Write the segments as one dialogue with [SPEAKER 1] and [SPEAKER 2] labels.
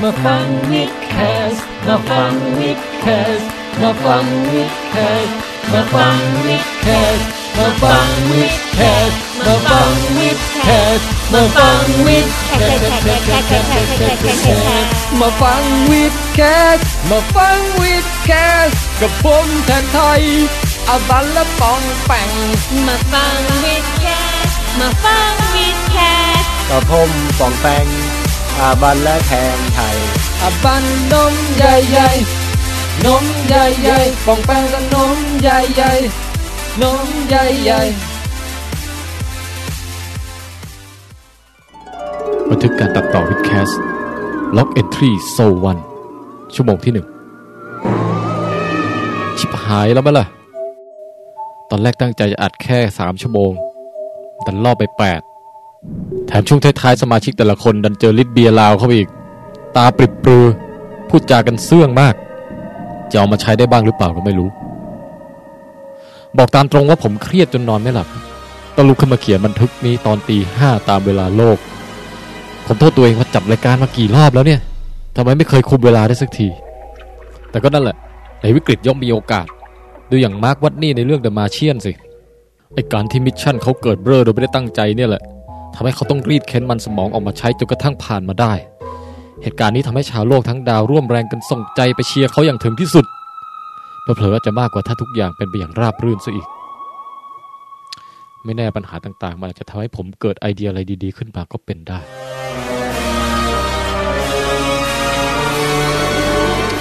[SPEAKER 1] มาฟังวิดแคสมาฟังวิดแคสมาฟังวิดแคสมาฟังวิดแคสมาฟังวิดแคสมาฟังวิดแคสมาฟังวิดแคสมาฟังวิดแคสมาฟังวิดแคสกับผมแทนไทยอาบันและปองแปง
[SPEAKER 2] มาฟังวิดแคสมาฟังวิดแคส
[SPEAKER 3] กับผมปองแปงอาบันและแทงไทย
[SPEAKER 1] อาบันนมใหญ่ๆนมใหญ่ๆปองแปงและนมใหญ่ๆนมใหญ่ๆ
[SPEAKER 4] บันทึกการตัดต่อวิดแคสล็อกเอนทรีโซวันชั่วโมงที่หนึ่งชิบหายแล้วมั้ยล่ะ ตอนแรกตั้งใจจะอัดแค่ 3 ชั่วโมง ดันล่อบไป 8 แถมช่วงท้ายๆ สมาชิกแต่ละคนดันเจอลิตเบียร์ลาวเข้าไปอีก ตาปริบปรือ พูดจากันเสื่องมาก จะเอามาใช้ได้บ้างหรือเปล่าก็ไม่รู้ บอกตามตรงว่าผมเครียดจนนอนไม่หลับต้องลุกขึ้นมาเขียนบันทึกนี้ตอนตีห้าตามเวลาโลก ผมโทษตัวเองว่าจับรายการมากี่รอบแล้วเนี่ย ทำไมไม่เคยคุมเวลาได้สักที แต่ก็นั่นแหละ ในวิกฤตย่อมมีโอกาส ดูอย่างมาร์ควัดนี่ในเรื่องเดอะมาเชียนสิ ไอการที่มิชชั่นเขาเกิดเบ้อโดยไม่ได้ตั้งใจเนี่ยแหละ ทำให้เขาต้องรีดเค้นมันสมองออกมาใช้จนกระทั่งผ่านมาได้ เหตุการณ์นี้ทำให้ชาวโลกทั้งดาวร่วมแรงกันส่งใจไปเชียร์เขาอย่างถึงที่สุดเผลอๆอาจจะมากกว่าถ้าทุกอย่างเป็นไปอย่างราบรื่นซะอีก ไม่แน่ปัญหาต่างๆ มันอาจจะทำให้ผมเกิดไอเดียอะไรดีๆ ขึ้นมาก็เป็นได้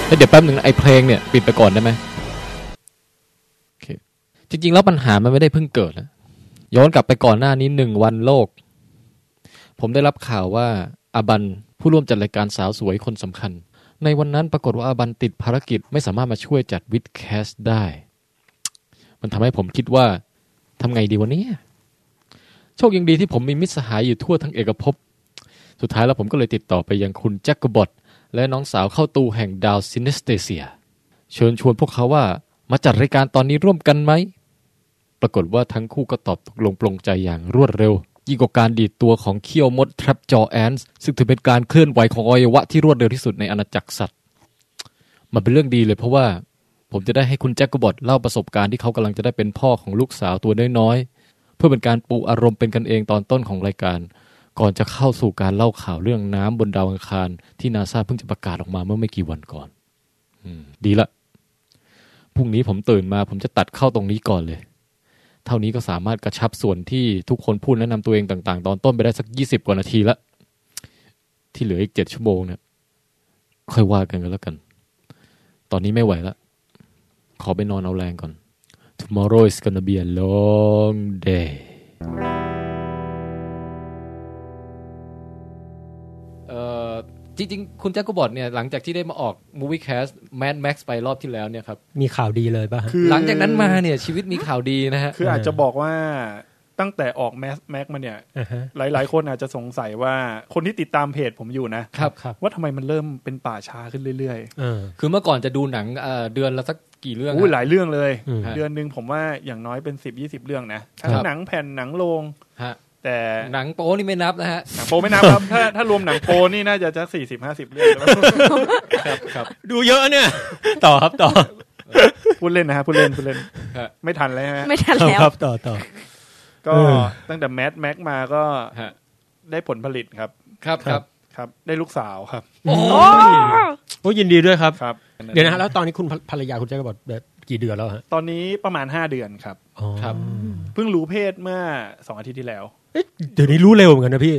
[SPEAKER 4] แล้วเดี๋ยวแป๊บหนึ่งนะไอ้เพลงเนี่ยปิดไปก่อนได้ไหมโอเคจริง ๆ แล้วปัญหามันไม่ได้เพิ่งเกิดนะย้อนกลับไปก่อนหน้านี้หนึ่งวันโลก ผมได้รับข่าวว่าอาบันผู้ร่วมจัดรายการสาวสวยคนสำคัญ ในวันนั้นปรากฏว่าอาบันติดภารกิจไม่สามารถมาช่วยจัดวิดแคสได้ มันทำให้ผมคิดว่าทำไงดีวันนี้โชคยังดีที่ผมมีมิตรสหายอยู่ทั่วทั้งเอกภพสุดท้ายแล้วผมก็เลยติดต่อไปยังคุณแจ็คกบอต และน้องสาวเข้าตูแห่งดาวซินเนสเตเซีย เชิญชวนพวกเขาว่ามาจัดรายการตอนนี้ร่วมกันไหม ปรากฏว่าทั้งคู่ก็ตอบตกลงปลงใจอย่างรวดเร็ว ยิ่งกว่าการดีดตัวของเขี้ยวมดทรัพจอแอนส์ซึ่งถือเป็นการเคลื่อนไหวของอวัยวะที่รวดเร็วที่สุดในอาณาจักรสัตว์ มันเป็นเรื่องดีเลยเพราะว่าผมจะได้ให้คุณแจ็คกบอตเล่าประสบการณ์ที่เขากำลังจะได้เป็นพ่อของลูกสาวตัวน้อยๆเพื่อเป็นการปูอารมณ์เป็นกันเองตอนต้นของรายการ ก่อนจะเข้าสู่การเล่าข่าวเรื่องน้ำบนดาวอังคาร ที่นาซาเพิ่งจะประกาศออกมาเมื่อไม่กี่วันก่อน อืม ดีละพรุ่งนี้ผมตื่นมา ผมจะตัดเข้าตรงนี้ก่อนเลย เท่านี้ก็สามารถกระชับส่วนที่ทุกคนพูดแนะนำตัวเองต่าง ๆ ตอนต้นไปได้สักยี่สิบกว่านาทีละ ที่เหลืออีกเจ็ดชั่วโมงเนี่ยค่อยว่ากันก็แล้วกัน ตอนนี้ไม่ไหวละ ขอไปนอนเอาแรงก่อน tomorrow is gonna be a long day เอ่อจริงๆ คุณแจ็คกบอดเนี่ยหลังจากที่ได้มาออก Movie Cast Mad Max ไปรอบที่แล้วเนี่ยครับ
[SPEAKER 5] มีข่าวดีเลยป่ะฮะ
[SPEAKER 6] คือ
[SPEAKER 4] หลังจากนั้นมาเนี่ยชีวิตมีข่าวดีนะฮะ
[SPEAKER 6] คืออาจจะบอกว่าตั้งแต่ออกแมสแม็กมาเนี่ย
[SPEAKER 5] อ่าฮะ
[SPEAKER 6] หลาย ๆ คนอาจจะสงสัยว่าคนที่ติดตามเพจผมอยู่นะ
[SPEAKER 4] ครับ
[SPEAKER 5] ครับ
[SPEAKER 6] ว่าทำไมมันเริ่มเป็นป่าช้าขึ้นเรื่อย
[SPEAKER 5] เออ
[SPEAKER 4] คือเมื่อก่อนจะดูหนังเอ่อเดือนละสักกี่เรื่
[SPEAKER 6] ๆ
[SPEAKER 4] อง
[SPEAKER 6] อู้ห
[SPEAKER 4] ฮะ
[SPEAKER 6] ลายเรื่องเลย
[SPEAKER 5] อืม
[SPEAKER 6] เดือนหนึ่งผมว่าอย่างน้อยเป็นสิบยี่สิบเรื่องนะทั้
[SPEAKER 4] ค
[SPEAKER 6] ง
[SPEAKER 4] รับ
[SPEAKER 6] หนังแผ่นหนังโลง
[SPEAKER 4] ฮะ
[SPEAKER 6] แต่
[SPEAKER 4] หนังโป๊นี่ไม่นับนะฮะ
[SPEAKER 6] หนังโปไม่นับครับ ถ้าถ้ารวมหนังโปนี่น่าจะสักสี่สิบห้าสิบเรื่อง แล้ว
[SPEAKER 4] ครับครับ
[SPEAKER 5] ดูเยอะเนี่ย ต่อครับต่อ
[SPEAKER 6] พูดเล่นนะฮะพูดเล่นพูดเล่น
[SPEAKER 4] ฮะ
[SPEAKER 6] ไม่ทันแล้วฮะ
[SPEAKER 2] ไม่ทันแล้ว
[SPEAKER 5] ครับต่อต่อ
[SPEAKER 6] ก็
[SPEAKER 5] เออ
[SPEAKER 6] ตั้งแต่แมสแม็กมาก็
[SPEAKER 4] ฮะ
[SPEAKER 6] ได้ผลผลิตครับ
[SPEAKER 4] ครับครับ
[SPEAKER 6] ครับ ได้ลูกสาวครับ
[SPEAKER 4] โอ้
[SPEAKER 2] โอ้
[SPEAKER 5] โอ้ยินดีด้วยครับ
[SPEAKER 6] ครับ
[SPEAKER 5] เดี๋ยวนะฮะแล้วตอนนี้คุณภรภรรยาคุณแจ็คก็บอกแบบกี่เดือนแล้วฮะ
[SPEAKER 6] ตอนนี้ประมาณห้าเดือนครับ
[SPEAKER 5] อ๋อ
[SPEAKER 4] ครับ
[SPEAKER 6] เพิ่งรู้เพศเมื่อสองอาทิตย์ที่แล้ว
[SPEAKER 5] เอ๊ะเดี๋ยวนี้รู้เร็วเหมือนกันนะพี่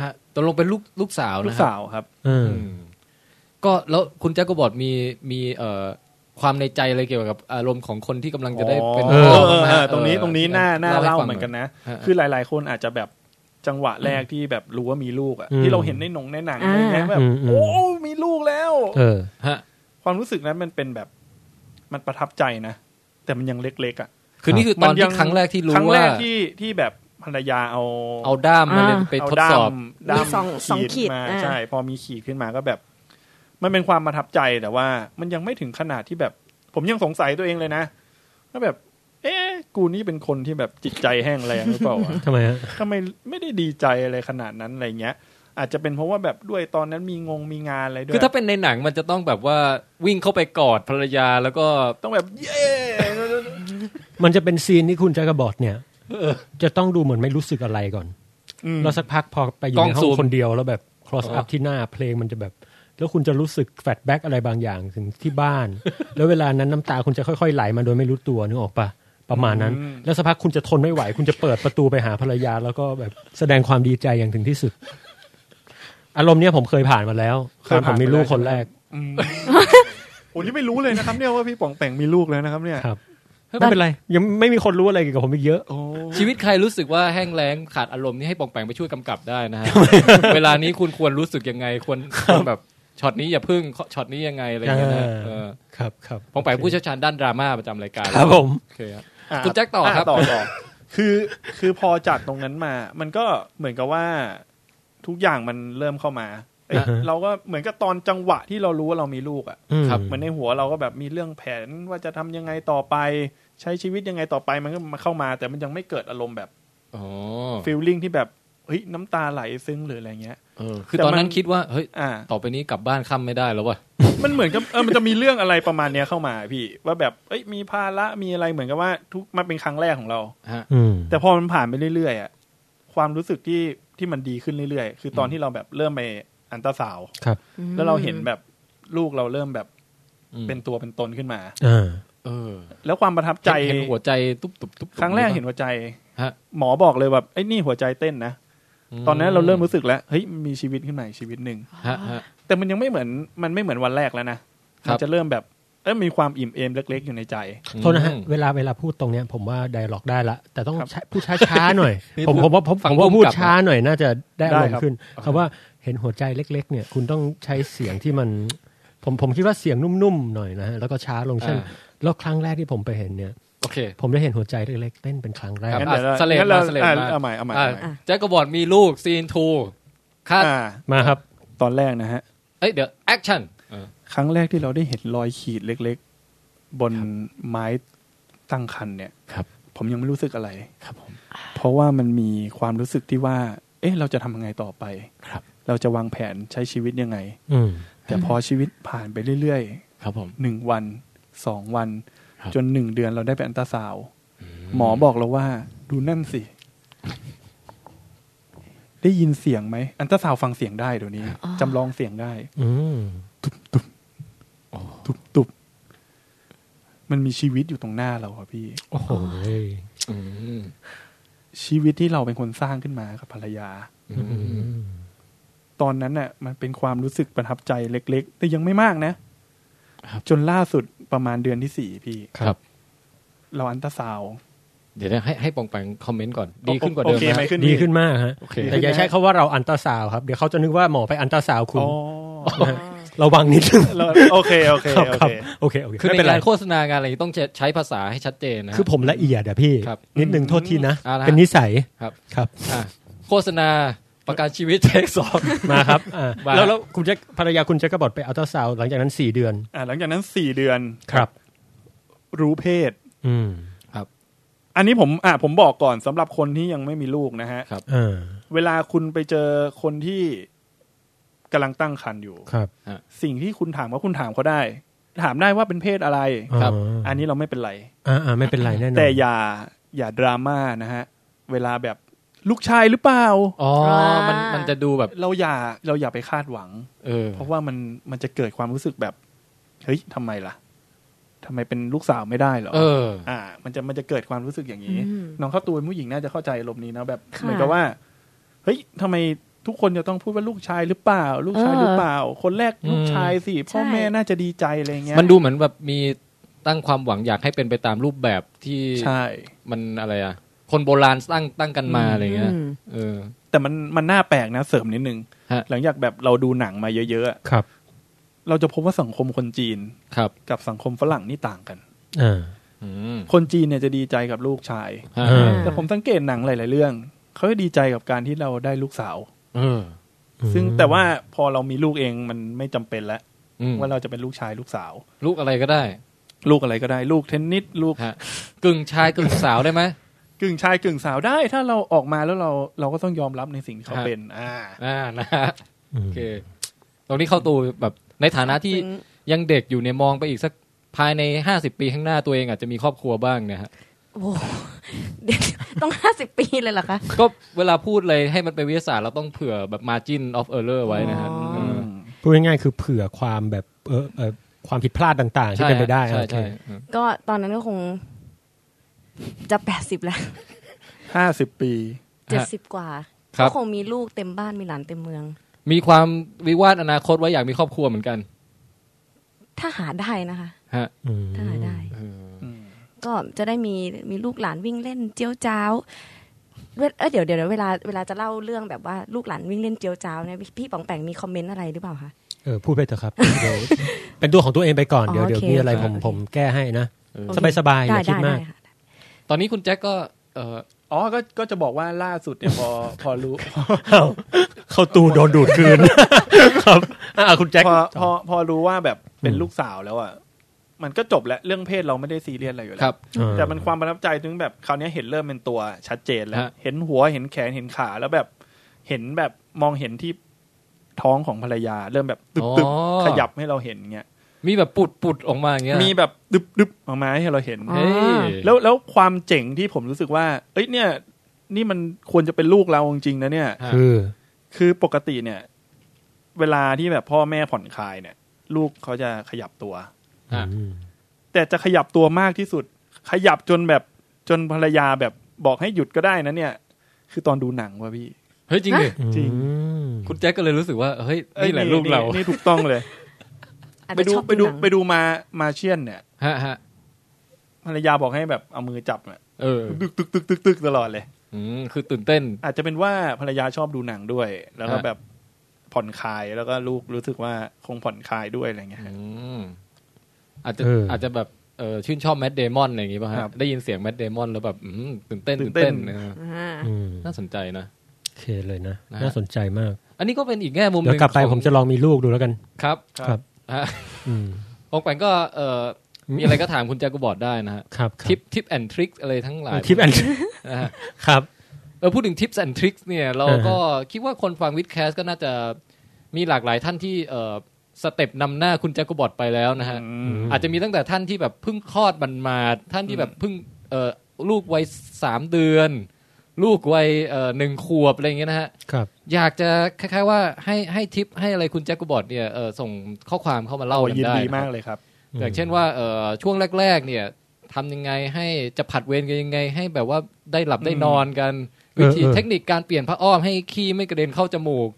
[SPEAKER 4] ฮะตกลงเป็นลูกลูกสาว
[SPEAKER 6] ลู
[SPEAKER 4] นะ
[SPEAKER 6] ก
[SPEAKER 4] ครั
[SPEAKER 6] สาวครับ
[SPEAKER 5] เออ
[SPEAKER 4] อืมก็แล้วคุณแจ็คกบอดมีมีเอ่อความในใจอะไรเกี่ยวกับอารมณ์ของคนที่กำลังจะได้เป็น
[SPEAKER 6] เอ
[SPEAKER 4] พ่
[SPEAKER 6] อ
[SPEAKER 4] อ
[SPEAKER 6] เออ
[SPEAKER 4] นะ
[SPEAKER 6] เอ
[SPEAKER 4] ฮะ
[SPEAKER 6] อตรงนี้
[SPEAKER 4] เออ
[SPEAKER 6] ตรงนี้น่าน่า
[SPEAKER 4] ให้
[SPEAKER 6] เล่า
[SPEAKER 4] ฟัง
[SPEAKER 6] เหมือนกันนะ
[SPEAKER 4] ฮะ
[SPEAKER 6] คือหลาย ๆ คนอาจจะแบบจังหวะแรกที่แบบรู้ว่ามีลูกอะที่เราเห็นในหนงในหนังอะไรเงี้ยแบบ
[SPEAKER 5] อืมอื
[SPEAKER 6] โอ้
[SPEAKER 5] ม
[SPEAKER 6] มีลูกแล้ว
[SPEAKER 5] เออ
[SPEAKER 4] ฮะ
[SPEAKER 6] ความรู้สึกนั้นมันเป็นแบบมันประทับใจนะ แต่มันยังเล็ก ๆ อ่ะ
[SPEAKER 4] คือนี่คือต
[SPEAKER 6] มั
[SPEAKER 4] อน
[SPEAKER 6] ยั
[SPEAKER 4] ที่ครั้งแรกที่รู้
[SPEAKER 6] ครั้งแร
[SPEAKER 4] ว่า
[SPEAKER 6] กที่ที่แบบภรรยาเอา
[SPEAKER 4] เอาด้ามมาเล่นไป
[SPEAKER 6] เอา
[SPEAKER 4] ทดสอบ
[SPEAKER 6] ด้าม
[SPEAKER 2] มีสองสองขีด
[SPEAKER 6] มา
[SPEAKER 2] อ่า
[SPEAKER 6] ใช่ พอมีขีดขึ้นมาก็แบบ มันเป็นความประทับใจแต่ว่า มันยังไม่ถึงขนาดที่แบบ ผมยังสงสัยตัวเองเลยนะว่าแบบ เอ๊ะกูนี่เป็นคน ที่แบบจิตใจแห้งแรงหรือเปล่าวะ
[SPEAKER 5] ทำไมฮะ
[SPEAKER 6] ทำไมไม่ได้ดีใจอะไรขนาดนั้นอะไรเงี้ย อาจจะเป็นเพราะว่าแบบด้วยตอนนั้นมีงงมีงานอะไรด้วย
[SPEAKER 4] คือถ้าเป็นในหนังมันจะต้องแบบว่าวิ่งเข้าไปกอดภรรยาแล้วก็
[SPEAKER 6] ต้องแบบเย้
[SPEAKER 5] มันจะเป็นซีนที่คุณแจ็คกับบอดเนี่ยจะต้องดูเหมือนไม่รู้สึกอะไรก่อน
[SPEAKER 6] อืม
[SPEAKER 5] แล้วสักพักพอไปอยู่ในห้องคนเดียวแล้วแบบ cross up ที่หน้าเพลงมันจะแบบ แล้วคุณจะรู้สึกแฟลชแบ็กอะไรบางอย่างถึงที่บ้ าน แล้วเวลานั้นน้ำตาคุณจะค่อย ๆ ไหลมาโดยไม่รู้ตัวนึกออกปะประมาณนั้น แล้วสักพักคุณจะทนไม่ไหว คุณจะเปิดประตูไปหาภรรยา แล้วก็แบบแสดงความดีใจอย่างถึงที่สุด อารมณ์เนี้ยผมเคยผ่านมาแล้วตอนผมมีลูกคนแรก
[SPEAKER 6] อืมโอ้นี่ไม่รู้เลยนะครับ เนี่ยว่าพี่ป๋องแต่งมีลูกแล้วนะครับ เนี่ย
[SPEAKER 5] ครับ
[SPEAKER 4] ไม่เป็นไร
[SPEAKER 5] ยังไม่มีคนรู้อะไรเกี่ยวกับผมอีกเยอะ
[SPEAKER 6] โอ้
[SPEAKER 4] ชีวิตใครรู้สึกว่าแห้งแล้งขาดอารมณ์นี่ให้ปองแปงไปช่วยกำกับได้นะฮะ เวลานี้คุณควรรู้สึกยังไงควรควรแบบช็อตนี้อย่าพึ่งช็อตนี้ยังไงอะไรอย่างเงี้ยนะ
[SPEAKER 5] อ่า
[SPEAKER 4] เออ
[SPEAKER 5] ครับครับ
[SPEAKER 4] ปองแปงผู้เชี่ยวชาญด้านดราม่าประจำรายการ
[SPEAKER 5] ครับผม
[SPEAKER 4] โอเคครับ
[SPEAKER 6] อ่ะ
[SPEAKER 4] คุณแจ็คต่อครับ
[SPEAKER 6] ะต่อต่อ คือคือพอจากตรงนั้นมา มันก็เหมือนกับว่าทุกอย่างมันเริ่มเข้ามาเอ้ย
[SPEAKER 5] อ่าฮะ
[SPEAKER 6] เราก็เหมือนกับตอนจังหวะที่เรารู้ว่าเรามีลูกอ่ะ
[SPEAKER 5] อืม
[SPEAKER 6] เหมือนในหัวเราก็แบบมีเรื่องแผนว่าจะทำยังไงต่อไป ใช้ชีวิตยังไงต่อไปมันก็มาเข้ามา แต่มันยังไม่เกิดอารมณ์แบบ
[SPEAKER 4] อ๋อ
[SPEAKER 6] ฟีลลิ่งที่แบบเฮ้ยน้ำตาไหลซึ้งหรืออะไรเงี้ย
[SPEAKER 4] เออคือตอนนั้น
[SPEAKER 6] แต่มัน
[SPEAKER 4] คิดว่าเฮ้ย
[SPEAKER 6] อ่า
[SPEAKER 4] ต่อไปนี้กลับบ้านค่ำไม่ได้แล้วว่ะ
[SPEAKER 6] มันเหมือนกับเออมันจะมีเรื่องอะไรประมาณเนี้ยเข้ามาพี่ ว่าแบบเอ้ยมีภาระมีอะไรเหมือนกับว่าทุกมันเป็นครั้งแรกของเรา
[SPEAKER 4] ฮะ
[SPEAKER 5] อืม
[SPEAKER 6] แต่พอมันผ่านไปเรื่อยๆอ่ะความรู้สึกที่ที่มันดีขึ้นเรื่อยๆ คือตอนที่เราแบบเริ่มไปอันตราสาวด์
[SPEAKER 5] ครับ
[SPEAKER 6] แล้วเราเห็นแบบลูกเราเริ่มแบบ
[SPEAKER 4] อืม
[SPEAKER 6] เป็นตัวเป็นตนขึ้นมา
[SPEAKER 5] อ่า
[SPEAKER 4] เออ
[SPEAKER 6] แล้วความประทับใจ
[SPEAKER 4] ใจเห็นหัวใจตุ๊บตุบตุ๊บตุ๊บ
[SPEAKER 6] ครั้งแรกเห็นหัวใจ
[SPEAKER 4] ฮะ
[SPEAKER 6] หมอบอกเลยแบบไอ้ยนี่หัวใจเต้นนะ
[SPEAKER 4] ม
[SPEAKER 6] ตอนนั้นเราเริ่มรู้สึกแล้ว เฮ้ยมันมีชีวิตขึ้นมาอีกชีวิตหนึ่ง
[SPEAKER 4] ฮะฮะ
[SPEAKER 6] แต่มันยังไม่เหมือน มันไม่เหมือนวันแรกแล้วนะ
[SPEAKER 4] ครับ
[SPEAKER 6] มันจะเริ่มแบบ เอ้ยมีความอิ่มเอมเล็ก ๆ อยู่ในใจ
[SPEAKER 5] โทษนะฮะ
[SPEAKER 4] อืม
[SPEAKER 5] เวลาเวลาพูดตรงเนี้ยผมว่าไดร็อกได้ละ แต่ต้อง
[SPEAKER 6] ครับ
[SPEAKER 5] ใช้พูดช้าๆหน่อย
[SPEAKER 4] นี่
[SPEAKER 5] ผมผมว่าผม
[SPEAKER 4] ฟัง
[SPEAKER 5] ผมว่า
[SPEAKER 4] ร่วมกับ
[SPEAKER 5] พูดช้าหน่อยน่าจะได้อา
[SPEAKER 6] ได้
[SPEAKER 5] รม
[SPEAKER 6] ครับ
[SPEAKER 5] ณ์ขึ้นคำว่าเห็นหัวใจเล็ก ๆ เนี่ย คุณต้องใช้เสียงที่มัน ผมผมคิดว่าเสียงนุ่มๆหน่อยนะฮะแล้วก็ช้าลงเช่นแล้วครั้งแรกที่ผมไปเห็นเนี่ย
[SPEAKER 4] โอเค
[SPEAKER 5] ผมได้เห็นหัวใจเล็กๆเต้นเป็นครั้งแรก
[SPEAKER 6] งั้น
[SPEAKER 4] อ่ะ
[SPEAKER 6] เดี๋ยวเรา
[SPEAKER 4] สเลด
[SPEAKER 6] งั้น
[SPEAKER 4] มาสเลดมา
[SPEAKER 6] เราอ่ะเอาใหม่เอาใหม่
[SPEAKER 4] อ่ะ
[SPEAKER 6] เอาใหม่
[SPEAKER 4] แจ็คกบบอดมีลูกซีนทูคัด
[SPEAKER 6] อ่า
[SPEAKER 5] มาครับ
[SPEAKER 6] ตอนแรกนะฮะ
[SPEAKER 4] เอ้ยเดี๋ยวแอคชั่น
[SPEAKER 6] ครั้งแรกที่เราได้เห็นรอยขีดเล็ก ๆ บนไม้ตั้งคันเนี่ย
[SPEAKER 4] ครับ
[SPEAKER 6] ผมยังไม่รู้สึกอะไรครับผมเพราะว่ามันมีความรู้สึกที่ว่า เอ๊ะ เราจะทำยังไงต่อไป
[SPEAKER 4] ครับ
[SPEAKER 6] เราจะวางแผนใช้ชีวิตยังไง
[SPEAKER 5] อืม
[SPEAKER 6] แต่พอชีวิตผ่านไปเรื่อย ๆ
[SPEAKER 4] ครับผม
[SPEAKER 6] หนึ่งวันสองวัน
[SPEAKER 4] ครับ
[SPEAKER 6] จนหนึ่งเดือนเราได้ไปอันตราซาวด์หมอบอกเราว่าดูนั่นสิ ได้ยินเสียงไหม อันตราซาวด์ฟังเสียงได้เดี๋ยวนี้จำลองเสียงได้
[SPEAKER 5] อืม
[SPEAKER 6] ตุบตุบมันมีชีวิตอยู่ตรงหน้าเราครับพี่
[SPEAKER 5] โอ้โห
[SPEAKER 4] อืม
[SPEAKER 6] ชีวิตที่เราเป็นคนสร้างขึ้นมากับภรรยา
[SPEAKER 4] อืม
[SPEAKER 6] ตอนนั้นน่ะ มันเป็นความรู้สึกประทับใจเล็ก ๆ แต่ยังไม่มากนะ จนล่าสุดประมาณเดือนที่สี่พี่
[SPEAKER 4] ครับ
[SPEAKER 6] เราอันตราซาวด์
[SPEAKER 4] เดี๋ยวนะให้ให้ปองแปงคอมเมนต์ก่อน ดีขึ้นกว่าเดิม
[SPEAKER 6] โอเค
[SPEAKER 4] นะ
[SPEAKER 6] ไหมขึ้น
[SPEAKER 5] ดี
[SPEAKER 6] พี่
[SPEAKER 5] ขึ้นมากฮะ
[SPEAKER 4] โอเค
[SPEAKER 5] แต่อย่าใช้คาว่าเราอันตราซาวด์ครับเดี๋ยวเขาจะนึกว่าหมอไปอันตราซาวด์คุณ
[SPEAKER 6] อ๋อ
[SPEAKER 5] นะฮะระวังนิดนึง
[SPEAKER 6] เราโอเค โอเค
[SPEAKER 5] ครับ
[SPEAKER 6] โอ
[SPEAKER 5] ครับ
[SPEAKER 6] เค
[SPEAKER 5] โอเคโอเค
[SPEAKER 4] คือ
[SPEAKER 6] ไม่
[SPEAKER 4] ใน
[SPEAKER 6] เป็นไร
[SPEAKER 4] งานโฆษณางานอะไรต้องใช้ภาษาให้ชัดเจนนะ
[SPEAKER 5] คือผมละเอียดอะพี่
[SPEAKER 4] ครับ
[SPEAKER 5] นิดหนึ่งโทษทีนะ
[SPEAKER 4] เอาละ
[SPEAKER 5] เป็นนิสัย
[SPEAKER 4] ครับ
[SPEAKER 5] ครับ
[SPEAKER 4] อ่ะโฆษณาประกันชีวิตเทคสอง
[SPEAKER 5] มาครับอ่า
[SPEAKER 4] ว่า
[SPEAKER 5] แล้วแล้วคุณแจ็คภรรยาคุณแจ็คกระบอดไปอัลตราซาวด์หลังจากนั้น 4 เดือน
[SPEAKER 6] อ่าหลังจากนั้นสี่เดือน
[SPEAKER 5] ครับ
[SPEAKER 6] รู้เพศ
[SPEAKER 5] อืม
[SPEAKER 6] อันนี้ผมอ่าผมบอกก่อนสำหรับคนที่ยังไม่มีลูกนะฮะ
[SPEAKER 4] ครับ
[SPEAKER 5] อ่า
[SPEAKER 6] เวลาคุณไปเจอคนที่กำลังตั้งครรภ์อยู่
[SPEAKER 5] ครับ
[SPEAKER 6] สิ่งที่คุณถามว่าคุณถามเขาได้ ถามได้ว่าเป็นเพศอะไร
[SPEAKER 4] ครับ
[SPEAKER 5] อ๋อ
[SPEAKER 6] อันนี้เราไม่เป็นไร
[SPEAKER 5] อ่าอ่าไม่เป็นไรแน่นอน
[SPEAKER 6] แต่อย่าอย่าดราม่านะฮะ เวลาแบบลูกชายหรือเปล่า
[SPEAKER 4] อ๋อ
[SPEAKER 2] มั
[SPEAKER 4] มัน
[SPEAKER 2] น
[SPEAKER 4] มันจะดูแบบ
[SPEAKER 6] เราอย่าเราอย่าไปคาดหวัง
[SPEAKER 4] เออ
[SPEAKER 6] เพราะว่ามันมันจะเกิดความรู้สึกแบบ เฮ้ยทำไมล่ะทำไมเป็นลูกสาวไม่ได้เหรอ
[SPEAKER 4] เออ
[SPEAKER 6] อ่า มันจะมันจะเกิดความรู้สึกอย่างนี้
[SPEAKER 2] อืม
[SPEAKER 6] น้องข้าวตูนผู้หญิงน่าจะเข้าใจอารมณ์นี้นะแบบ
[SPEAKER 2] ค่ะ
[SPEAKER 6] เหมือนกับว่า เฮ้ยทำไมทุกคนจะต้องพูดว่าลูกชายหรือเปล่า ลูกชายหรือเปล่า คนแรก
[SPEAKER 4] อืม
[SPEAKER 6] ลูกชายสิพ่อ
[SPEAKER 2] ใช่
[SPEAKER 6] แม่น่าจะดีใจอะไรเงี้ย
[SPEAKER 4] มันดูเหมือนแบบมีตั้งความหวังอยากให้เป็นไปตามรูปแบบที่
[SPEAKER 6] ใช่
[SPEAKER 4] มันอะไรอ่ะ คนโบราณตั้งตั้งกันมา
[SPEAKER 6] อืม
[SPEAKER 4] อะไรเงี้ย เออ
[SPEAKER 6] แต่มันมันน่าแปลกนะเสริมนิดนึง
[SPEAKER 4] ฮะ
[SPEAKER 6] หลังจากแบบเราดูหนังมาเยอะๆอะ
[SPEAKER 5] ครับ
[SPEAKER 6] เราจะพบว่าสังคมคนจีน
[SPEAKER 4] ครับ
[SPEAKER 6] กับสังคมฝรั่งนี่ต่างกัน
[SPEAKER 5] อ่า
[SPEAKER 4] อืม
[SPEAKER 6] คนจีนเนี่ยจะดีใจกับลูกชาย
[SPEAKER 4] ฮะ
[SPEAKER 5] เออ
[SPEAKER 6] แต่ผมสังเกตหนังหลายๆเรื่องเขาจะดีใจกับการที่เราได้ลูกสาว
[SPEAKER 4] เออ
[SPEAKER 6] ซึ่งแต่ว่าพอเรามีลูกเองมันไม่จำเป็นแล้ว
[SPEAKER 4] อืม
[SPEAKER 6] ว่าเราจะเป็นลูกชายลูกสาว
[SPEAKER 4] ลูกอะไรก็ได้
[SPEAKER 6] ลูกอะไรก็ได้ ลูกเทนนิสลูก
[SPEAKER 4] ฮะกึ่งชายกึ่งสาวได้ไหม
[SPEAKER 6] ก กึ่งชายกึ่งสาวได้ ถ้าเราออกมาแล้วเราเราก็ต้องยอมรับในสิ่งที่เขา
[SPEAKER 4] ฮะ
[SPEAKER 6] เป็น อ่า
[SPEAKER 4] อ่านะฮะโอเค ตรงนี้เข้าตูแบบในฐานะที่
[SPEAKER 7] ซึ้ง
[SPEAKER 4] ยังเด็กอยู่เนี่ยมองไปอีกสักภายในห้าสิบปีข้างหน้าตัวเองอาจจะมีครอบครัวบ้างเนี่ยฮะ
[SPEAKER 7] โอ้โหเดี๋ยว ต้องห้าสิบปีเลยเหรอคะ
[SPEAKER 4] ก็เวลาพูดเลยให้มันเป็นวิทยาศาสตร์เราต้องเผื่อแบบ margin of error ไว้นะฮะ
[SPEAKER 7] อ๋อ
[SPEAKER 4] เออ
[SPEAKER 5] พูดง่ายๆคือเผื่อความแบบเออเออความผิดพลาดต่างๆ ที่เป็นไปได้
[SPEAKER 4] ใช่
[SPEAKER 5] โอเค
[SPEAKER 4] ใช่เออ
[SPEAKER 7] ก็ตอนนั้นก็คง จะแปดสิบแล้ว
[SPEAKER 6] ห้าสิบปี
[SPEAKER 7] เจ็ดสิบกว่า
[SPEAKER 4] ครั
[SPEAKER 7] ก็
[SPEAKER 4] บ
[SPEAKER 7] คงมีลูกเต็มบ้านมีหลานเต็มเมือง
[SPEAKER 4] มีความวิวาทอนาคตไว้อยากมีครอบครัวเหมือนกัน
[SPEAKER 7] ถ้าหาได้นะคะ
[SPEAKER 4] ฮะ
[SPEAKER 5] อืม
[SPEAKER 7] ถ้าหาได้
[SPEAKER 4] เออ
[SPEAKER 7] ก็จะได้มีมีลูกหลานวิ่งเล่นเจียวจ้าวเวเอ้ยเดี๋ยวเดี๋ยวเดี๋ยวเวลาเวลาจะเล่าเรื่องแบบว่าลูกหลานวิ่งเล่นเจียวจ้าวเนี่ยพี่พี่ป๋องแปงมีคอมเมนต์อะไรหรือเปล่าคะ
[SPEAKER 5] เออพูดไปเถอะครับเดี๋ยวเป็นตัวของตัวเองไปก่อนเดี๋ยว
[SPEAKER 7] อ๋อ
[SPEAKER 5] เดี๋ยว
[SPEAKER 7] โอเค
[SPEAKER 5] มีอะไร
[SPEAKER 7] โอเค
[SPEAKER 5] ผมผมแก้ให้นะ
[SPEAKER 4] เออ
[SPEAKER 5] สบายสบายๆอ
[SPEAKER 7] ได้
[SPEAKER 5] ย่าคิดมา
[SPEAKER 7] ได้ได้
[SPEAKER 5] ก
[SPEAKER 7] ค่ะ
[SPEAKER 4] ตอนนี้คุณแจ็คก็เออ
[SPEAKER 6] อ๋อ ก็ก็จะบอกว่าล่าสุดเนี่ยพอ พอรู้
[SPEAKER 5] เข้าเข้าตูโดนดูดคืน ครับอ่ะคุณแจ็ค
[SPEAKER 6] พอพอพอรู้ว่าแบบเป็นลูกสาวแล้วอ่ะมันก็จบแล้วเรื่องเพศเราไม่ได้ซีเรียสอะไรอยู่
[SPEAKER 4] ค
[SPEAKER 6] แล้
[SPEAKER 4] รั
[SPEAKER 6] ว
[SPEAKER 4] บ
[SPEAKER 5] อ่
[SPEAKER 6] แต่มันความประทับใจถึงแบบคราวเนี้ยเห็นเริ่มเป็นตัวชัดเจนแล้ว
[SPEAKER 4] ฮะ
[SPEAKER 6] เห็นหัวเห็นแขนเห็นขาแล้วแบบเห็นแบบมองเห็นที่ท้องของภรรยา เริ่มแบบตึบ
[SPEAKER 4] อ๋อ
[SPEAKER 6] ตึบขยับให้เราเห็นเงี้ย
[SPEAKER 4] มีแบบปุดปุดออกมาอย่างเงี้ย
[SPEAKER 6] มีแบบดึบดึบออกมาให้เราเห็น
[SPEAKER 4] เฮ้ย
[SPEAKER 6] แล้วแล้วความเจ๋งที่ผมรู้สึกว่า เอ้ยเนี่ย นี่มันควรจะเป็นลูกเราจริงๆนะเนี่ย
[SPEAKER 4] ฮะ
[SPEAKER 5] คือ
[SPEAKER 6] คือปกติเนี่ย เวลาที่แบบพ่อแม่ผ่อนคลายเนี่ย ลูกเขาจะขยับตัว
[SPEAKER 5] อ
[SPEAKER 4] อ่ะ
[SPEAKER 5] ม
[SPEAKER 6] แต่จะขยับตัวมากที่สุด ขยับจนแบบจนภรรยาแบบบอกให้หยุดก็ได้นะเนี่ย คือตอนดูหนังว่ะพี่
[SPEAKER 4] เฮ้ยจริงดิ
[SPEAKER 6] จริง
[SPEAKER 5] อืม
[SPEAKER 4] คุณแจ็คก็เลยรู้สึกว่าเฮ้ย
[SPEAKER 6] เอ้ย
[SPEAKER 4] นี่แหละลูกเรา
[SPEAKER 6] นี่นี่ถูกต้อง เลย
[SPEAKER 7] อาจ
[SPEAKER 6] ไป
[SPEAKER 7] จะ
[SPEAKER 6] ดู
[SPEAKER 7] ชอบ
[SPEAKER 6] ไปดู
[SPEAKER 7] หนัง
[SPEAKER 6] ไปดูมามาเชียนเนี่ย
[SPEAKER 4] ฮะฮะ
[SPEAKER 6] ภรรยาบอกให้แบบเอามือจับเนี่ย
[SPEAKER 4] เออ
[SPEAKER 6] ตึกตึกตึกตึกตึกตลอดเลย
[SPEAKER 4] อืมคือตื่นเต้น
[SPEAKER 6] อาจจะเป็นว่าภรรยาชอบดูหนังด้วย แล้วก็
[SPEAKER 4] ฮะ
[SPEAKER 6] แบบผ่อนคลายแล้วก็ลูกรู้สึกว่าคงผ่อนคลายด้วยอะไรเงี้ย
[SPEAKER 4] อืมอาจจะ
[SPEAKER 5] เออ
[SPEAKER 4] อาจจะแบบเออชื่นชอบแมดเดมอนอะไรอย่างงี้ป่ะฮะ
[SPEAKER 6] ครับ
[SPEAKER 4] ได้ยินเสียงแมดเดมอนแล้วแบบอืมตื่นเต้นตื่
[SPEAKER 6] ตื่น
[SPEAKER 4] น
[SPEAKER 6] เต้
[SPEAKER 4] เต้
[SPEAKER 6] น
[SPEAKER 4] นเออ
[SPEAKER 7] อ่า
[SPEAKER 5] อืม
[SPEAKER 4] น่าสนใจนะ
[SPEAKER 5] โอเคเลยนะ
[SPEAKER 4] นะฮะ
[SPEAKER 5] น่าสนใจมาก
[SPEAKER 4] อันนี้ก็เป็นอีกแง่มุมห
[SPEAKER 5] เดี๋ยว
[SPEAKER 4] นึ่ง
[SPEAKER 5] กลับไป
[SPEAKER 4] ของ
[SPEAKER 5] ผมจะลองมีลูกดูแล้วกัน
[SPEAKER 4] ครับ
[SPEAKER 5] ครับ
[SPEAKER 4] ฮะ
[SPEAKER 5] อืม
[SPEAKER 4] ของแปงก็เออมีอะไรก็ถามคุณแจ็คกูบอร์ดได้นะฮะ
[SPEAKER 5] ครับ
[SPEAKER 4] ทิปทิปแอนทริคอะไรทั้งหลาย
[SPEAKER 5] ทิปแอน
[SPEAKER 4] นะฮะ
[SPEAKER 5] ครับ
[SPEAKER 4] เออพูดถึงทิปแอนทริคเนี่ยเรา
[SPEAKER 5] อ่าฮะ
[SPEAKER 4] ก็คิดว่าคนฟังวิดแคสก็น่าจะมีหลากหลายท่านที่เออสเต็ปนำหน้าคุณแจ็คกูบอร์ดไปแล้วนะฮะ
[SPEAKER 6] อืม
[SPEAKER 4] อาจจะมีตั้งแต่ท่านที่แบบเพิ่งคลอดมันมาท่านที่แบบเพิ่งเอ่อลูกวัยสามเดือน ลูกวัยเอ่อหนึ่งขวบอะไรอย่างเงี้ยนะฮะ
[SPEAKER 5] ครับ
[SPEAKER 4] อยากจะคล้ายๆว่าให้ให้ทิปให้อะไรคุณแจ็คกูบอร์ดเนี่ยเอ่อส่งข้อความเข้ามาเล่ากั
[SPEAKER 6] โอ้
[SPEAKER 4] น
[SPEAKER 6] ยิน
[SPEAKER 4] ได้
[SPEAKER 6] ดี
[SPEAKER 4] นะ
[SPEAKER 6] มา
[SPEAKER 4] ค
[SPEAKER 6] ก
[SPEAKER 4] รับ
[SPEAKER 6] เลยครับ
[SPEAKER 4] อย่างเช่นว่าเอ่อช่วงแรก ๆ เนี่ยทำยังไงให้จะผัดเวรกันยังไง ให้แบบว่าได้หลับได้นอนกัน
[SPEAKER 5] เออ
[SPEAKER 4] วิธี
[SPEAKER 5] เออ
[SPEAKER 4] เทคนิคการเปลี่ยนผ้าอ้อมให้ขี้ไม่กระเด็นเข้าจมูก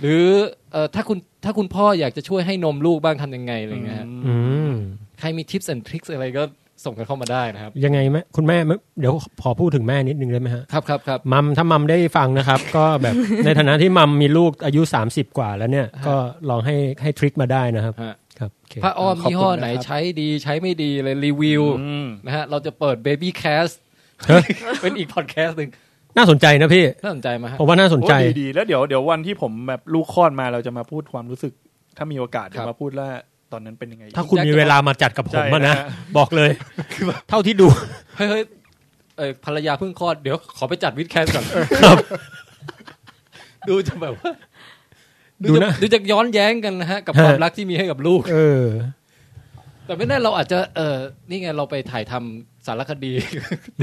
[SPEAKER 4] หรือเอ่อถ้าคุณถ้าคุณพ่ออยากจะช่วยให้นมลูกบ้างทำยังไงอะไรอย่างเงี้ยฮะ
[SPEAKER 5] อืม
[SPEAKER 4] ใครมีทิปส์ and ทริคอะไรก็ส่งกันเข้ามาได้นะครับ
[SPEAKER 5] ยังไงแม่คุณแม่เดี๋ยวขอพูดถึงแม่นิดนึงได้ไหมฮะ
[SPEAKER 4] ครับครับครับ
[SPEAKER 5] มัมถ้ามัมได้ฟังนะครับ ก็แบบ ในฐานะที่มัมมีลูกอายุ 30 กว่าแล้วเนี่ย
[SPEAKER 4] ฮะ
[SPEAKER 5] ก็ลองให้ให้ทริคมาได้นะครับ
[SPEAKER 4] ฮะ
[SPEAKER 5] ครับโอเค
[SPEAKER 4] พระอ้อม
[SPEAKER 6] ขอบคุณ
[SPEAKER 4] ยี่ห้อ
[SPEAKER 6] นะครับ
[SPEAKER 4] ไหนใช้ดีใช้ไม่ดีเลยรีวิว
[SPEAKER 6] อืม
[SPEAKER 4] นะฮะเราจะเปิด Baby Cast
[SPEAKER 5] เฮ้ย
[SPEAKER 4] เป็นอีกพอดแคสต์หนึ่ง
[SPEAKER 5] น่าสนใจนะพี่
[SPEAKER 4] น่าสนใจไหมฮะ
[SPEAKER 5] ผมว่าน่าสนใจ
[SPEAKER 6] โอ้ดีดีแล้วเดี๋ยวเดี๋ยววันที่ผมแบบลูกคลอดมาเราจะมาพูดความรู้สึก ถ้ามีโอกาสเดี๋ย
[SPEAKER 4] ครั
[SPEAKER 6] ว
[SPEAKER 4] บ
[SPEAKER 6] มาพูดว่าตอนนั้นเป็นยังไง
[SPEAKER 5] ถ้าคุณมีเวลามาจัดกับผมอะนะ
[SPEAKER 6] ใช่นะ
[SPEAKER 5] บอกเลย เท่าที่ดู
[SPEAKER 4] เฮ้ยเฮ้ยเอ่อภรรยาเพิ่งคลอดเดี๋ยวขอไปจัดวิดแคสก่อน ดูจะแบบว่า
[SPEAKER 5] ดู
[SPEAKER 4] จะ
[SPEAKER 5] นะ
[SPEAKER 4] ดูจะย้อนแย้งกันนะฮะกับ
[SPEAKER 5] ฮะ
[SPEAKER 4] ความรักที่มีให้กับลูก
[SPEAKER 5] เออ
[SPEAKER 4] แต่ไม่แน่เราอาจจะเออนี่ไงเราไปถ่ายทำสารคดี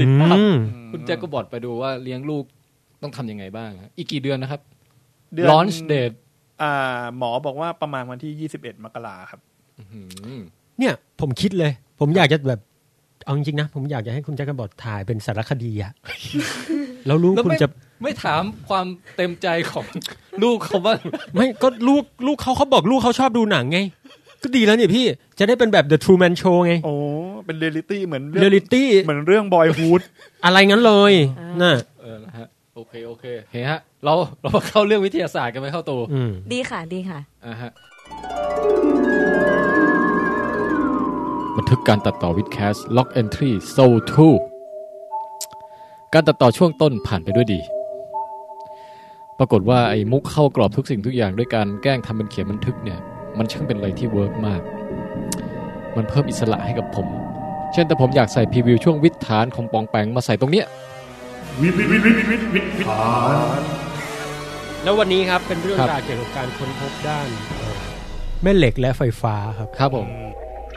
[SPEAKER 5] ติดตาม
[SPEAKER 4] คุณแจ็คก็บอดไปดูว่าเลี้ยงลูกต้องทำยังไงบ้างฮะอีกกี่เดือนนะครับ
[SPEAKER 6] เดือน
[SPEAKER 4] launch date
[SPEAKER 6] อ่า หมอบอกว่าประมาณวันที่ 21 มกราครับ
[SPEAKER 4] อื้อหือ
[SPEAKER 5] เนี่ยผมคิดเลย ผมอยากจะแบบ เอาจริงๆนะ ผมอยากจะให้คุณแจ็คกระบอดถ่ายเป็นสารคดีอะ แล้วลูก
[SPEAKER 4] แล้ว
[SPEAKER 5] คุณ
[SPEAKER 4] ไม่
[SPEAKER 5] จะ
[SPEAKER 4] ไม่ถามความเต็มใจของ ลูกเขาบ้าง
[SPEAKER 5] ไม่ก็ลูกลูกเขาเขาบอกลูกเขาชอบดูหนังไง ก็ดีแล้วเนี่ยพี่จะได้เป็นแบบ The True Man Show ไง
[SPEAKER 6] โอ้เป็นเรียลิตี้เหมือน
[SPEAKER 5] เรียลิตี้
[SPEAKER 6] เหมือนเรื่องบอยฮูด
[SPEAKER 5] อะไรงั้นเลยน่ะ
[SPEAKER 4] เออนะฮะโอเคโอเคเฮ้ยฮะ เราเรามาเข้าเรื่องวิทยาศาสตร์กันไหมเข้าตัว
[SPEAKER 5] อืม
[SPEAKER 7] ดีค่ะดีค่ะ
[SPEAKER 4] อ่าฮะบันทึกการตัดต่อวิดแคสล็อกเอนทรีโซทูการตัดต่อช่วงต้นผ่านไปด้วยดี ปรากฏว่าไอ้มุกเข้ากรอบทุกสิ่งทุกอย่างด้วยการแกล้งทำเป็นเขียนบันทึกเนี่ย มันช่างเป็นอะไรที่เวิร์กมาก มันเพิ่มอิสระให้กับผม เช่นแต่ผมอยากใส่พรีวิวช่วงวิถฐานของปองแปงมาใส่ตรงเนี้ย
[SPEAKER 5] แล้ววันนี้ครับเป็นเรื่อง
[SPEAKER 4] ครับ
[SPEAKER 5] ราวเกี่ยวกับการค้นพบด้านเอ่อแม่เหล็กและไฟฟ้าครับ
[SPEAKER 4] ครับผม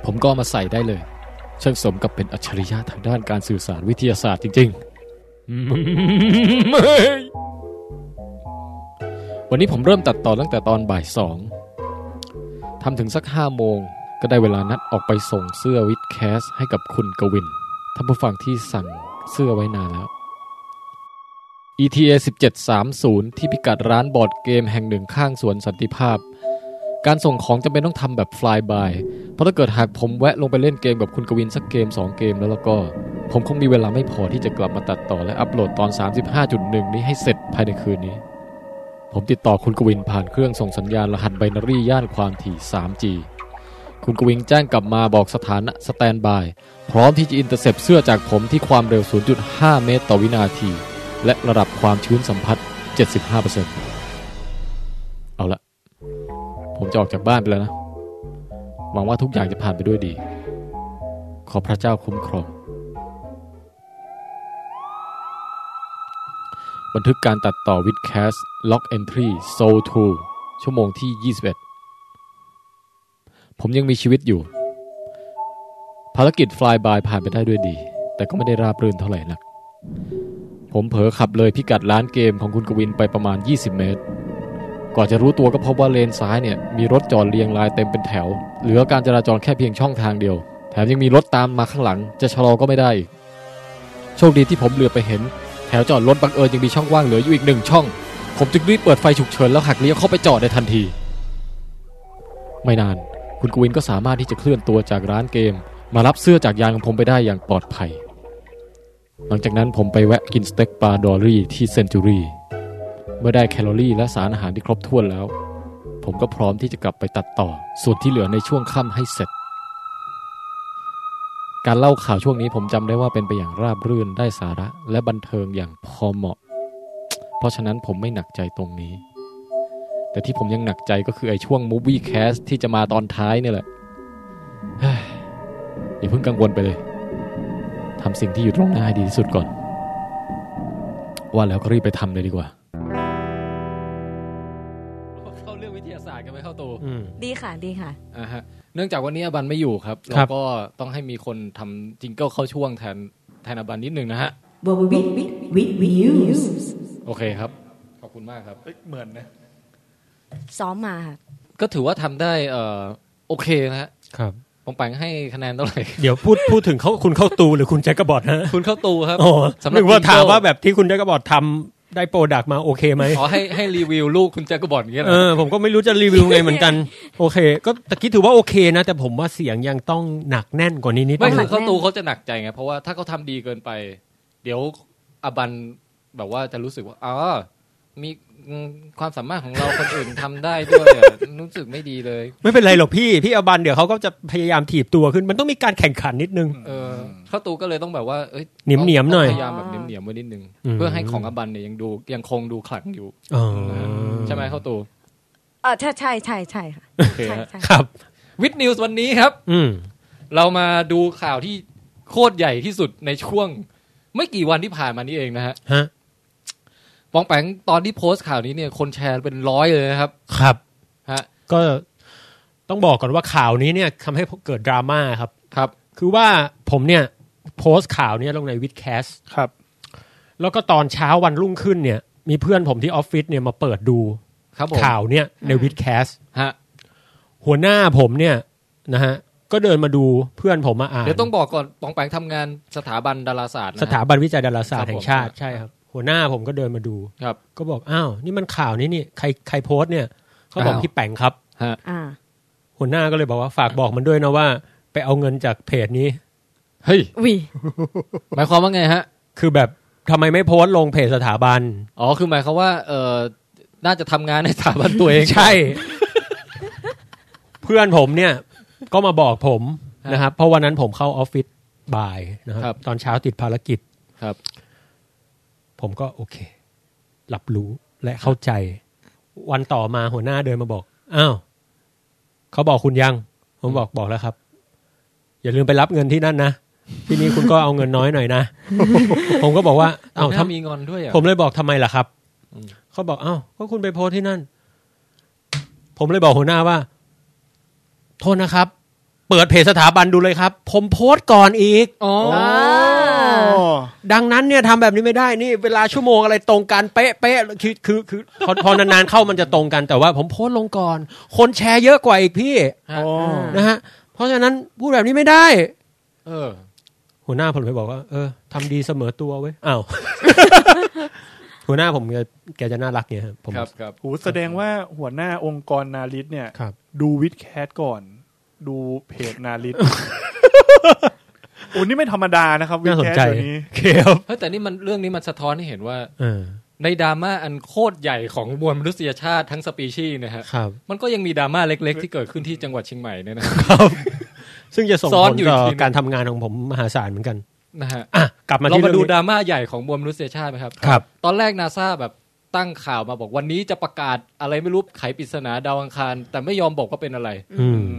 [SPEAKER 4] ผมก็เอามาใส่ได้เลย เชิงสมกับเป็นอัจฉริยะทางด้านการสื่อสารวิทยาศาสตร์จริงๆอืมเฮ้ยวันนี้ผมเริ่มตัดต่อตั้งแต่ตอนบ่ายสองทำถึงสักห้าโมง ก็ได้เวลานัดออกไปส่งเสื้อวิดแคสให้กับคุณกวินท่านผู้ฟังที่สั่งเสื้อไว้นานแล้ว ETA 1730 ที่พิกัดร้านบอร์ดเกมแห่งหนึ่งข้างสวนสันติภาพ การส่งของจำเป็นต้องทำแบบ fly by เพราะถ้าเกิดหากผมแวะลงไปเล่นเกมกับคุณกวินสักเกม 2 เกมแล้วแล้วก็ ผมคงมีเวลาไม่พอที่จะกลับมาตัดต่อและอัปโหลดตอน 35.1 นี้ให้เสร็จภายในคืนนี้ ผมติดต่อคุณกวินผ่านเครื่องส่งสัญญาณรหัสไบนารี่ย่านความถี่ 3G คุณกวินแจ้งกลับมาบอกสถานะสแตนบาย พร้อมที่จะอินเตอร์เซปเสื้อจากผมที่ความเร็ว 0.5 เมตรต่อวินาที และระดับความชื้นสัมผัส 75%เอาละผมจะออกจากบ้านไปแล้วนะ หวังว่าทุกอย่างจะผ่านไปด้วยดี ขอพระเจ้าคุ้มครอง บันทึกการตัดต่อวิดแคสล็อกเอนทรีโซ2ชั่วโมงที่ 21 ผมยังมีชีวิตอยู่ ภารกิจฟลายบายผ่านไปได้ด้วยดี แต่ก็ไม่ได้ราบรื่นเท่าไหร่นัก ผมเผลอขับเลยพิกัดร้านเกมของคุณกวินไปประมาณ 20 เมตร ก่อนจะรู้ตัวก็พบว่าเลนซ้ายเนี่ยมีรถจอดเรียงรายเต็มเป็นแถว เหลือการจราจรแค่เพียงช่องทางเดียว แถมยังมีรถตามมาข้างหลัง จะชะลอก็ไม่ได้อีก โชคดีที่ผมเหลือไปเห็น แถวจอดรถบังเอิญยังมีช่องว่างเหลืออยู่อีกหนึ่งช่อง ผมจึงรีบเปิดไฟฉุกเฉินแล้วหักเลี้ยวเข้าไปจอดในทันที ไม่นาน คุณกวินก็สามารถที่จะเคลื่อนตัวจากร้านเกม มารับเสื้อจากยานของผมไปได้อย่างปลอดภัย หลังจากนั้นผมไปแวะกินสเต็กปลาดอรี่ที่เซนจูรี่ เมื่อได้แคลอรี่และสารอาหารที่ครบถ้วนแล้ว ผมก็พร้อมที่จะกลับไปตัดต่อ ส่วนที่เหลือในช่วงค่ำให้เสร็จ การเล่าข่าวช่วงนี้ผมจำได้ว่าเป็นไปอย่างราบรื่นได้สาระและบันเทิงอย่างพอเหมาะ เพราะฉะนั้นผมไม่หนักใจตรงนี้ แต่ที่ผมยังหนักใจก็คือไอ้ช่วงมู v วี่แคสที่จะมาตอนท้ายเนี่ยแหละ เฮ้ยอย่าเพิ่งกังวลไปเลยทำสิ่งที่อยู่ตรงหน้าให้ดีที่สุดก่อน ว่าแล้วก็รีบไปทำเลยดีกว่า เข้าเรื่องวิทยาศาสตร์กันไม่เข้าตัว
[SPEAKER 5] อืม
[SPEAKER 7] ดีค่ะดีค่ะ
[SPEAKER 4] อ่าฮะ เนื่องจากวันนี้อบันไม่อยู่ครับ เรา
[SPEAKER 5] ครับ
[SPEAKER 4] ก็ต้องให้มีคนทำจิงเกิลเข้าช่วงแทนแทนอบันนิดนึงนะฮะ
[SPEAKER 8] วิดวิดวิดวิวส์
[SPEAKER 4] โอเคครับ ขอบคุณมากครับ
[SPEAKER 6] เอ้ยเหมือนนะ
[SPEAKER 7] ซ้อมมาค่ะ
[SPEAKER 4] ก็ถือว่าทำได้เอ่อโอเคนะฮะ
[SPEAKER 5] ครับ
[SPEAKER 4] ผมแปงให้คะแนนเท่าไหร่
[SPEAKER 5] เดี๋ยวพูดพูดถึงเขาคุณเข้าตูหรือคุณแจ็คกระบอดฮะ
[SPEAKER 4] คุณเข้าตูครับ
[SPEAKER 5] โอ้
[SPEAKER 4] สำห
[SPEAKER 5] นึ
[SPEAKER 4] รับ
[SPEAKER 5] กว่าถาม
[SPEAKER 4] จิงเกิล
[SPEAKER 5] ว่าแบบที่คุณแจ็คกระบอดทำได้โปรดักต์มาโอเคไหม
[SPEAKER 4] ขอให้ให้รีวิวลูกคุณแจ็คกระบอดอย่างเงี้ย
[SPEAKER 5] เอ
[SPEAKER 4] นะ
[SPEAKER 5] อผมก็ไม่รู้จะรีวิวไงเหมือน กัน โอเค ก็ตะกี้ถือว่าโอเคนะ แต่ผมว่าเสียงยังต้องหนักแน่นกว่านี้นิด
[SPEAKER 4] ไม่
[SPEAKER 5] นึ
[SPEAKER 4] คือง เข้าตูเขาจะหนักใจไงเพราะว่าถ้าเขาทำดีเกินไป เดี๋ยวอบันแบบว่าจะรู้สึกว่าอ๋อมีอืมความสามารถของเราคนอื่นทำได้ด้วยอะ รู้สึกไม่ดีเลย
[SPEAKER 5] ไม่เป็นไรหรอกพี่พี่อบันเดี๋ยวเขาก็จะพยายามถีบตัวขึ้น มันต้องมีการแข่งขันนิดนึง
[SPEAKER 4] เออเข้าตูก็เลยต้องแบบว่าอ้ย
[SPEAKER 5] เหนียมเหนียมหน่อย
[SPEAKER 4] พยายามแบบเหนียมเหนียมไว้นิดนึง
[SPEAKER 5] อืม
[SPEAKER 4] เพื่อให้ของอบันเนี่ยยังดูยังคงดูขลังอยู่
[SPEAKER 5] อ๋อ
[SPEAKER 4] ใช่ไหมเข้าตู
[SPEAKER 7] อ่าใช่ใช่ใช่ใช่ค่ะ
[SPEAKER 4] โอเค
[SPEAKER 7] ใช่
[SPEAKER 4] ฮะ
[SPEAKER 7] ใช่
[SPEAKER 5] ครับ
[SPEAKER 4] วิดนิวส์วันนี้ครับ
[SPEAKER 5] อืม
[SPEAKER 4] เรามาดูข่าวที่โคตรใหญ่ที่สุดในช่วง ไม่กี่วันที่ผ่านมานี่เองนะฮะ
[SPEAKER 5] ฮะ
[SPEAKER 4] ปองแปงตอนที่โพสต์ข่าวนี้เนี่ยคนแชร์เป็นร้อยเลยนะครับ
[SPEAKER 5] ครับ
[SPEAKER 4] ฮะ
[SPEAKER 5] ก็ต้องบอกก่อนว่าข่าวนี้เนี่ยทำให้เกิดดราม่าครับ
[SPEAKER 4] ครับ
[SPEAKER 5] คือว่าผมเนี่ยโพสต์ข่าวเนี่ยลงในวิดแคส
[SPEAKER 6] ครับ
[SPEAKER 5] แล้วก็ตอนเช้าวันรุ่งขึ้นเนี่ย มีเพื่อนผมที่ออฟฟิศเนี่ยมาเปิดดู
[SPEAKER 4] ครับผม
[SPEAKER 5] ข่าวเนี่ยในวิดแคส
[SPEAKER 4] ฮะ
[SPEAKER 5] หัวหน้าผมเนี่ยนะฮะก็เดินมาดูเพื่อนผมมาอ่าน
[SPEAKER 4] เดี๋ยวต้องบอกก่อนปองแปงทำงานสถาบันดาราศาสตร์นะฮะ
[SPEAKER 5] สถาบันวิจัยดาราศาสต
[SPEAKER 4] ครับ
[SPEAKER 5] ร์แห่
[SPEAKER 4] ผม
[SPEAKER 5] งชาติใช่ครับ หัวหน้าผมก็เดินมาดู
[SPEAKER 4] ครับ
[SPEAKER 5] ก็บอกอ้าวนี่มันข่าวนี้นี่ใครใครโพสต์เนี่ยเขาบอก
[SPEAKER 4] อ้าว
[SPEAKER 5] พี่แปงครับ
[SPEAKER 4] ฮะ
[SPEAKER 7] อ่า
[SPEAKER 5] หัวหน้าก็เลยบอกว่าฝากบอกมันด้วยนะว่า ไปเอาเงินจากเพจนี้
[SPEAKER 4] เฮ้ย
[SPEAKER 7] วิ
[SPEAKER 4] หมายความว่าไงฮะ
[SPEAKER 5] คือแบบทำไมไม่โพสต์ลงเพจสถาบัน
[SPEAKER 4] อ๋อคือหมายความว่าเออน่าจะทำงานในสถาบันตัวเอง
[SPEAKER 5] ใช่ เพื่อนผมเนี่ย ก็มาบอกผม
[SPEAKER 4] ฮะ
[SPEAKER 5] นะครับ เพราะวันนั้นผมเข้าออฟฟิศบ่ายนะค
[SPEAKER 4] ครั
[SPEAKER 5] รับ
[SPEAKER 4] บ
[SPEAKER 5] ตอนเช้าติดภารกิจ
[SPEAKER 4] ครับ
[SPEAKER 5] ผมก็โอเครับรู้และเข้าใจ วันต่อมาหัวหน้าเดินมาบอกอ้าวเขาบอกคุณยัง ผมบอกบอกแล้วครับ อย่าลืมไปรับเงินที่นั่นนะ ทีนี้คุณก็เอาเงินน้อยหน่อยนะ ผมก็บอกว่าเอ้า
[SPEAKER 4] ถ้า
[SPEAKER 5] ถ้า
[SPEAKER 4] มีงอนด้วยอ่ะ
[SPEAKER 5] ผมเลยบอกทำไมล่ะครับ
[SPEAKER 4] อืม
[SPEAKER 5] เขาบอกเอ้าก็คุณไปโพสต์ที่นั่น ผมเลยบอกหัวหน้าว่า โทษนะครับ เปิดเพจสถาบันดูเลยครับ ผมโพสต์ก่อนอีก
[SPEAKER 4] อ๋อ
[SPEAKER 6] โอ้
[SPEAKER 5] ดังนั้นเนี่ยทำแบบนี้ไม่ได้นี่ เวลาชั่วโมงอะไรตรงกันเป๊ะเป๊ะคือคือคือพอพอนานๆเข้ามันจะตรงกันแต่ว่าผมโพสต์ลงก่อน คนแชร์เยอะกว่าอีกพี่
[SPEAKER 4] ฮะ
[SPEAKER 6] โอ้
[SPEAKER 5] นะฮะเพราะฉะนั้นพูดแบบนี้ไม่ได้
[SPEAKER 4] เออ
[SPEAKER 5] หัวหน้าผมเลยบอกว่า เออทำดีเสมอตัวเว้ยอ้าว หัวหน้าผมแกแกจะน่ารักเนี่ยครับผม
[SPEAKER 4] ครับครับ
[SPEAKER 6] โหแสดงว่าหัวหน้าองค์กรนาริตเนี่ย
[SPEAKER 5] ครับ
[SPEAKER 6] ดูวิดแคทก่อน ดูเพจนาริตโอ้นี่ไม่ธรรมดานะครับวิด
[SPEAKER 5] น่าสน
[SPEAKER 6] แคท
[SPEAKER 5] ใจ
[SPEAKER 6] ตัวนี้
[SPEAKER 5] เคียว
[SPEAKER 4] เฮ้ยแต่นี่มันเรื่องนี้มันสะท้อนให้เห็นว่า
[SPEAKER 5] เออ
[SPEAKER 4] ในดราม่าอันโคตรใหญ่ของมวลมนุษยชาติทั้งสปีชีส์เนะฮะ
[SPEAKER 5] ครับ
[SPEAKER 4] มันก็ยังมีดราม่าเล็ก ๆ ที่เกิดขึ้นที่จังหวัดเชียงใหม่เนี่ยนะ
[SPEAKER 5] ซึ่งจะส่ง
[SPEAKER 4] ซ้อน
[SPEAKER 5] ผล
[SPEAKER 4] อยู่
[SPEAKER 5] ต่อ
[SPEAKER 4] ทีนึง
[SPEAKER 5] การทำงานของผมมหาศาลเหมือนกัน
[SPEAKER 4] นะฮะ
[SPEAKER 5] อ่ะ กลับมา
[SPEAKER 4] เรา
[SPEAKER 5] ที่
[SPEAKER 4] มา
[SPEAKER 5] เรื่อง
[SPEAKER 4] ดู
[SPEAKER 5] นี้
[SPEAKER 4] ดราม่าใหญ่ของมวลมนุษยชาติไหมครับ
[SPEAKER 5] ครับ
[SPEAKER 4] ตอนแรกนาซาแบบตั้งข่าวมาบอกวันนี้จะประกาศอะไรไม่รู้ไขปริศนาดาวอังคาร แต่ไม่ยอมบอกว่าเป็นอะไร
[SPEAKER 5] อืม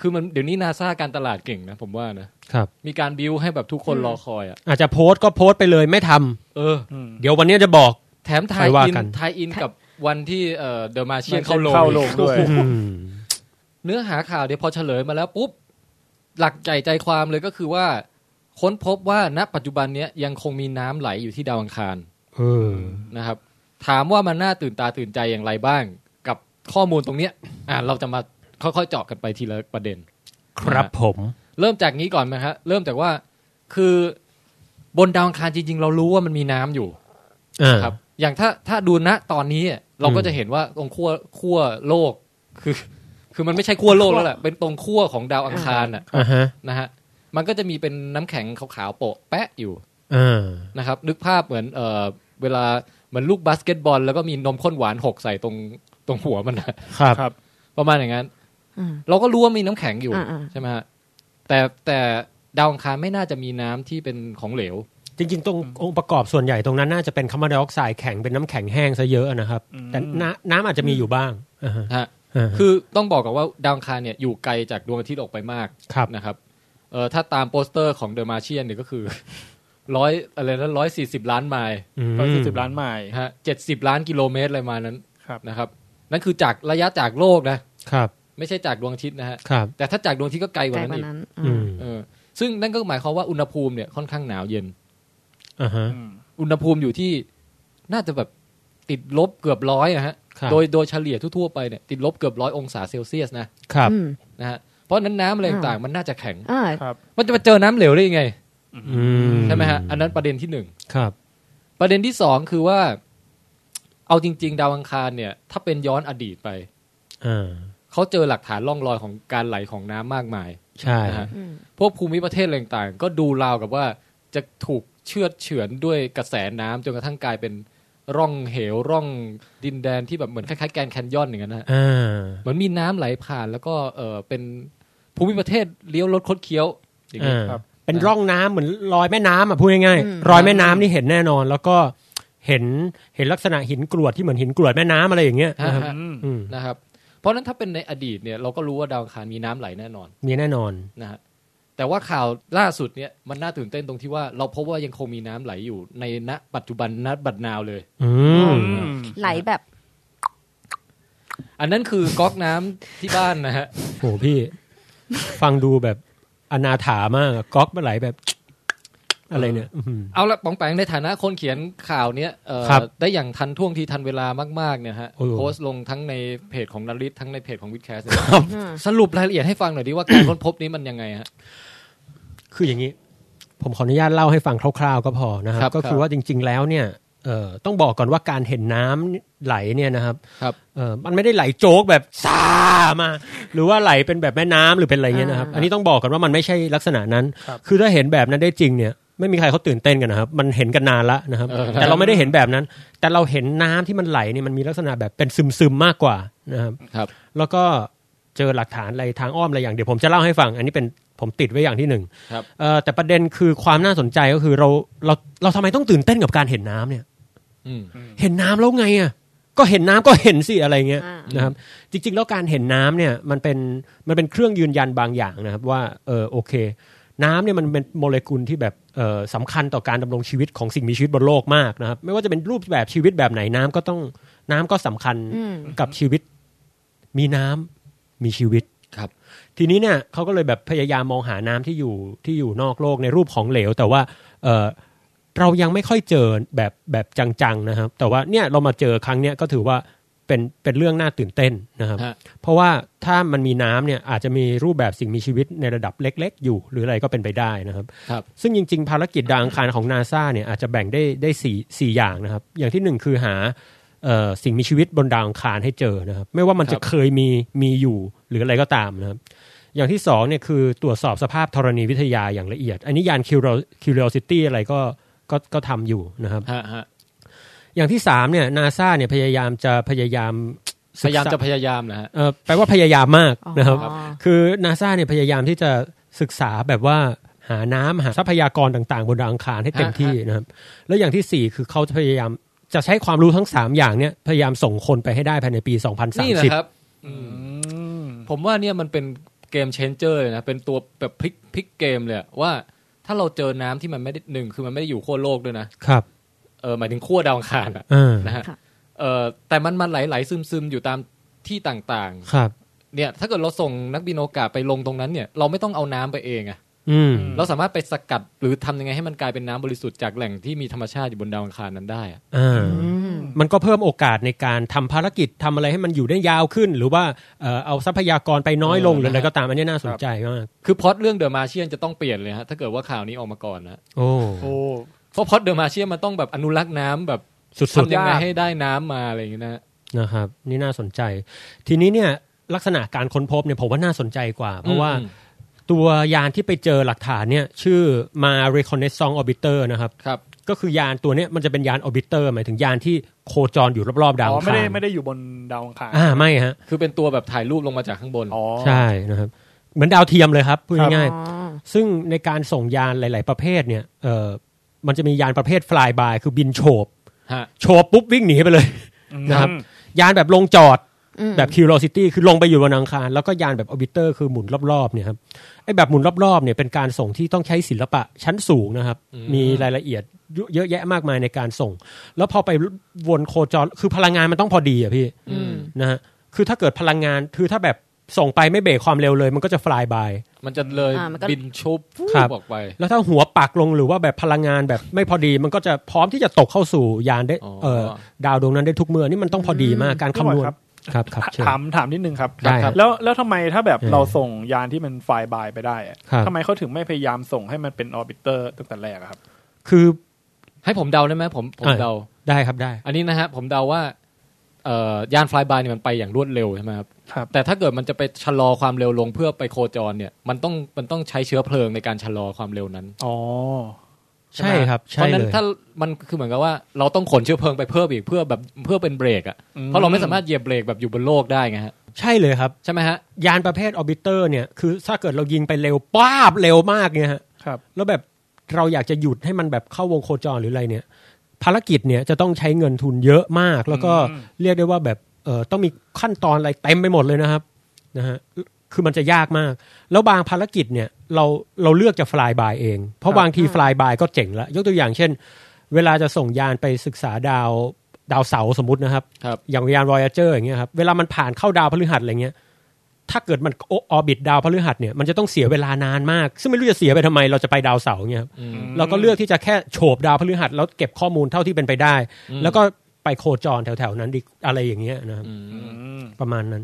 [SPEAKER 4] คือมันเดี๋ยวนี้นาซาการตลาดเก่งนะผมว่านะครับ มีการบิวให้แบบทุกคนรอคอยอ่ะ
[SPEAKER 5] อาจจะโพสต์ก็โพสต์ไปเลยไม่ทำ
[SPEAKER 4] เออ
[SPEAKER 5] เดี๋ยววันเนี้ยจะบอก
[SPEAKER 4] แถมทาย
[SPEAKER 5] ค่อยว่า
[SPEAKER 4] อิน
[SPEAKER 5] กัน
[SPEAKER 4] ทายอินกับวันที่เอ่อดอะมาเชียนเข้า
[SPEAKER 6] เข้า
[SPEAKER 4] โล
[SPEAKER 6] โรง งด้วย
[SPEAKER 5] อืม
[SPEAKER 4] เนื้อหาข่าวเดี๋ยวพอเฉลยมาแล้วปุ๊บ หลักใจใจความเลยก็คือว่า ค้นพบว่าณปัจจุบันเนี้ยยังคงมีน้ำไหลอยู่ที่ดาวอังคาร
[SPEAKER 5] เออ
[SPEAKER 4] นะครับถามว่ามันน่าตื่นตาตื่นใจอย่างไรบ้าง กับข้อมูลตรงเนี้ยอ่าเราจะมาค่อยๆเจาะกันไปทีละประเด็น
[SPEAKER 5] ครับผม
[SPEAKER 4] เริ่มจากนี้ก่อนนะฮะเริ่มจากว่าคือบนดาวอังคารจริง ๆ เรารู้ว่ามันมีน้ำอยู่
[SPEAKER 5] อ่า
[SPEAKER 4] ครับ อย่างถ้าถ้าดูณตอนนี้อะเราก็จะเห็นว่าตรงขั้วขั้วโลกคือ คือมันไม่ใช่ขั้วโลกแล้วแหละเป็นตรงขั้วของดาวอังคารน่ะ
[SPEAKER 5] อ่าฮะ
[SPEAKER 4] นะฮะมันก็จะมีเป็นน้ำแข็งขาวๆโปะแปะอยู่
[SPEAKER 5] อ่า
[SPEAKER 4] นะครับนึกภาพเหมือนเอ่อเวลาเหมือนลูกบาสเกตบอล แล้วก็มีนมข้นหวานหกใส่ตรงตรงหัวมันนะครับ
[SPEAKER 6] ครับ
[SPEAKER 4] ประมาณอย่างนั้น
[SPEAKER 7] อืม
[SPEAKER 4] เราก็รู้ว่ามีน้ำแข็งอยู่
[SPEAKER 7] อ่าๆ
[SPEAKER 4] ใช่ไหมฮะแต่แต่ดาวอังคารไม่น่าจะมีน้ำที่เป็นของเหลว
[SPEAKER 5] จริงๆ ตรงองค์ประกอบส่วนใหญ่ตรงนั้นน่าจะเป็นคาร์บอนไดออกไซด์แข็งเป็นน้ำแข็งแห้งซะเยอะนะครับ
[SPEAKER 6] อืม
[SPEAKER 5] แต่น้ำน้ำอาจจะมีอยู่บ้างอ่าฮะ
[SPEAKER 4] ฮะ
[SPEAKER 5] อ่าฮะ
[SPEAKER 4] คือต้องบอกก่อนว่าดาวอังคารเนี่ยอยู่ไกลจากดวงอาทิตย์ออกไปมาก
[SPEAKER 5] ครับ
[SPEAKER 4] นะครับเอ่อถ้าตามโปสเตอร์ของเดอะมาเชียนเนี่ยก็คือ ร้อยอะไรนะร้อยสี่สิบล้านไมล์
[SPEAKER 5] อืม
[SPEAKER 6] ร้อยสี่สิบล้านไมล์
[SPEAKER 4] ฮะเจ็ดสิบล้านกิโลเมตรอะไรมานั้น
[SPEAKER 6] ครับ
[SPEAKER 4] นะครับ นั่นคือจากระยะจากโลกนะ
[SPEAKER 5] ครับ
[SPEAKER 4] ไม่ใช่จากดวงอาทิตย์นะฮะ
[SPEAKER 5] ครับ
[SPEAKER 4] แต่ถ้าจากดวงอาที่ก็ไกลก
[SPEAKER 7] ไก
[SPEAKER 4] ว่า
[SPEAKER 7] ล
[SPEAKER 4] นั้
[SPEAKER 7] ก
[SPEAKER 4] น
[SPEAKER 7] ว่า
[SPEAKER 4] อีก
[SPEAKER 7] นั้น
[SPEAKER 5] อื
[SPEAKER 7] อืม
[SPEAKER 5] ม
[SPEAKER 4] เออซึ่งนั่นก็หมายความว่าอุณหภูมิเนี่ยค่อนข้างหนาวเย็น
[SPEAKER 5] อ่าฮะ
[SPEAKER 6] อืม
[SPEAKER 4] อุณหภูมิอยู่ที่น่าจะแบบติดลบเกือบร้อยนะฮะ
[SPEAKER 5] ครับ
[SPEAKER 4] โดยโดยเฉลี่ยทั่วๆไปเนี่ยติดลบเกือบร้อยองศาเซลเซียสนะครับ
[SPEAKER 7] อืม
[SPEAKER 4] นะฮะ เพราะฉะนั้นน้ำอะไรต่างๆมันน่าจะแข็ง
[SPEAKER 7] อ่า
[SPEAKER 6] ครับ
[SPEAKER 4] มันจะมาเจอน้ำเหลวได้ยังไง
[SPEAKER 5] อื
[SPEAKER 4] ใช่ไหมฮะ อันนั้นประเด็นที่หนึ่ง
[SPEAKER 5] ครับ
[SPEAKER 4] ประเด็นที่สองคือว่า เอาจริง ๆ ดาวอังคารเนี่ย ถ้าเป็นย้อนอดีตไป
[SPEAKER 5] อ่า
[SPEAKER 4] เขาเจอหลักฐานร่องรอยของการไหลของน้ำมากมาย
[SPEAKER 5] ใช่
[SPEAKER 4] นะฮะ พวกภูมิประเทศอะไรต่างๆ ก็ดูราวกับว่าจะถูกเชือดเฉือนด้วยกระแสน้ำจนกระทั่งกลายเป็นร่องเหวร่องดินแดนที่แบบเหมือนคล้ายๆแกรนด์แคนยอนอย่างนั้นนะฮะ
[SPEAKER 5] อ่า
[SPEAKER 4] เหมือนมีน้ำไหลผ่านแล้วก็เออเป็นภูมิประเทศเลี้ยวรถคดเคี้ยวอย่างนี้
[SPEAKER 5] อ่า
[SPEAKER 6] ครับ
[SPEAKER 5] เป็นร่องน้ำเหมือนรอยแม่น้ำอ่ะพูดง่าย
[SPEAKER 7] อืม
[SPEAKER 5] ๆรอยแม่น้ำนี่เห็นแน่นอน แล้วก็เห็นเห็นลักษณะหินกรวดที่เหมือนหินกรวดแม่น้ำอะไรอย่างเงี้ย
[SPEAKER 4] ฮะ
[SPEAKER 5] นะครับ
[SPEAKER 4] อื
[SPEAKER 6] อืม
[SPEAKER 5] อืม
[SPEAKER 4] นะครับ เพราะฉะนั้นถ้าเป็นในอดีตเนี่ยเราก็รู้ว่าดาวอังคารมีน้ำไหลแน่นอน
[SPEAKER 5] มีแน่นอน
[SPEAKER 4] นะฮะแต่ว่าข่าวล่าสุดเนี่ยมันน่าตื่นเต้นตรงที่ว่าเราพบว่ายังคงมีน้ำไหลอยู่ในณปัจจุบันณบัดนาวเลย
[SPEAKER 5] อืม
[SPEAKER 7] ไหลแบบ
[SPEAKER 4] อันนั้นคือก๊อกน้ำ ที่บ้านนะฮะ
[SPEAKER 5] โหพี่ ฟังดูแบบอนาถามากอะก๊อกมาไหลแบบ อะไรเนี่ยอื้อหือ
[SPEAKER 4] เอาละป๋องแปงในฐานะคนเขียนข่าวเนี้ยเอ่อ
[SPEAKER 5] ครับ
[SPEAKER 4] ได้อย่างทันท่วงทีทันเวลามากๆเนี่ยฮะ
[SPEAKER 5] โอ้โห
[SPEAKER 4] โพสต์ลงทั้งในเพจของนาริตทั้งในเพจของวิดแคส
[SPEAKER 7] อ่า
[SPEAKER 4] สรุปรายละเอียดให้ฟังหน่อยดิว่าการค้นพบนี้มันยังไงฮะ
[SPEAKER 5] คืออย่างนี้ ผมขออนุญาตเล่าให้ฟังคร่าว ๆ ก็พอนะครับ
[SPEAKER 4] ครับ
[SPEAKER 5] ก็คื
[SPEAKER 4] ครั
[SPEAKER 5] อบ ว่าจริง ๆ แล้วเนี่ยเอ่อต้องบอกก่อนว่าการเห็นน้ำไหลเนี่ยนะครับ
[SPEAKER 4] ครับ
[SPEAKER 5] เอ่อมันไม่ได้ไหลโจกแบบซามา หรือว่าไหลเป็นแบบแม่น้ำหรือเป็นอะไรเงี้ยนะครับ
[SPEAKER 7] อ่า
[SPEAKER 5] อันนี้ต้องบอกก่อนว่ามันไม่ใช่ลักษณะนั้น คือถ้าเห็นแบบนั้นได้จริงเนี่ย ไม่มีใครเขาตื่นเต้นกันนะครับ มันเห็นกันนานละนะครับ
[SPEAKER 4] เออ
[SPEAKER 5] แต่เราไม่ได้เห็นแบบนั้น แต่เราเห็นน้ำที่มันไหลเนี่ยมันมีลักษณะแบบเป็นซึมๆมากกว่านะครับ
[SPEAKER 4] ครับ
[SPEAKER 5] แล้วก็เจอหลักฐานอะไรทางอ้อมอะไรอย่างเดี๋ยวผมจะเล่าให้ฟัง อันนี้เป็นผมติดไว้อย่างที่หนึ่ง
[SPEAKER 4] ครับ
[SPEAKER 5] เอ่อแต่ประเด็นคือความน่าสนใจก็คือเราเราเราทำไมต้องตื่นเต้นกับการเห็นน้ำเนี่ย
[SPEAKER 4] อืม
[SPEAKER 5] เห็นน้ำแล้วไงอ่ะก็เห็นน้ำก็เห็นสิอะไรเงี้ย
[SPEAKER 7] อ่า
[SPEAKER 5] นะครับ จริง ๆ แล้วการเห็นน้ำเนี่ยมันเป็นมันเป็นเครื่องยืนยันบางอย่างนะครับ ว่าเออโอเค น้ำเนี่ยมันเป็นโมเลกุลที่แบบเอ่อสำคัญต่อการดำรงชีวิตของสิ่งมีชีวิตบนโลกมากนะครับ ไม่ว่าจะเป็นรูปแบบชีวิตแบบไหนน้ำก็ต้องน้ำก็สำคัญ
[SPEAKER 7] อืม
[SPEAKER 5] กับชีวิต มีน้ำมีชีวิต
[SPEAKER 4] ครับ
[SPEAKER 5] ทีนี้เนี่ยเขาก็เลยแบบพยายามมองหาน้ำที่อยู่ที่อยู่นอกโลกในรูปของเหลว แต่ว่าเอ่อเรายังไม่ค่อยเจอแบบแบบจังๆนะครับ แต่ว่าเนี่ยเรามาเจอครั้งเนี้ยก็ถือว่าเป็นเป็นเรื่องน่าตื่นเต้นนะครับ
[SPEAKER 4] ฮะ
[SPEAKER 5] เพราะว่าถ้ามันมีน้ำเนี่ยอาจจะมีรูปแบบสิ่งมีชีวิตในระดับเล็ก ๆ อยู่ หรืออะไรก็เป็นไปได้นะครับ
[SPEAKER 4] ครับ
[SPEAKER 5] ซึ่งจริง ๆ ภารกิจดาวอังคารของนาซาเนี่ยอาจจะแบ่งได้ได้สี่สี่อย่างนะครับ อย่างที่หนึ่งคือหาเอ่อสิ่งมีชีวิตบนดาวอังคารให้เจอนะครับ ไม่ว่ามันจะเคยมีมีอยู่หรืออะไรก็ตามนะครับ อย่างที่สองเนี่ยคือตรวจสอบสภาพธรณีวิทยาอย่างละเอียด อันนี้ยาน Curio- curiosity อะไรก็ก็ก็ทำอยู่นะครับ
[SPEAKER 4] ฮะฮะ
[SPEAKER 5] อย่างที่สามเนี่ยนาซาเนี่ยพยายามจะพยายาม
[SPEAKER 4] พยายามจะพยายามนะฮะ
[SPEAKER 5] เอ่อแปลว่าพยายามมาก
[SPEAKER 7] อ๋อ
[SPEAKER 5] นะครับ คือนาซาเนี่ยพยายามที่จะศึกษาแบบว่าหาน้ำหาทรัพยากรต่างๆ บนดาวอังคารให้เต็ม
[SPEAKER 4] ฮะ
[SPEAKER 5] ที่นะครับ แล้วอย่างที่ 4 คือเขาจะพยายามจะใช้ความรู้ทั้ง 3 อย่างเนี่ยพยายามส่งคนไปให้ได้ภายในปี
[SPEAKER 4] นี่นะ
[SPEAKER 5] 2030
[SPEAKER 4] ครับ ผมว่าเนี่ยมันเป็นเกมเชนเจอร์เลยนะ เป็นตัวแบบพลิกพลิกเกมเลยอะว่าถ้าเราเจอน้ำที่มันไม่ได้หนึ่งคือมันไม่ได้อยู่ขั้วโลกด้วยนะครับเออหมายถึงขั้วดาวอังคารอะ
[SPEAKER 5] อ่า
[SPEAKER 4] นะฮะ
[SPEAKER 7] ค่ะ
[SPEAKER 4] เออแต่มันมันไหลไหลซึมซึมๆอยู่ตามที่ต่าง
[SPEAKER 5] ครับ
[SPEAKER 4] ๆ เนี่ย ถ้าเกิดเราส่งนักบินโอกาสไปลงตรงนั้นเนี่ย เราไม่ต้องเอาน้ำไปเองอะ
[SPEAKER 5] อืม
[SPEAKER 4] เราสามารถไปสกัดหรือทำยังไงให้มันกลายเป็นน้ำบริสุทธิ์จากแหล่งที่มีธรรมชาติอยู่บนดาวอังคารนั้นได้อะ
[SPEAKER 5] อ่า
[SPEAKER 7] อืม
[SPEAKER 5] มันก็เพิ่มโอกาสในการทำภารกิจทำอะไรให้มันอยู่ได้ยาวขึ้น หรือว่าเอ่อเอาทรัพยากรไปน้อยลง
[SPEAKER 4] เออ
[SPEAKER 5] หรืออะไรก็ตามอันนี้น่าสนใจมาก
[SPEAKER 4] คือพล็อดเรื่องเดอะมาเชียนจะต้องเปลี่ยนเลยฮะถ้าเกิดว่าข่าวนี้ออกมาก่อนนะ
[SPEAKER 5] โอ้
[SPEAKER 6] โอ้
[SPEAKER 4] เพราะพล็อดเดอะมาเชียนมันต้องแบบอนุรักษ์น้ำแบบ
[SPEAKER 5] สุดๆ
[SPEAKER 4] ทำยังไงให้ได้น้ำมาอะไรอย่างเงี้ยนะ
[SPEAKER 5] นะครับนี่น่าสนใจ ทีนี้เนี่ยลักษณะการค้นพบเนี่ยผมว่าน่าสนใจกว่า เพราะว่า
[SPEAKER 4] อืม
[SPEAKER 5] ตัวยานที่ไปเจอหลักฐานเนี่ยชื่อมา reconnaissance orbiter นะครับ
[SPEAKER 4] ครับ
[SPEAKER 5] ก็คือยานตัวเนี้ยมันจะเป็นยาน orbiter หมายถึงยานที่โคจรอยู่รอบๆดาว
[SPEAKER 6] อ๋อ
[SPEAKER 5] อัง
[SPEAKER 6] ไม่
[SPEAKER 5] คาร
[SPEAKER 6] ได้ไม่ได้อยู่บนดาวอังคาร
[SPEAKER 5] อ่าไม่ฮะ
[SPEAKER 4] คือเป็นตัวแบบถ่ายรูปลงมาจากข้างบน
[SPEAKER 6] อ๋อ
[SPEAKER 5] ใช่นะครับ เหมือนดาวเทียมเลยครับพูดง่าย
[SPEAKER 7] อ๋อ
[SPEAKER 5] ๆซึ่งในการส่งยานหลาย ๆ ประเภทเนี่ยเออมันจะมียานประเภท flyby คือบินโฉบ
[SPEAKER 4] ฮะ
[SPEAKER 5] โฉบปุ๊บวิ่งหนีไปเลย นะครับ ยานแบบลงจอด
[SPEAKER 7] อืม
[SPEAKER 5] แบบ Curiosity คือลงไปอยู่บนอังคาร แล้วก็ยานแบบ Orbiter คือหมุนรอบๆเนี่ยครับไอ้แบบหมุนรอบๆเนี่ยเป็นการส่งที่ต้องใช้ศิลปะชั้นสูงนะครับ
[SPEAKER 4] อืม
[SPEAKER 5] มีรายละเอียดเยอะแยะมากมายในการส่ง แล้วพอไปวนโคจรคือพลังงานมันต้องพอดีอะพี่
[SPEAKER 4] อืม
[SPEAKER 5] นะฮะคือถ้าเกิดพลังงานคือถ้าแบบส่งไปไม่เบรกความเร็วเลย มันก็จะฟลายบาย
[SPEAKER 4] มันจะเลย
[SPEAKER 7] อ่ามันก็
[SPEAKER 4] บินชุบฟู
[SPEAKER 5] ครับ
[SPEAKER 4] บออกไป
[SPEAKER 5] แล้วถ้าหัวปักลงหรือว่าแบบพลังงานแบบไม่พอดี มันก็จะพร้อมที่จะตกเข้าสู่ยานได้
[SPEAKER 4] อ๋อ
[SPEAKER 5] เอ่อดาวดวงนั้นได้ทุกเมื่อนี่มันต้องพอดีมากการคำนวณ
[SPEAKER 6] ครับ
[SPEAKER 5] ครับครับเชิญ
[SPEAKER 6] ถามถามนิดนึงครับ
[SPEAKER 5] ได้ครับ
[SPEAKER 6] แล้วแล้วทำไมถ้าแบบ
[SPEAKER 5] เออ
[SPEAKER 6] เราส่งยานที่มันไฟล์บายไปได้อะ
[SPEAKER 5] ครับ
[SPEAKER 6] ทำไมเขาถึงไม่พยายามส่งให้มันเป็นออร์บิเตอร์ตั้งแต่แรกอะครับ
[SPEAKER 5] คือ
[SPEAKER 4] ให้ผมเดาได้ไหมผมผม
[SPEAKER 5] อ่า
[SPEAKER 4] เดา
[SPEAKER 5] ได้ครับได้
[SPEAKER 4] อันนี้นะฮะ ผมเดาว่าเอ่อยานฟลายบายเนี่ยมันไปอย่างรวดเร็วใช่ไหมครับ
[SPEAKER 6] ครับ
[SPEAKER 4] แต่ถ้าเกิดมันจะไปชะลอความเร็วลงเพื่อไปโคจรเนี่ย มันต้องมันต้องใช้เชื้อเพลิงในการชะลอความเร็วนั้น
[SPEAKER 6] อ๋อ
[SPEAKER 5] ใช่
[SPEAKER 4] ไหม
[SPEAKER 5] ครับ
[SPEAKER 4] เพ
[SPEAKER 5] ใช่
[SPEAKER 4] ราะฉะนั้
[SPEAKER 5] เล
[SPEAKER 4] น
[SPEAKER 5] ย
[SPEAKER 4] ถ้ามันคือเหมือนกับว่าเราต้องขนเชื้อเพลิงไปเพิ่มอีกเพื่อแบบเพื่อเป็นเบรกอ่ะ
[SPEAKER 6] อืม
[SPEAKER 4] เพราะเราไม่สามารถเหยียบเบรกแบบอยู่บนโลกได้ไงฮะ
[SPEAKER 5] ใช่เลยครับ
[SPEAKER 4] ใช่ไหมฮะ
[SPEAKER 5] ยานประเภทออร์บิเตอร์เนี่ยคือถ้าเกิดเรายิงไปเร็วป้าบเร็วมากเนี่ยฮะ
[SPEAKER 6] ครับ
[SPEAKER 5] แล้วแบบเราอยากจะหยุดให้มันแบบเข้าวงโคจรหรืออะไรเนี่ย ภารกิจเนี่ยจะต้องใช้เงินทุนเยอะมาก แล้วก็
[SPEAKER 6] อืม
[SPEAKER 5] เรียกได้ว่าแบบเออต้องมีขั้นตอนอะไรเต็มไปหมดเลยนะครับนะฮะคือมันจะยากมาก แล้วบางภารกิจเนี่ยเราเราเลือกจะฟลายบายเอง เพราะบางทีฟลายบายก็เจ๋งละยกตัวอย่างเช่น เวลาจะส่งยานไปศึกษาดาวดาวเสาร์สมมตินะครับ
[SPEAKER 4] ครับ
[SPEAKER 5] อย่างยาน Voyager อย่างเงี้ยครับเวลามันผ่านเข้าดาวพฤหัสอะไรเงี้ยถ้าเกิดมันโอออร์บิทดาวพฤหัสเนี่ยมันจะต้องเสียเวลานานมาก ซึ่งไม่รู้จะเสียไปทำไมเราจะไปดาวเสาร์เงี้ยครับ
[SPEAKER 4] อืม
[SPEAKER 5] เราก็เลือกที่จะแค่โฉบดาวพฤหัสแล้วเก็บข้อมูลเท่าที่เป็นไปได้
[SPEAKER 4] อืม
[SPEAKER 5] แล้วก็ไปโคจรแถวๆนั้นดิอะไรอย่างเงี้ยนะครับ
[SPEAKER 4] อื
[SPEAKER 6] อื
[SPEAKER 4] ม
[SPEAKER 6] ม
[SPEAKER 5] ประมาณนั้น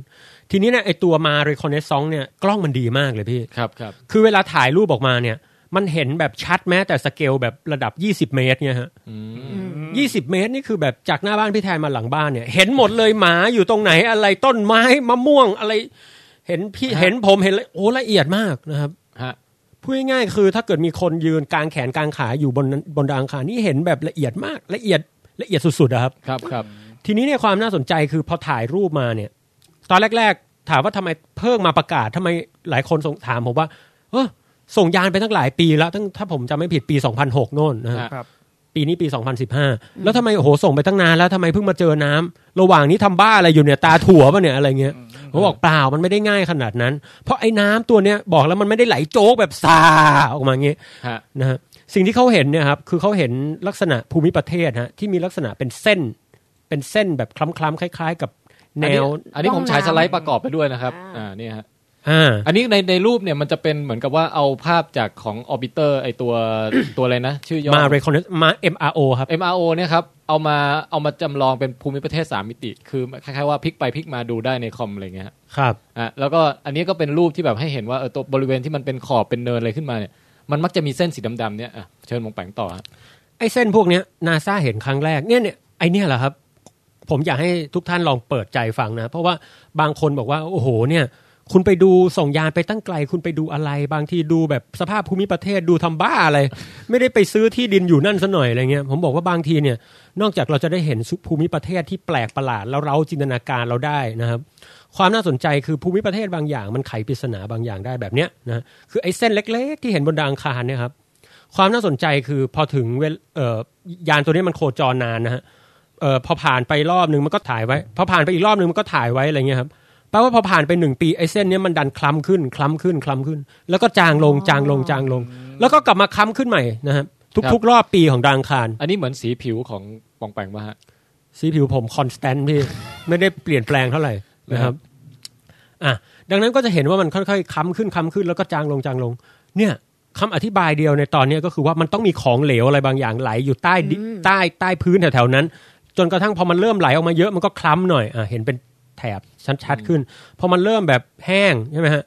[SPEAKER 5] ทีนี้เนี่ยไอตัวมา r e c o n n a i s s a n c e เนี่ยกล้องมันดีมากเลยพี่
[SPEAKER 4] ครับครับ
[SPEAKER 5] คือเวลาถ่ายรูปออกมาเนี่ยมันเห็นแบบชัดแม้แต่สเกลแบบระดับ 20 เมตรเนี่ยฮะ
[SPEAKER 4] อืม
[SPEAKER 5] ยี่สิบเมตรนี่คือแบบจากหน้าบ้านพี่แทนมาหลังบ้านเนี่ย เห็นหมดเลยหมาอยู่ตรงไหนอะไรต้นไม้มะม่วงอะไร เห็นพี่
[SPEAKER 4] ฮะ
[SPEAKER 5] เห็นผมเห็นเลยโอ้ละเอียดมากนะครับ
[SPEAKER 4] ฮะ
[SPEAKER 5] พูดง่ายๆคือถ้าเกิดมีคนยืนกลางแขนกลางขาอยู่บนบนดาวอังคารนี่เห็นแบบละเอียดมากละเอียดละเอียดสุดๆอะครับ
[SPEAKER 4] ครับครับ
[SPEAKER 5] ทีนี้เนี่ยความน่าสนใจคือพอถ่ายรูปมาเนี่ย ตอนแรก ๆ ถามว่าทำไมเพิ่งมาประกาศทำไมหลายคนสงถามผมว่าเออส่งยานไปตั้งหลายปีแล้วตั้งถ้าผมจำไม่ผิดปี 2006 โน่นนะฮะ
[SPEAKER 4] ฮะ
[SPEAKER 6] ครับ
[SPEAKER 5] ปีนี้ปี 2015 แล้วทำไมโอ้โหส่งไปตั้งนานแล้วทำไมเพิ่งมาเจอน้ำระหว่างนี้ทำบ้าอะไรอยู่เนี่ยตาถั่วปะเนี่ยอะไรเงี้ยผมบอกเปล่ามันไม่ได้ง่ายขนาดนั้น เพราะไอ้น้ำตัวเนี้ยบอกแล้วมันไม่ได้ไหลโจ๊กแบบซาออกมาอย่างงี้
[SPEAKER 4] ฮะ
[SPEAKER 5] นะฮะสิ่งที่เขาเห็นเนี่ยครับคือเขาเห็นลักษณะภูมิประเทศฮะที่มีลักษณะเป็นเส้น เป็นเส้นแบบคล้ำๆคล้าย ๆ กับแนว
[SPEAKER 4] อันนี้
[SPEAKER 7] ร่
[SPEAKER 4] ผ
[SPEAKER 7] อง
[SPEAKER 4] มฉายส
[SPEAKER 7] น้ำ
[SPEAKER 4] ไลด์ประกอบไปด้วยนะครับ
[SPEAKER 7] อ่า
[SPEAKER 4] อ่านี่ฮะ
[SPEAKER 5] อ่า
[SPEAKER 4] อันนี้ในในรูปเนี่ยมันจะเป็นเหมือนกับว่าเอาภาพจากของออร์บิเตอร์ไอตัว ตัวอะไรนะ ชื่อย่อ
[SPEAKER 5] มา recognize มา MRO ครับ
[SPEAKER 4] MRO เนี่ยครับ เอามาเอามาจำลองเป็นภูมิประเทศ 3 มิติ คือคล้ายๆว่าพลิกไปพลิกมาดูได้ในคอมอะไรเงี้ยฮะ
[SPEAKER 5] ครับ
[SPEAKER 4] อ่ะแล้วก็อันนี้ก็เป็นรูปที่แบบให้เห็นว่าเออตัวบริเวณที่มันเป็นขอบเป็นเนินอะไรขึ้นมาเนี่ยมันมักจะมีเส้นสีดำๆเนี่ยอ่ะเชิญมงแปงต่อฮะ
[SPEAKER 5] ไอ้เส้นพวกเนี้ยนาซาเห็นครั้งแรกเนี่ยเนี่ยไอเนี่ยเหรอครับ ผมอยากให้ทุกท่านลองเปิดใจฟังนะ เพราะว่าบางคนบอกว่า โอ้โหเนี่ย คุณไปดูส่งยานไปตั้งไกล คุณไปดูอะไร บางทีดูแบบสภาพภูมิประเทศดูทำบ้าอะไร ไม่ได้ไปซื้อที่ดินอยู่นั่นซะหน่อยอะไรเงี้ยผมบอกว่าบางทีเนี่ย นอกจากเราจะได้เห็นภูมิประเทศที่แปลกประหลาดแล้วเราจินตนาการเราได้นะครับ ความน่าสนใจคือภูมิประเทศบางอย่าง มันไขปริศนาบางอย่างได้แบบเนี้ยนะคือไอ้เส้นเล็ก ๆ ที่เห็นบนดาวอังคารเนี่ยครับ ความน่าสนใจคือพอถึงเวลเอ่อยานตัวนี้มันโคจรนานนะฮะเอ่อพอผ่านไปรอบหนึ่งมันก็ถ่ายไว้ พอผ่านไปอีกรอบหนึ่งมันก็ถ่ายไว้อะไรเงี้ยครับแปลว่าพอผ่านไปหนึ่งปีไอ้เส้นเนี้ยมันดันคล้ำขึ้นคล้ำขึ้นคล้ำขึ้น แล้วก็จางลงจางลงจางลง แล้วก็กลับมาคล้ำขึ้นใหม่นะครับทุกๆ รอบปีของดาวอังคาร
[SPEAKER 4] อันนี้เหมือนสีผิวของปองแปงป่ะฮะ
[SPEAKER 5] สีผิวผมคอนสแตนต์พี่ ไม่ได้เปลี่ยนแปลงเท่าไหร่นะครับอ่ะดังนั้นก็จะเห็นว่ามันค่อยๆค้ำขึ้นค้ำขึ้นแล้วก็จางลงจางลง เนี่ยคำอธิบายเดียวในตอนเนี้ยก็คือว่ามันต้องมีของเหลวอะไรบางอย่างไหลอยู่ใต้ดิใต้ใต้พื้นแถวๆนั้น จนกระทั่งพอมันเริ่มไหลออกมาเยอะมันก็คล้ำหน่อยอ่ะเห็นเป็นแถบชัดๆขึ้นพอมันเริ่มแบบแห้งใช่ไหมฮะ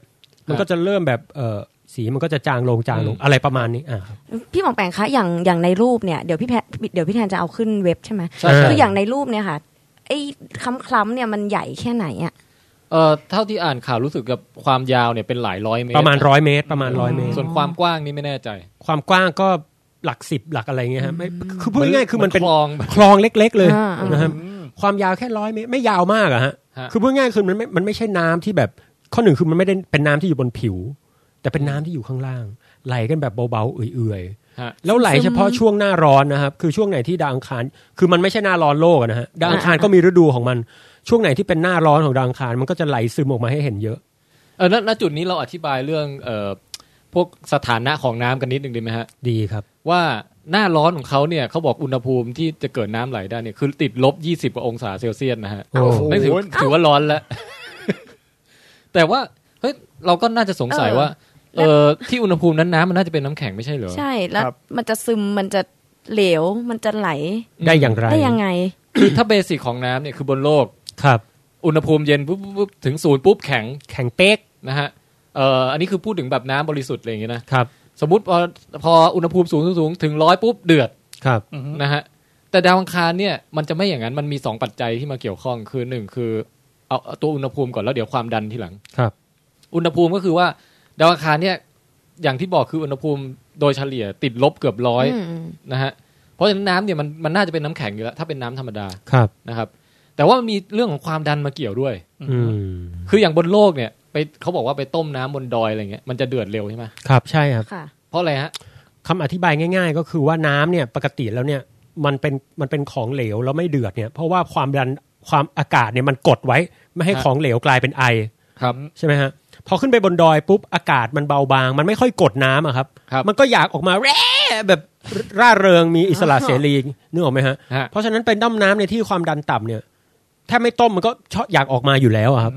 [SPEAKER 5] มันก็จะเริ่มแบบเออสีมันก็จะจางลงจางลง
[SPEAKER 4] อืม
[SPEAKER 5] อะไรประมาณนี้อ่ะครับ
[SPEAKER 7] พี่หมองแปงคะอย่างอย่างในรูปเนี่ยเดี๋ยวพี่แพเดี๋ยวพี่แทนจะเอาขึ้นเว็บใช่ไหม
[SPEAKER 5] ใช่ครับ
[SPEAKER 7] คืออย่างในรูปเนี่ยค่ะไอ้คล้ำๆเนี่ยมันใหญ่แค่ไหนอ่ะ
[SPEAKER 4] เอ่อเท่าที่อ่านข่าวรู้สึกกับความยาวเนี่ยเป็นหลายร้อยเมตร
[SPEAKER 5] ประมาณร้อยเมตรประมาณร้อยเมตร
[SPEAKER 4] ส่วนความกว้างนี่ไม่แน่ใจ
[SPEAKER 5] ความกว้างก็หลักสิบหลักอะไรเงี้ยฮะไม่คือพูดง่ายๆคือมันเป็น
[SPEAKER 4] คลอง
[SPEAKER 5] คลองเล็ก ๆ เลย
[SPEAKER 7] อ่าอ่า
[SPEAKER 5] นะครับความยาวแค่ร้อยเมตรไม่ยาวมากอะฮะ
[SPEAKER 4] ฮะ
[SPEAKER 5] คือพูดง่ายๆคือมันไม่มันไม่ใช่น้ำที่แบบข้อหนึ่งคือมันไม่ได้เป็นน้ำที่อยู่บนผิว แต่เป็นน้ำที่อยู่ข้างล่าง ไหลกันแบบเบาๆเอื่อย
[SPEAKER 4] ฮะ
[SPEAKER 5] ๆแล้วไหลเฉพาะช่วงหน้าร้อนนะครับคือช่วงไหนที่ดาวอังคาร คือมันไม่ใช่หน้าร้อนโลกอะนะฮะดาวอังคารก็มีฤดูของมันช่วงไหนที่เป็นหน้าร้อนของดาวอังคารมันก็จะไหลซึมออกมาให้เห็นเยอะ
[SPEAKER 4] เออณณจุดนี้เราอธิบายเรื่องเอ่อพวกสถานะของน้ำกันนิดหนึ่งดีไหมฮะ
[SPEAKER 5] ดีครับ
[SPEAKER 4] ว่าหน้าร้อนของเขาเนี่ยเขาบอกอุณหภูมิที่จะเกิดน้ำไหลได้เนี่ยคือติดลบ 20 กว่าองศาเซลเซียสนะฮะ
[SPEAKER 5] โอ้โห
[SPEAKER 4] นั่นถือถือว่าร้อนแล้ว แต่ว่าเฮ้ยเราก็น่าจะสงสัยว่า เออที่อุณหภูมินั้นน้ำมันน่าจะเป็นน้ำแข็งไม่ใช่เหรอ
[SPEAKER 7] ใช่แล้ว
[SPEAKER 6] ครับ
[SPEAKER 7] มันจะซึมมันจะเหลวมันจะไหล
[SPEAKER 5] ได้อย่างไร
[SPEAKER 7] ได้ยังไง
[SPEAKER 4] คือถ้าเบสิกของน้ำเนี่ยคือบนโลก
[SPEAKER 5] ครับ
[SPEAKER 4] อุณหภูมิเย็นปุ๊บปุ๊บปุ๊บถึงศูนย์ปุ๊บแข็ง
[SPEAKER 5] แข็งเป๊ก
[SPEAKER 4] นะฮะเอ่ออันนี้คือพูดถึงแบบน้ำบริสุทธิ์อะไรอย่างเงี้ยนะครับ สมมติพอพออุณหภูมิสูงสูงสูงถึงร้อยปุ๊บเดือด
[SPEAKER 5] ครับ
[SPEAKER 4] นะฮะแต่ดาวอังคารเนี่ยมันจะไม่อย่างนั้นมันมีสองปัจจัยที่มาเกี่ยวข้องคือหนึ่งคือเอาเอาตัวอุณหภูมิก่อนแล้วเดี๋ยวความดันทีหลัง
[SPEAKER 5] ครับ
[SPEAKER 4] อุณหภูมิก็คือว่าดาวอังคารเนี่ยอย่างที่บอกคืออุณหภูมิโดยเฉลี่ยติดลบเกือบร้อยนะฮะเพราะฉะนั้นน้ำเนี่ยมันมันน่าจะเป็นน้ำแข็งอยู่แล้วถ้าเป็นน้ำธรรมดา
[SPEAKER 5] ครับ
[SPEAKER 4] นะครับแต่ว่ามันมีเรื่องของความดันมาเกี่ยวด้วย
[SPEAKER 5] อืม
[SPEAKER 4] คืออย่างบนโลกเนี่ยไปเขาบอกว่าไปต้มน้ำบนดอยอะไรเงี้ยมันจะเดือดเร็วใช่ไหม
[SPEAKER 5] ครับใช่ครับ
[SPEAKER 7] ค่ะ
[SPEAKER 4] เพราะอะไรฮะ
[SPEAKER 5] คำอธิบายง่าย ๆ ก็คือว่าน้ำเนี่ยปกติแล้วเนี่ยมันเป็นมันเป็นของเหลวแล้วไม่เดือดเนี่ย เพราะว่าความดันความอากาศเนี่ยมันกดไว้ ไม่ให้
[SPEAKER 4] ครับ
[SPEAKER 5] ของเหลวกลายเป็นไอ
[SPEAKER 4] ครับ
[SPEAKER 5] ใช่ไหมฮะพอขึ้นไปบนดอยปุ๊บอากาศมันเบาบาง มันไม่ค่อยกดน้ำอะครับ
[SPEAKER 4] ครับ
[SPEAKER 5] มันก็อยากออกมาแร่แบบร่าเริงมีอิสระเสรีนึกออกไหมฮะ
[SPEAKER 4] ฮะ
[SPEAKER 5] เพราะฉะนั้นเป็นด้ำน้ำในที่ความดันต่ำเนี่ยถ้าไม่ต้มมันก็ชอบอยากออกมาอยู่แล้วอะครับ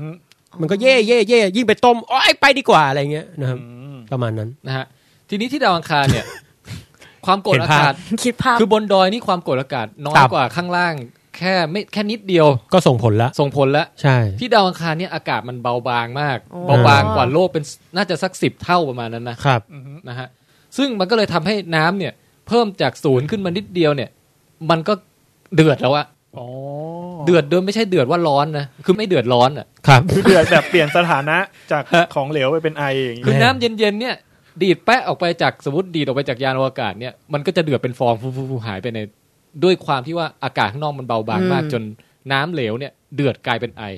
[SPEAKER 5] มันก็เย่เย่เย่ยิ่งไปต้มโอ้ยไปดีกว่าอะไรเงี้ยนะครับประมาณนั้น
[SPEAKER 4] นะฮะทีนี้ที่ดาวอังคารเนี่ย ความกด
[SPEAKER 5] เห็น
[SPEAKER 4] อา
[SPEAKER 5] ภาพ
[SPEAKER 4] กาศ
[SPEAKER 7] คิดภาพ
[SPEAKER 4] คือบนดอยนี่ความกดอากาศน้อย
[SPEAKER 5] ต่ำ
[SPEAKER 4] กว่าข้างล่าง แค่ไม่แค่นิดเดียว
[SPEAKER 5] ก็ส่งผลละ
[SPEAKER 4] ส่งผลแล้ว
[SPEAKER 5] ใช่
[SPEAKER 4] ที่ดาวอังคารเนี่ยอากาศมันเบาบางมาก เบาบางกว่าโลกเป็นน่าจะสักสิบเท่าประมาณนั้นนะครับ นะฮะซึ่งมันก็เลยทำให้น้ำเนี่ย เพิ่มจากศูนย์ขึ้นมานิดเดียวเนี่ย มันก็เดือดแล้วอะ
[SPEAKER 6] อ๋อ
[SPEAKER 4] เดือดโดยไม่ใช่เดือดว่าร้อนนะคือไม่เดือดร้อนอะ
[SPEAKER 5] ครับ
[SPEAKER 6] คือเดือดแบบเปลี่ยนสถานะจาก
[SPEAKER 4] ฮะ
[SPEAKER 6] ของเหลวไปเป็นไออย่าง
[SPEAKER 4] คือ
[SPEAKER 6] งี้
[SPEAKER 4] น้ำเย็นๆเนี่ย ดีดแปะออกไปจากสมมติดีดออกไปจากยานอวกาศเนี่ยมันก็จะเดือดเป็นฟองฟูๆๆหายไปในด้วยความที่ว่าอากาศข้างนอกมันเบาบางมาก จนน้ำเหลวเนี่ยเดือดกลายเป็นไอ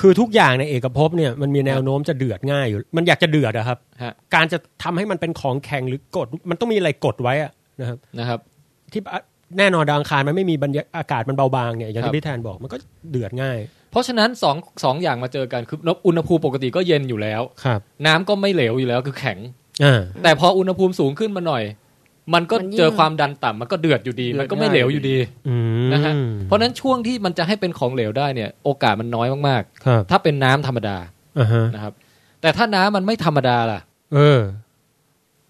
[SPEAKER 5] คือทุกอย่างในเอกภพเนี่ยมันมีแนวโน้มจะเดือดง่ายอยู่ มันอยากจะเดือดอะครับ
[SPEAKER 4] ฮะ
[SPEAKER 5] การจะทำให้มันเป็นของแข็งหรือกด มันต้องมีอะไรกดไว้อะนะครับ
[SPEAKER 4] นะครับ
[SPEAKER 5] ที่ แน่นอนดาวอังคารมันไม่มีบรรยาอากาศมันเบาบางเนี่ยอย่าง
[SPEAKER 4] ครับ
[SPEAKER 5] ที่พี่แทนบอกมันก็เดือดง่าย
[SPEAKER 4] เพราะฉะนั้นสองสองอย่างมาเจอกันคืออุณหภูมิปกติก็เย็นอยู่แล้ว
[SPEAKER 5] ครับ
[SPEAKER 4] น้ำก็ไม่เหลวอยู่แล้วคือแข็ง
[SPEAKER 5] อ่า
[SPEAKER 4] แต่พออุณหภูมิสูงขึ้นมาหน่อย มันก็
[SPEAKER 7] มันยิ่ง
[SPEAKER 4] เจอความดันต่ำมันก็เดือดอยู่ดี
[SPEAKER 6] เดือด
[SPEAKER 4] มันก็ไม่เหลวอยู่ดี
[SPEAKER 5] อืม
[SPEAKER 4] นะฮะ เพราะฉะนั้นช่วงที่มันจะให้เป็นของเหลวได้เนี่ย โอกาสมันน้อยมาก
[SPEAKER 5] ครับ
[SPEAKER 4] ๆ ถ้าเป็นน้ำธรรมดา
[SPEAKER 5] อ่าฮะ
[SPEAKER 4] นะครับ แต่ถ้าน้ำมันไม่ธรรมดาล่ะ
[SPEAKER 5] เออ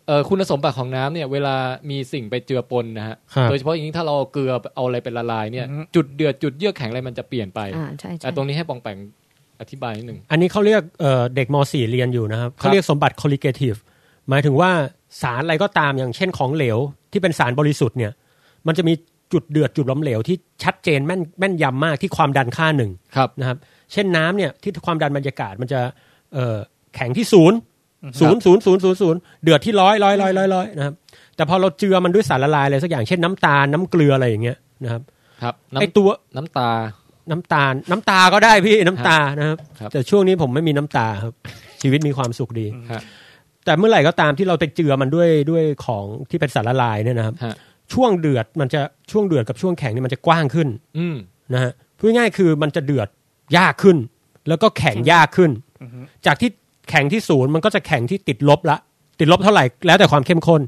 [SPEAKER 4] เออคุณสมบัติของน้ำเนี่ย เวลามีสิ่งไปเจือปนนะฮะ
[SPEAKER 5] ครับ
[SPEAKER 4] โดยเฉพาะอย่างยิ่งถ้าเราเอาเกลือเอาอะไรเป็นละลายเนี่ย
[SPEAKER 6] อือฮึ
[SPEAKER 4] จุดเดือดจุดเยือกแข็งอะไรมันจะเปลี่ยนไป
[SPEAKER 7] อ่าใช่ใช่
[SPEAKER 4] แต่ตรงนี้ให้ปองแปงอธิบายนิดหนึ่ง
[SPEAKER 5] อันนี้เขาเรียกเอ่อเด็กม .4 เรียนอยู่นะครับเขาเรียกสมบัติ colligative หมายถึงว่าสารอะไรก็ตามอย่างเช่นของเหลวที่เป็นสารบริสุทธิ์เนี่ย มันจะมีจุดเดือดจุดล้มเหลวที่ชัดเจนแม่นแม่นยำมากที่ความดันค่าหนึ่ง
[SPEAKER 4] ครับ
[SPEAKER 5] นะครับ เช่นน้ำเนี่ยที่ความดันบรรยากาศมันจะเอ่อแข็งที่ศูนย์ศูนย์ศูนย์ศูนย์ศูนย์ศูนย์เดือดที่ร้อยร้อยร้อยร้อยร้อยนะครับ แต่พอเราเจือมันด้วยสารละลายอะไรสักอย่างเช่นน้ำตาลน้ำเกลืออะไรอย่างเงี้ยนะครับ
[SPEAKER 4] ครับ
[SPEAKER 5] ไอ
[SPEAKER 4] น้ำ
[SPEAKER 5] ตัว
[SPEAKER 4] น้ำตา
[SPEAKER 5] น้ำตาลน้ำตาก็ได้พี่ น้ำตานะครับ
[SPEAKER 4] ครับ
[SPEAKER 5] แต่ช่วงนี้ผมไม่มีน้ำตาครับ ชีวิตมีความสุขดี
[SPEAKER 4] ฮะ
[SPEAKER 5] แต่เมื่อไหร่ก็ตามที่เราไปเจือมันด้วยด้วยของที่เป็นสารละลายเนี่ยนะครับ
[SPEAKER 4] ฮะ
[SPEAKER 5] ช่วงเดือดมันจะช่วงเดือดกับช่วงแข็งเนี่ยมันจะกว้างขึ้น
[SPEAKER 4] อืม
[SPEAKER 5] นะฮะพูดง่ายๆคือมันจะเดือดยากขึ้น แล้วก็แข็งยากขึ้น จากที่แข็งที่ศูนย์มันก็จะแข็งที่ติดลบละ ติดลบเท่าไหร่แล้วแต่ความเข้มข้น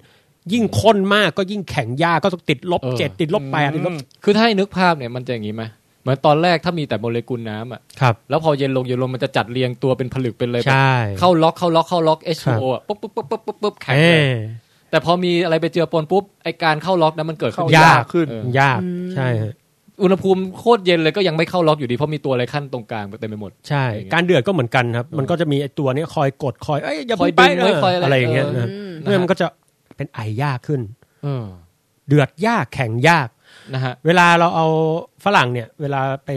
[SPEAKER 5] ยิ่งข้นมากก็ยิ่งแข็งยากก็ต้องติดลบ
[SPEAKER 4] เออ
[SPEAKER 5] เจ็ดติดลบแปดติดลบ
[SPEAKER 4] คือถ้าให้นึกภาพเนี่ยมันจะอย่างนี้ไหมเหมือนตอนแรกถ้ามีแต่โมเลกุลน้ำอ่ะ
[SPEAKER 5] ครับ
[SPEAKER 4] แล้วพอเย็นลงเย็นลงมันจะจัดเรียงตัวเป็นผลึกเป็นเลย
[SPEAKER 5] ใช่
[SPEAKER 4] เข้าล็อกเข้าล็อกเข้าล็อก
[SPEAKER 5] ครับ
[SPEAKER 4] H2O อ่ะปุ๊บปุ๊บปุ๊บปุ๊บปุ๊บปุ๊บแข็ง
[SPEAKER 5] เอ้
[SPEAKER 4] เลย
[SPEAKER 5] ย
[SPEAKER 4] แต่พอมีอะไรไปเจือปนปุ๊บไอการเข้าล็อกนั้นมันเกิดขึ้น
[SPEAKER 5] เข้ายาก
[SPEAKER 4] ขึ้นเออย
[SPEAKER 5] ากใช่ฮะ
[SPEAKER 4] อุณหภูมิโคตรเย็นเลยก็ยังไม่เข้าล็อกอยู่ดีเพราะมีตัวอะไรขั้นตรงกลางเต็มไปหมด
[SPEAKER 5] ใช่
[SPEAKER 4] อย่างเงี้ย
[SPEAKER 5] การเดือดก็เหมือนกันครับ มันก็จะมีไอ้ตัวเนี้ยคอยกดคอยเอ้ยอย่า
[SPEAKER 4] ค
[SPEAKER 5] เพิ่
[SPEAKER 4] อย
[SPEAKER 5] งไป
[SPEAKER 4] ดึงไว้
[SPEAKER 5] เออ
[SPEAKER 4] คอยอะไร
[SPEAKER 5] อะไรอย่างเงี้ยนะ
[SPEAKER 4] เออ
[SPEAKER 5] เมื่อมันก็จะเป็นไอยากขึ้น
[SPEAKER 4] เออ
[SPEAKER 5] เดือดยากแข็งยาก
[SPEAKER 4] นะฮะ
[SPEAKER 5] เวลาเราเอาฝรั่งเนี่ย เวลาไป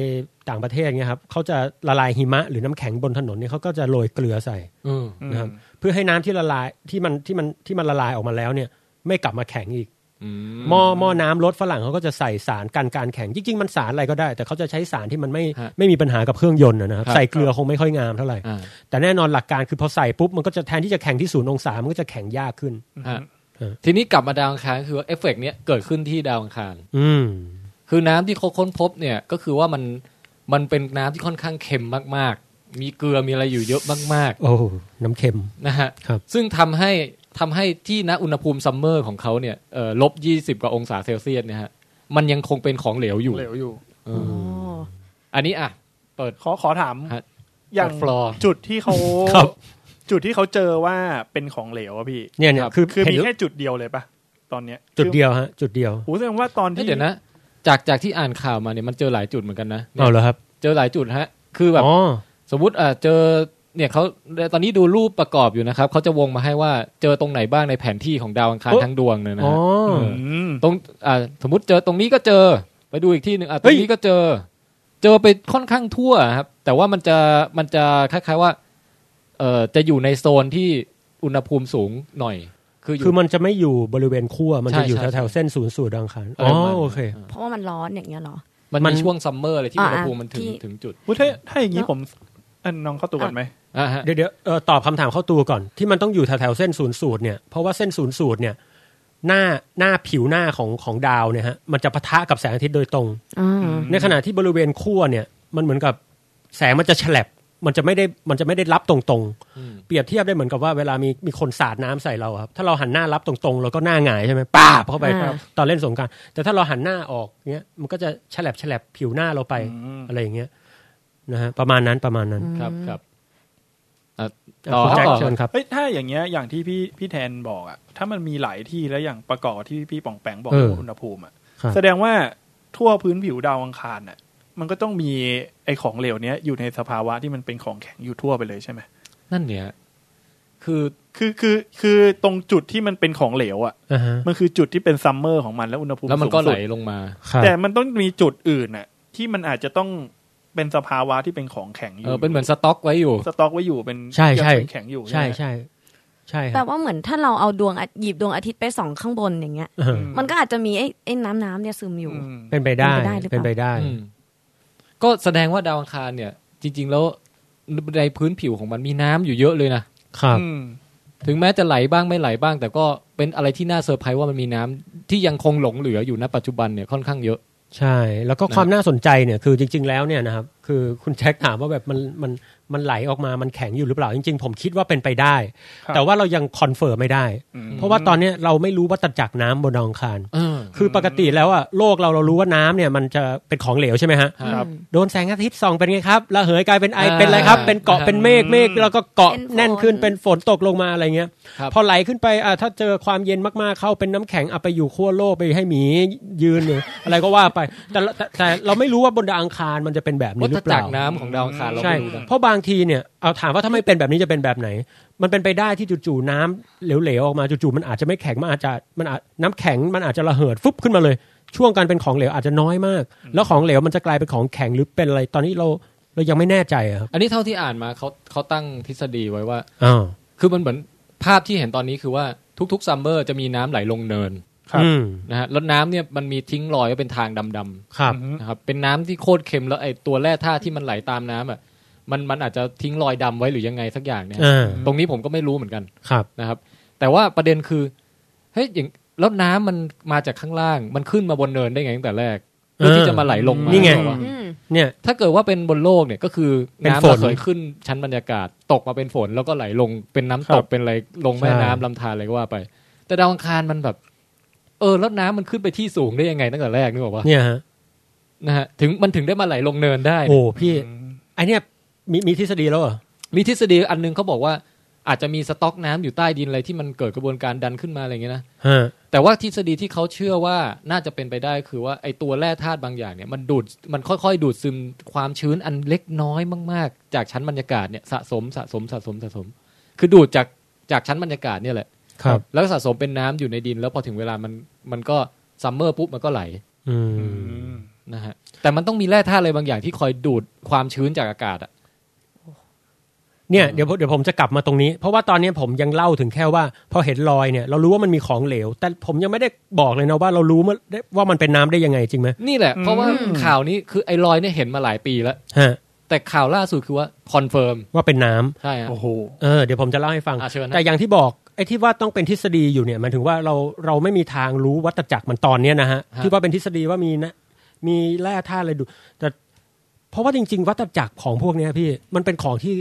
[SPEAKER 5] ต่างประเทศเงี้ยครับเขาจะละลายหิมะหรือน้ำแข็งบนถนนเนี่ยเขาก็จะโรยเกลือใส่
[SPEAKER 4] เออ
[SPEAKER 5] นะครับเพื่อให้น้ำที่ละลายที่มันที่มันที่มันละลายออกมาแล้วเนี่ย ไม่กลับมาแข็งอีก
[SPEAKER 4] อืม
[SPEAKER 5] หม้อหม้อน้ำรถฝรั่งเขาก็จะใส่สารกันการแข็งจริงๆมันสารอะไรก็ได้ แต่เขาจะใช้สารที่มันไม่
[SPEAKER 4] ฮะ
[SPEAKER 5] ไม่มีปัญหากับเครื่องยนต์นะนะครับ
[SPEAKER 4] ครับ
[SPEAKER 5] ใส่เกลือคงไม่ค่อยงามเท่าไหร่
[SPEAKER 4] อ่า
[SPEAKER 5] แต่แน่นอนหลักการคือพอใส่ปุ๊บ มันก็จะแทนที่จะแข่งที่ศูนย์องศา มันก็จะแข่งยากขึ้น
[SPEAKER 4] ฮะ
[SPEAKER 5] เออ
[SPEAKER 4] ทีนี้กลับมาดาวอังคารคือว่าเอฟเฟกต์เนี้ยเกิดขึ้นที่ดาวอังคาร
[SPEAKER 5] อืม
[SPEAKER 4] คือน้ำที่เขาค้นพบเนี่ยก็คือว่ามันมันเป็นน้ำที่ค่อนข้างเค็มมากๆ มีเกลือมีอะไรอยู่เยอะมาก
[SPEAKER 5] โอ้ น้ำเค็ม
[SPEAKER 4] ๆนะฮะ
[SPEAKER 5] ครับ
[SPEAKER 4] ซึ่งทำให้ทำให้ที่ณอุณหภูมิซัมเมอร์ของเขาเนี่ยเอ่อลบยี่สิบกว่าองศาเซลเซียสเนี่ยฮะมันยังคงเป็นของเหลวอยู่
[SPEAKER 6] เหลวอยู่
[SPEAKER 4] เอ
[SPEAKER 7] อ๋อ
[SPEAKER 4] ออันนี้อ่ะ
[SPEAKER 6] ขอขอถาม
[SPEAKER 4] ฮะ
[SPEAKER 6] อย่าง
[SPEAKER 4] กด floor
[SPEAKER 6] จุดที่เขา
[SPEAKER 5] ครับ
[SPEAKER 6] จุดที่เขาเจอว่าเป็นของเหลวอะพี่
[SPEAKER 5] เนี่ยเนี่
[SPEAKER 4] ค
[SPEAKER 5] ย
[SPEAKER 4] รับ
[SPEAKER 5] คือ
[SPEAKER 6] คือ
[SPEAKER 5] เห็
[SPEAKER 6] มี
[SPEAKER 5] น
[SPEAKER 6] แค่จุดเดียวเลยปะตอนเนี้ย
[SPEAKER 5] จุดเดียวฮะ จุดเดียว
[SPEAKER 6] โอ้แสดงว่าตอน
[SPEAKER 4] เอ้ย
[SPEAKER 6] ที่
[SPEAKER 4] เดี๋ยวนะ จากจากที่อ่านข่าวมาเนี่ยมันเจอหลายจุดเหมือนกันนะ
[SPEAKER 5] เอาเหรอครับ
[SPEAKER 4] เจอหลายจุดฮะคือแบบ
[SPEAKER 5] อ๋อ
[SPEAKER 4] สมมติอ่าเจอเนี่ยเขาตอนนี้ดูรูปประกอบอยู่นะครับเขาจะวงมาให้ว่าเจอตรงไหนบ้างในแผนที่ของดาวอังคารทั้งดวงเนี่ยนะ
[SPEAKER 5] อ๋อ
[SPEAKER 4] ฮะ
[SPEAKER 6] อืม
[SPEAKER 4] ตรงอ่าสมมติเจอตรงนี้ก็เจอไปดูอีกที่หนึ่งอ่ะต
[SPEAKER 5] เฮ้
[SPEAKER 4] รง
[SPEAKER 5] ย
[SPEAKER 4] นี้ก็เจอ เจอไปค่อนข้างทั่วครับ แต่ว่ามันจะมันจะคล้ายๆว่าเอ่อจะอยู่ในโซนที่อุณหภูมิสูงหน่อย คืออยู่
[SPEAKER 5] คือมันจะไม่อยู่บริเวณขั้วมัน
[SPEAKER 4] ใช่
[SPEAKER 5] จะอยู่
[SPEAKER 4] ใช่
[SPEAKER 5] แถวๆเส้นศูนย์สูตรดาวอังคาร
[SPEAKER 4] เอ
[SPEAKER 5] อ๋
[SPEAKER 4] อ
[SPEAKER 5] อ
[SPEAKER 4] มัน
[SPEAKER 5] โอเค
[SPEAKER 7] เพราะว่ามันร้อนอย่างเงี้ยเหรอ
[SPEAKER 4] มัน
[SPEAKER 5] มั
[SPEAKER 4] มี
[SPEAKER 5] น
[SPEAKER 4] ช่วงซัมเมอร์เลยที่อุณ
[SPEAKER 7] อ่า
[SPEAKER 4] หภูมิมันถึง
[SPEAKER 7] ที่
[SPEAKER 4] ถึงจุด
[SPEAKER 6] โอ้ถ้าถ้าอย่างนี้ผมอันน้องเข้าตัวก่อนไหม
[SPEAKER 4] อ่าฮะ
[SPEAKER 5] เดี๋ยวเดี๋ยวเอ่อตอบคำถามเข้าตัวก่อนที่มันต้องอยู่แถวๆเส้นศูนย์สูตรเนี่ยเพราะว่าเส้นศูนย์สูตรเนี่ยหน้าหน้าผิวหน้าของของดาวเนี่ยฮะมันจะปะทะกับแสงอาทิตย์โดยตรง
[SPEAKER 7] อ่า
[SPEAKER 5] ในขณะที่บริเวณขั้วเนี่ยมันเหมือนกับแสงมันจะฉลับมันจะไม่ได้มันจะไม่ได้รับตรง
[SPEAKER 4] อืม
[SPEAKER 5] ๆ เปรียบเทียบได้เหมือนกับว่าเวลามีมีคนสาดน้ำใส่เราครับถ้าเราหันหน้ารับตรงๆเราก็หน้าหงายใช่ไหมป้าบเข้าไป
[SPEAKER 6] อ่า
[SPEAKER 5] ตอนเล่นสงกรารแต่ถ้าเราหันหน้าออกเนี้ยมันก็จะฉลับฉลับผิวหน้าเราไปอะไรอย่างเงี้ยนะฮะประมาณนั้นประมาณนั้น
[SPEAKER 4] ครับครับ
[SPEAKER 5] อ่ะ
[SPEAKER 4] ต่อ
[SPEAKER 5] คุณแจ็ค
[SPEAKER 4] ต่อ
[SPEAKER 5] เชิญครับ
[SPEAKER 6] เอ้ยถ้าอย่างเงี้ยอย่างที่พี่พี่แทนบอกอะถ้ามันมีหลายที่แล้วอย่างประกอบที่พี่ป่องแปงบอก
[SPEAKER 5] เออ
[SPEAKER 6] ว่าอุณหภูมิอะ
[SPEAKER 5] ครับ
[SPEAKER 6] แสดงว่าทั่วพื้นผิวดาวอังคารน่ะ มันก็ต้องมีไอของเหลวเนี้ยอยู่ในสภาวะที่มันเป็นของแข็งอยู่ทั่วไปเลยใช่ไหม
[SPEAKER 4] นั่นเนี่ยคือ
[SPEAKER 6] คือคือคือตรงจุดที่มันเป็นของเหลวอะ
[SPEAKER 5] อ่าฮะ
[SPEAKER 6] มันคือจุดที่เป็นซัมเมอร์ของมันแล้วอุณหภูมิ
[SPEAKER 4] แล้วมันก็
[SPEAKER 6] สูง
[SPEAKER 4] ไหล
[SPEAKER 6] สุด
[SPEAKER 4] ลงมา
[SPEAKER 5] ครับ
[SPEAKER 6] แต่มันต้องมีจุดอื่นน่ะ ที่มันอาจจะต้องเป็นสภาวะที่เป็นของแข็งอ
[SPEAKER 4] เอยู่ อเป็นเหมือนสต็อกไว้อยู่
[SPEAKER 6] สต็อกไว้อยู่เป็น
[SPEAKER 5] ใช่ใช่
[SPEAKER 6] ยังเป็นแข็งอยู่
[SPEAKER 5] ใช่
[SPEAKER 6] ไหม
[SPEAKER 5] ใช่ใช่ค
[SPEAKER 7] แปล
[SPEAKER 5] รับ
[SPEAKER 7] ว่าเหมือนถ้าเราเอาดวงอาทิตย์หยิบดวงอาทิตย์ไปส่องข้างบนอย่างเงี้ย
[SPEAKER 5] อ่าฮะ
[SPEAKER 6] อื
[SPEAKER 7] มันก็อาจจะมีไอ้ไอ้น้ำน้ำเนี่ยซึมอยู่
[SPEAKER 6] อืม
[SPEAKER 5] เป็นไปได้
[SPEAKER 7] เป็
[SPEAKER 5] เป็น น
[SPEAKER 7] ไป
[SPEAKER 5] ไป
[SPEAKER 7] ได้
[SPEAKER 5] ได้
[SPEAKER 4] อืมก็แสดงว่าดาวอังคารเนี่ย จริง ๆ แล้วในพื้นผิวของมันมีน้ำอยู่เยอะเลยนะ
[SPEAKER 5] ครับ
[SPEAKER 6] อืม
[SPEAKER 4] ถึงแม้จะไหลบ้างไม่ไหลบ้าง แต่ก็ไป เป็นอะไรที่น่าเซอร์ไพรส์ว่ามันมีน้ำที่ยังคงหลงเหลืออยู่ณปัจจุบันเนี่ยค่อนข้างเยอะ
[SPEAKER 5] ใช่ แล้วก็
[SPEAKER 4] นะ
[SPEAKER 5] ความน่าสนใจเนี่ยคือจริง ๆ แล้วเนี่ยนะครับคือคุณแจ็คถามว่าแบบมันมันมันไหลออกมามันแข็งอยู่หรือเปล่าจริง ๆ ผมคิดว่าเป็นไปได้
[SPEAKER 6] ครับ
[SPEAKER 5] แต่ว่าเรายังคอนเฟิร์มไม่ได้
[SPEAKER 6] อืม
[SPEAKER 5] เพราะว่าตอนเนี้ยเราไม่รู้วัฏจักรน้ำบนดาวอังคาร
[SPEAKER 4] เออ
[SPEAKER 5] คือปกติแล้วอะโลกเราเรารู้ว่าน้ำเนี่ยมันจะเป็นของเหลวใช่ไหมฮะ
[SPEAKER 6] ครับ
[SPEAKER 5] โดนแสงอาทิตย์ส่องเป็นไงครับระเหยกลายเป็นไอ
[SPEAKER 4] อ่า
[SPEAKER 5] เป็นอะไรครับ เป็นเกาะ
[SPEAKER 4] ครับ
[SPEAKER 5] เป็นเมฆเมฆแล้วก็เกาะ
[SPEAKER 7] เป็นฝน
[SPEAKER 5] แน่นขึ้นเป็นฝนตกลงมาอะไรเงี้ย
[SPEAKER 4] ครับ
[SPEAKER 5] พอไหลขึ้นไปอ่ะถ้าเจอความเย็นมากๆเข้าเป็นน้ำแข็งเอาไปอยู่ขั้วโลกไปให้หมียืนหรือ อะไรก็ว่าไป แต่ละแต่แต่เราไม่รู้ว่าบนดาวอังคารมันจะเป็นแบบ
[SPEAKER 4] วั
[SPEAKER 5] นี้
[SPEAKER 4] ฏ
[SPEAKER 5] หรือเป
[SPEAKER 4] จั
[SPEAKER 5] ล่าก
[SPEAKER 4] รน้ำของดาวอังคารเรา
[SPEAKER 5] ใช่
[SPEAKER 4] ไม่รู้นะ
[SPEAKER 5] เพราะบางทีเนี่ยเอาถามว่าถ้าไม่เป็นแบบนี้จะเป็นแบบไหน มันเป็นไปได้ที่จู่ๆน้ำเหลวๆออกมาจู่ๆมันอาจจะไม่แข็งมันอาจจะมันอาจน้ำแข็งมันอาจจะระเหิดฟึบขึ้นมาเลย ช่วงการเป็นของเหลวอาจจะน้อยมาก แล้วของเหลวมันจะกลายเป็นของแข็งหรือเป็นอะไรตอนนี้เราเรายังไม่แน่ใจอะครับ
[SPEAKER 4] อันนี้เท่าที่อ่านมาเขาเขาตั้งทฤษฎีไว้ว่า
[SPEAKER 5] อ้าว
[SPEAKER 4] คือมันเหมือนภาพที่เห็นตอนนี้คือว่าทุกๆซัมเมอร์จะมีน้ำไหลลงเนิน
[SPEAKER 6] ครับ
[SPEAKER 5] อืม
[SPEAKER 4] นะฮะแล้วน้ำเนี่ยมันมีทิ้งรอยไว้เป็นทางดำๆ
[SPEAKER 5] ครับ
[SPEAKER 6] อืม
[SPEAKER 4] นะครับเป็นน้ำที่โคตรเค็มแล้วไอ้ตัวแร่ธาตุที่มันไหลตามน้ำอ่ะมันมันอาจจะทิ้งรอยดำไว้หรือยังไงสักอย่างเนี่ย
[SPEAKER 5] อ่า
[SPEAKER 4] ตรงนี้ผมก็ไม่รู้เหมือนกัน
[SPEAKER 5] ครับ
[SPEAKER 4] นะครับ แต่ว่าประเด็นคือเฮ้ยอย่างแล้วน้ำมันมาจากข้างล่าง มันขึ้นมาบนเนินได้ไงตั้งแต่แรกเพื่อที่จะมาไหลลงมา
[SPEAKER 5] นี่ไง
[SPEAKER 4] หรอวะ
[SPEAKER 2] อืม
[SPEAKER 5] เนี่ย
[SPEAKER 4] ถ้าเกิดว่าเป็นบนโลกเนี่ยก็คือ
[SPEAKER 5] เป็นฝ
[SPEAKER 4] น้ำ
[SPEAKER 5] น
[SPEAKER 4] เราเคยขึ้นชั้นบรรยากาศตกมาเป็นฝนแล้วก็ไหลลงเป็นน้ำต
[SPEAKER 5] ครั
[SPEAKER 4] ก
[SPEAKER 5] บ
[SPEAKER 4] เป็นอะไรลงแม่
[SPEAKER 5] ใช่
[SPEAKER 4] น้ำลำธารอะไรก็ว่าไป แต่ดาวอังคารมันแบบ เออแล้วน้ำมันขึ้นไปที่สูงได้ยังไงตั้งแต่แรกนึกออกปะ
[SPEAKER 5] เนี่ยฮะ
[SPEAKER 4] นะฮะถึงมันถึงได้มาไหลลงเนินได้
[SPEAKER 5] โอ้พี่ไอเนี่ยมีมีทฤษฎีแล้วเหรอ
[SPEAKER 4] มีทฤษฎีอันหนึงเขาบอกว่าอาจจะมีสต็อกน้ำอยู่ใต้ดินอะไรที่มันเกิดกระบวนการดันขึ้นมาอะไรอย่างเงี้ยนะ
[SPEAKER 5] ฮะ
[SPEAKER 4] แต่ว่าทฤษฎีที่เขาเชื่อว่าน่าจะเป็นไปได้คือว่าไอตัวแร่ธาตุบางอย่างเนี่ยมันดูดมันค่อยๆ ดูดซึมความชื้นอันเล็กน้อยมาก ๆ จากชั้นบรรยากาศเนี่ยสะสมสะสมสะสมสะสม คือดูดจากจากชั้นบรรยากาศเนี่ยแหละ
[SPEAKER 5] ครับ
[SPEAKER 4] แล้วสะสมเป็นน้ำอยู่ในดิน แล้วพอถึงเวลามันมันก็ซัมเมอร์ปุ๊บมันก็ไหล
[SPEAKER 5] อื
[SPEAKER 6] อื
[SPEAKER 5] ม
[SPEAKER 6] ม
[SPEAKER 4] นะฮะแต่มันต้องมีแร่ธาตุอะไรบางอย่างที่คอยดูดความชื้นจากอากาศอะ
[SPEAKER 5] เนี่ยเดี๋ยวผมเดี๋ยวผมจะกลับมาตรงนี้ เพราะว่าตอนนี้ผมยังเล่าถึงแค่ว่า พอเห็นรอยเนี่ยเรารู้ว่ามันมีของเหลว แต่ผมยังไม่ได้บอกเลยนะว่าเรารู้เมื่อว่ามันเป็นน้ำได้ยังไงจริงไหม
[SPEAKER 4] นี่แหละ เพราะว่าข่าวนี้คือไอ้ลอยเนี่ยเห็นมาหลายปีแล้ว
[SPEAKER 5] ฮะ
[SPEAKER 4] แต่ข่าวล่าสุดคือว่าคอนเฟิร์ม
[SPEAKER 5] ว่าเป็นน้ำ
[SPEAKER 4] ใช่ฮะ
[SPEAKER 6] โอ้โห
[SPEAKER 5] เออเดี๋ยวผมจะเล่าให้ฟัง
[SPEAKER 4] อ่ะเชิญนะ
[SPEAKER 5] แต่อย่างที่บอกไอ้ที่ว่าต้องเป็นทฤษฎีอยู่เนี่ยหมันถึงว่าเราเราไม่มีทางรู้วัตจักรมันตอนเนี้ยนะฮะที่ว่าเป็นทฤษฎีว่ามีนะมีแร่ธาตุอะไรดู แต่เพราะว่าจริง ๆ วัตจักรของพวกเนี้ยพี่มันเป็นของที่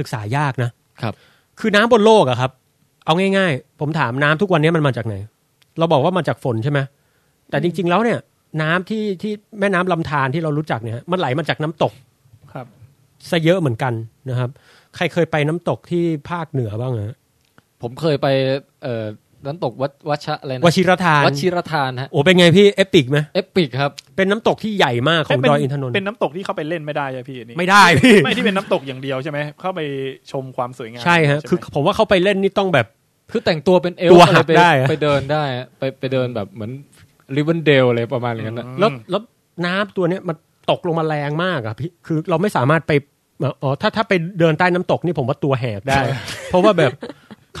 [SPEAKER 5] ศึกษายากนะ
[SPEAKER 4] ครับ
[SPEAKER 5] คือน้ำบนโลกอะครับ เอาง่ายๆ ผมถามน้ำทุกวันนี้มันมาจากไหน เราบอกว่ามาจากฝนใช่ไหมแต่จริง ๆ แล้วเนี่ย น้ำที่ที่แม่น้ำลำธารที่เรารู้จักเนี่ยมันไหลมาจากน้ำตก
[SPEAKER 6] ครับ
[SPEAKER 5] ซะเยอะเหมือนกันนะครับ ใครเคยไปน้ำตกที่ภาคเหนือบ้างฮะ
[SPEAKER 4] ผมเคยไปเอ่อน้ำตกวัดวัชะอะไรนะ
[SPEAKER 5] วชิรทาน
[SPEAKER 4] วัชิรทานฮะ
[SPEAKER 5] โอ้เป็นไงพี่เอปิกไหม
[SPEAKER 4] เอปิกครับ
[SPEAKER 5] เป็นน้ำตกที่ใหญ่มากของ
[SPEAKER 6] เะเป็
[SPEAKER 5] ดอยอินทนนท์
[SPEAKER 6] เป็นน้ำตกที่เข้าไปเล่นไม่ได้ใช่พี่อันนี้
[SPEAKER 5] ไม่ได้พี่
[SPEAKER 6] ไม่ที่เป็นน้ำตกอย่างเดียวใช่ไหมเข้าไปชมความสวยงาม
[SPEAKER 5] ใช่ฮะ
[SPEAKER 6] ไหม
[SPEAKER 5] คือผมว่าเขาไปเล่นนี่ต้องแบบ
[SPEAKER 4] คือแต่งตัวเป็นเอลฟ์
[SPEAKER 5] ตัว
[SPEAKER 4] อะ
[SPEAKER 5] หั
[SPEAKER 4] ไร
[SPEAKER 5] ก
[SPEAKER 4] ไป
[SPEAKER 5] ได้อะ
[SPEAKER 4] ไปเดินได้ฮะไปไปเดินแบบเหมือนริเวนเดลอะไรประมาณอย่างนั้นนะ
[SPEAKER 5] แล้วแล้วน้ำตัวเนี้ยมันตกลงมาแรงมากอะพี่คือเราไม่สามารถไปอ๋อถ้าถ้าไปเดินใต้น้ำตกนี่ผมว่าตัวแหกได้ เพราะว่าแบบ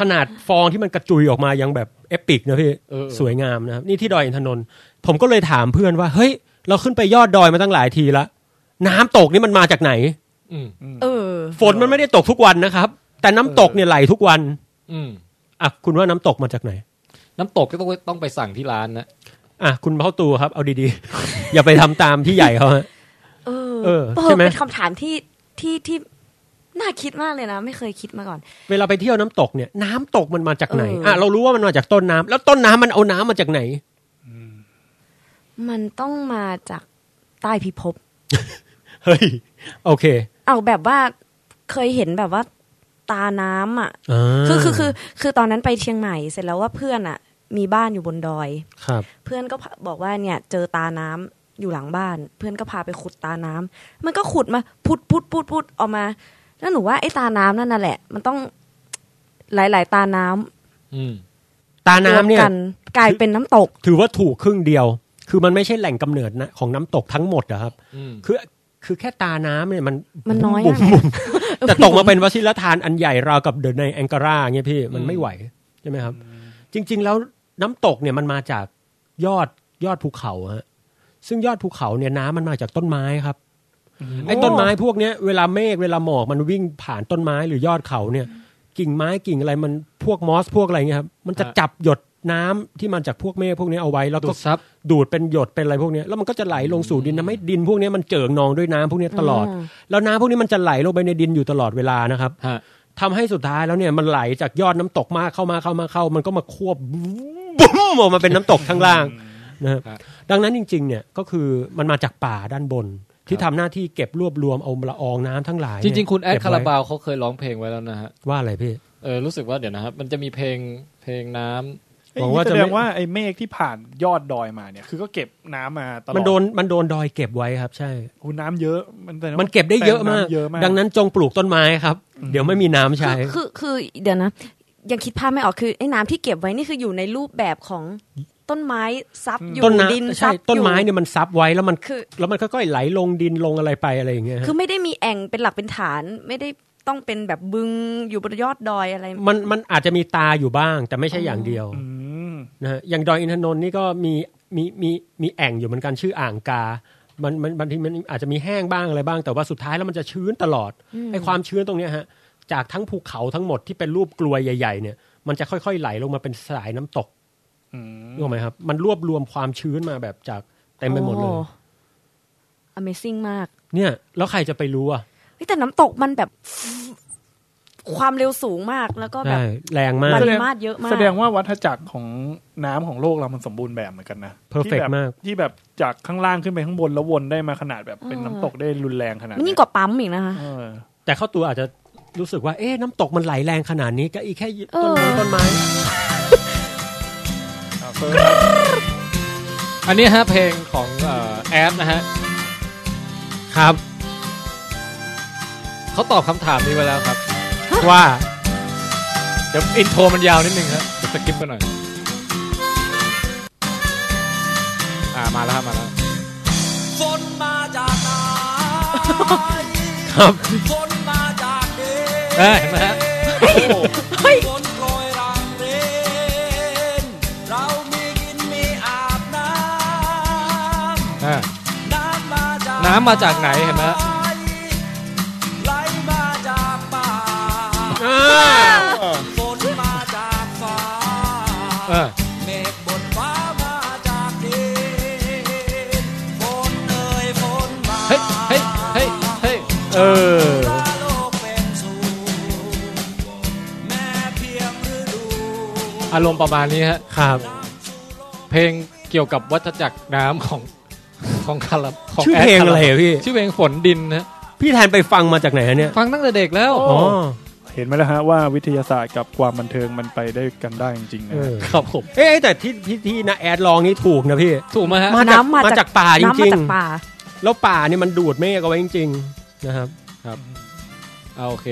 [SPEAKER 5] ขนาดฟองที่มันกระจุยออกมายังแบบเอปิกนะพี่
[SPEAKER 4] เออ
[SPEAKER 5] สวยงามนะครับนี่ที่ดอยอินทนนท์ผมก็เลยถามเพื่อนว่า เฮ้ย เราขึ้นไปยอดดอยมาตั้งหลายทีละน้ำตกนี่มันมาจากไหน
[SPEAKER 4] อืม
[SPEAKER 7] เออ
[SPEAKER 5] ฝนมันไม่ได้ตกทุกวันนะครับ แต่น้ำตกเนี่ยไหลทุกวัน
[SPEAKER 4] อืม
[SPEAKER 5] อ่ะคุณว่าน้ำตกมาจากไหน
[SPEAKER 4] น้ำตกก็ต้องต้องไปสั่งที่ร้านนะ
[SPEAKER 5] อ่ะคุณเข้าตูครับเอาดีๆ อย่าไปทำตามพี่ใหญ่เขาฮะ
[SPEAKER 7] เออ
[SPEAKER 5] เออ
[SPEAKER 7] เออ
[SPEAKER 5] ใช่ไหม
[SPEAKER 7] เป็นคำถามที่ที่ที่น่าคิดมากเลยนะ ไม่เคยคิดมาก่อน
[SPEAKER 5] เวลาไปเที่ยวน้ำตกเนี่ยน้ำตกมันมาจากไหน
[SPEAKER 7] เอออ่
[SPEAKER 5] อ่ะเรารู้ว่ามันมาจากต้นน้ำแล้วต้นน้ำมันเอาน้ำมาจากไหน
[SPEAKER 7] มันต้องมาจากใต้พิภพ
[SPEAKER 5] เฮ้ย โอเค
[SPEAKER 7] เอาแบบว่าเคยเห็นแบบว่าตาน้ำอ่ะ
[SPEAKER 5] อ่า
[SPEAKER 7] คือคือคือคือตอนนั้นไปเชียงใหม่เสร็จแล้วว่าเพื่อนอ่ะ มีบ้านอยู่บนดอย
[SPEAKER 5] ครับ
[SPEAKER 7] เพื่อนก็พาบอกว่าเนี่ยเจอตาน้ำอยู่หลังบ้าน เพื่อนก็พาไปขุดตาน้ำมันก็ขุดมาพุดพุดพุดพุดออกมา แล้วหนูว่าไอ้ตาน้ำนั่นน่ะแหละ มันต้องหลาย ๆ ตาน้ำ
[SPEAKER 4] อืม
[SPEAKER 5] ตาร น้ำ
[SPEAKER 7] วม
[SPEAKER 5] เนี่ย
[SPEAKER 7] กัน กลายเป็นน้ำตก
[SPEAKER 5] ถือว่าถูกครึ่งเดียว คือมันไม่ใช่แหล่งกำเนิดนะของน้ำตกทั้งหมดอะครับ
[SPEAKER 4] อืม
[SPEAKER 5] คือคือแค่ตาน้ำเนี่ยมัน
[SPEAKER 7] มันน้อย
[SPEAKER 5] บุ๋
[SPEAKER 7] มาก
[SPEAKER 5] บุ๋มแต่ตกมาเป็นวชิรทานอันใหญ่ราวกับเดินในแองการาเงี้ยพี่มันไม่ไหวใช่ไหมครับ จริง ๆ แล้วน้ำตกเนี่ยมันมาจากยอดยอดภูเขาฮะซึ่งยอดภูเขาเนี่ยน้ำมันมาจากต้นไม้ครับ ไอ้ต้นไม้พวกเนี้ยเวลาเมฆเวลาหมอกมันวิ่งผ่านต้นไม้หรือยอดเขาเนี่ย กิ่งไม้กิ่งอะไรมันพวกมอสพวกอะไรเงี้ยครับมันจะ
[SPEAKER 4] ฮะ
[SPEAKER 5] จับหยดน้ำที่มาจากพวกเมฆพวกนี้เอาไว้แล้ว
[SPEAKER 4] ดู
[SPEAKER 5] ก็
[SPEAKER 4] ดซับ
[SPEAKER 5] ดูดเป็นหยดเป็นอะไรพวกเนี้ยแล้วมันก็จะไหลลงสู่ดินทำให้ดินพวกเนี้ยมันเจิ่งนองด้วยน้ำพวกเนี้ยตลอด แล้วน้ำพวกนี้มันจะไหลลงไปในดินอยู่ตลอดเวลานะครับ
[SPEAKER 4] ฮะ
[SPEAKER 5] ทำให้สุดท้ายแล้วเนี่ยมันไหลจากยอดน้ำตกมากเข้ามาเข้ามาเข้า มันก็มาควบบุ้มออกมาเป็นน้ำตกข้างล่างนะครับดังนั้นจริง ๆ เนี่ยก็คือมันมาจากป่าด้านบน ที่ทำหน้าที่เก็บรวบรวมเอาละอองน้ำทั้งหลาย
[SPEAKER 4] จ
[SPEAKER 5] เนี่ย
[SPEAKER 4] ริง ๆ คุณแอด
[SPEAKER 5] เก็
[SPEAKER 4] คา
[SPEAKER 5] ไว้
[SPEAKER 4] ราบาวเขาเคยร้องเพลงไว้แล้วนะฮะ
[SPEAKER 5] ว่าอะไรพี่
[SPEAKER 4] เออรู้สึกว่าเดี๋ยวนะครับมันจะมีเพลงเพลงน้ำ
[SPEAKER 5] หวั
[SPEAKER 6] บอง ก
[SPEAKER 5] ว่า
[SPEAKER 6] ว่า
[SPEAKER 5] จะ
[SPEAKER 6] แส
[SPEAKER 5] ไม่
[SPEAKER 6] ดงว่าไอ้เมฆที่ผ่านยอดดอยมาเนี่ย คือก็เก็บน้ำมาตลอด
[SPEAKER 5] มันโดนมันโดนดอยเก็บไว้ครับ ใช่
[SPEAKER 6] โอ้น้ำเยอะ มันแสดงว่า
[SPEAKER 5] มันเก็บได้เยอะมาก
[SPEAKER 6] น้ำเยอะมาก
[SPEAKER 5] ดังนั้นจงปลูกต้นไม้ครับ เดี๋ยวไม่มีน้ำ
[SPEAKER 7] คื
[SPEAKER 5] ใช้
[SPEAKER 7] อคือคือเดี๋ยวนะ ยังคิดภาพไม่ออกคือไอ้น้ำที่เก็บไว้นี่คืออยู่ในรูปแบบของต้นไม้ซับอยู่
[SPEAKER 5] ต้น
[SPEAKER 7] ดิน
[SPEAKER 5] น้ำใช่
[SPEAKER 7] ซับอยู่
[SPEAKER 5] ต้นไม้เนี่ยมันซับไว้แล้วมัน
[SPEAKER 7] คือ
[SPEAKER 5] แล้วมันค่อยๆไหลลงดินลงอะไรไปอะไรอย่างเงี้ยฮะ
[SPEAKER 7] คือไม่ได้มีแอ่งเป็นหลักเป็นฐาน ไม่ได้ต้องเป็นแบบบึงอยู่บนยอดดอยอะไร
[SPEAKER 5] มันมันอาจจะมีตาอยู่บ้างแต่ไม่ใช่อย่างเดียว
[SPEAKER 6] อืม
[SPEAKER 5] นะฮะอย่างดอยอินทนนท์นี่ก็มีมีมีมีแอ่งอยู่เหมือนกันชื่ออ่างกา มันมันบางทีมันอาจจะมีแห้งบ้างอะไรบ้าง แต่ว่าสุดท้ายแล้วมันจะชื้นตลอดไอ้ความชื้นตรงเนี้ยฮะจากทั้งภูเขาทั้งหมดที่เป็นรูปกลวยใหญ่ๆเนี่ยมันจะค่อยๆไหลลงมาเป็นสายน้ำตก
[SPEAKER 6] อืม
[SPEAKER 5] รู้ไหมครับ มันรวบรวมความชื้นมาแบบจากเต็มไปหมดเลย
[SPEAKER 7] โอ้ Amazing มาก
[SPEAKER 5] เนี่ยแล้วใครจะไปรู้อ่ะ
[SPEAKER 7] เฮ้ยแต่น้ำตกมันแบบ ความเร็วสูงมากแล้วก็แบบ
[SPEAKER 5] ใช่แรงมาก
[SPEAKER 7] ปริมาตรเยอะมาก
[SPEAKER 6] แสดงว่าวัฏจักรของน้ำของโลกเรามันสมบูรณ์แบบเหมือนกันนะ
[SPEAKER 5] Perfect
[SPEAKER 6] ที่แบบ
[SPEAKER 5] มาก
[SPEAKER 6] ที่แบบจากข้างล่างขึ้นไปข้างบนแล้ววนได้มาขนาดแบบเป็นน้ำตกได้รุนแรงขนาด
[SPEAKER 7] มัน
[SPEAKER 6] เนี้
[SPEAKER 7] ยิ่งกว่าปั๊มอีกนะคะ
[SPEAKER 6] เออ
[SPEAKER 5] แต่เข้าตัวอาจจะรู้สึกว่าเอ๊ะน้ำตกมันไหลแรงขนาดนี้ก็อีกแค่
[SPEAKER 7] เอ
[SPEAKER 5] ต้น
[SPEAKER 7] อ
[SPEAKER 5] ไม้ต้นไม้
[SPEAKER 4] อันนี้ฮะเพลงของเอ่อแอดนะฮะ
[SPEAKER 5] ครับ
[SPEAKER 4] เขาตอบคำถามนี้ไว้แล้วครับ
[SPEAKER 5] ว่า
[SPEAKER 4] เดี๋ยวอินโทรมันยาวนิดนึงครับเดี๋ยวสกิปกันหน่อย อ่ามาแล้วฮะมาแล้ว
[SPEAKER 5] ครับ
[SPEAKER 4] เอ้ยเห็นไหมฮะอ่าน้ำมาจากไหนเห็นไหมฮะ
[SPEAKER 5] อ่า
[SPEAKER 4] เออเฮ้ยเฮ้ยเฮ้ยเฮ้ย
[SPEAKER 5] เออ
[SPEAKER 4] อารมณ์ประมาณนี้ฮะ
[SPEAKER 5] ครับ
[SPEAKER 4] เพลงเกี่ยวกับวัฏจักรน้ำของ ของคาราของ
[SPEAKER 5] ชื่อเพลง
[SPEAKER 4] แดคาา
[SPEAKER 5] อะไรอะพี่
[SPEAKER 4] ชื่อเพลงฝนดินนะฮะ
[SPEAKER 5] พี่แทนไปฟังมาจากไหนอะเนี่ย
[SPEAKER 4] ฟังตั้งแต่เด็กแล้ว
[SPEAKER 6] โอ้
[SPEAKER 5] อ๋อ
[SPEAKER 6] เห็นไหมแล้วฮะว่าวิทยาศาสตร์กับความบันเทิงมันไปได้กันได้จริงๆ
[SPEAKER 5] เอ
[SPEAKER 6] นะฮะ
[SPEAKER 5] อ
[SPEAKER 4] ครับผม
[SPEAKER 5] เอ๊ะแต่ที่ที่ที่นาแอดลองนี่ถูกนะพี่
[SPEAKER 4] ถูกไหมฮะ
[SPEAKER 5] มาจาก
[SPEAKER 7] น้ำมาจาก
[SPEAKER 5] มาจากป่าจ
[SPEAKER 7] น้ำมา
[SPEAKER 5] ริง
[SPEAKER 7] จากป่า
[SPEAKER 5] ๆ แล้วป่านี่มันดูดเมฆเอาไว้จริง ๆ นะครับ
[SPEAKER 4] เอาโอเค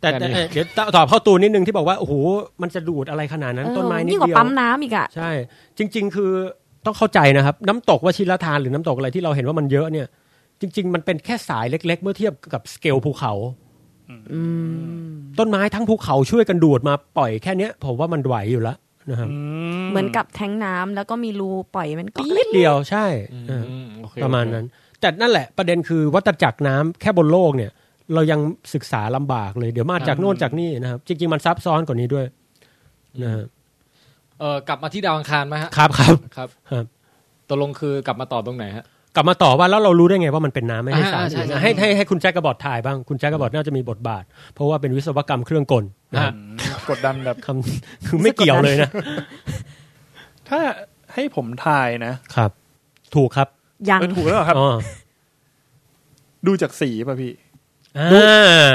[SPEAKER 5] แต่
[SPEAKER 4] แบบนี้
[SPEAKER 5] แต่เอ๊ะเดี๋ยวตอบเข้าตูนนิดนึงที่บอกว่า โอ้โห มันจะดูดอะไรขนาดนั้น
[SPEAKER 7] เออ
[SPEAKER 5] ต้นไม้นิด
[SPEAKER 7] ยิ่งกว่า
[SPEAKER 5] เดียว
[SPEAKER 7] ปั๊มน้ำอีกอะ
[SPEAKER 5] ใช่ จริง ๆ คือต้องเข้าใจนะครับ น้ำตกวชิรทานหรือน้ำตกอะไรที่เราเห็นว่ามันเยอะเนี่ย จริง ๆ มันเป็นแค่สายเล็ก ๆ เมื่อเทียบกับสเกลภูเขา
[SPEAKER 7] อืม
[SPEAKER 5] ต้นไม้ทั้งภูเขาช่วยกันดูดมาปล่อยแค่เนี้ยผมว่ามันไหวอยู่แล้วนะครับ
[SPEAKER 7] เหมือนกับแทงน้ำแล้วก็มีรูปล่อยมันก็
[SPEAKER 5] นิดเดียวใช่
[SPEAKER 4] อืม
[SPEAKER 5] นะฮะ
[SPEAKER 4] โอเค
[SPEAKER 5] ประมาณนั้น แต่นั่นแหละประเด็นคือวัฏจักรน้ำแค่บนโลกเนี่ย เรายังศึกษาลำบากเลย เดี๋ยวมาจากโน่นจากนี่นะครับ จริง ๆ มันซับซ้อนกว่านี้ด้วยนะฮะ
[SPEAKER 4] เออกลับมาที่ดาวอังคารไหมฮะ
[SPEAKER 5] ครับครับ
[SPEAKER 4] ครับ
[SPEAKER 5] ครับ
[SPEAKER 4] ตกลงคือกลับมาตอบตรงไหนฮะ
[SPEAKER 5] กลับมาต่อว่าแล้วเรารู้ได้ไงว่ามันเป็นน้ำไม่ใช่สาร
[SPEAKER 4] อ่าใช่ใช่
[SPEAKER 5] ให้ให้ให้คุณแจ็คกระบอดถ่ายบ้างคุณแจ็คกระบอดน่าจะมีบทบาท เพราะว่าเป็นวิศวกรรมเครื่องกลนะฮะ
[SPEAKER 4] ฮะ
[SPEAKER 6] กดดันแบบ
[SPEAKER 5] คำคือไม่เกี่ยวเลยนะ
[SPEAKER 6] ถ้าให้ผมทายนะครับ
[SPEAKER 5] ถูกครับ
[SPEAKER 7] ยัง
[SPEAKER 6] เออถูกแล้วเหรอครับ
[SPEAKER 5] อ๋อ
[SPEAKER 6] ดูจากสีป่ะพี่
[SPEAKER 5] อ่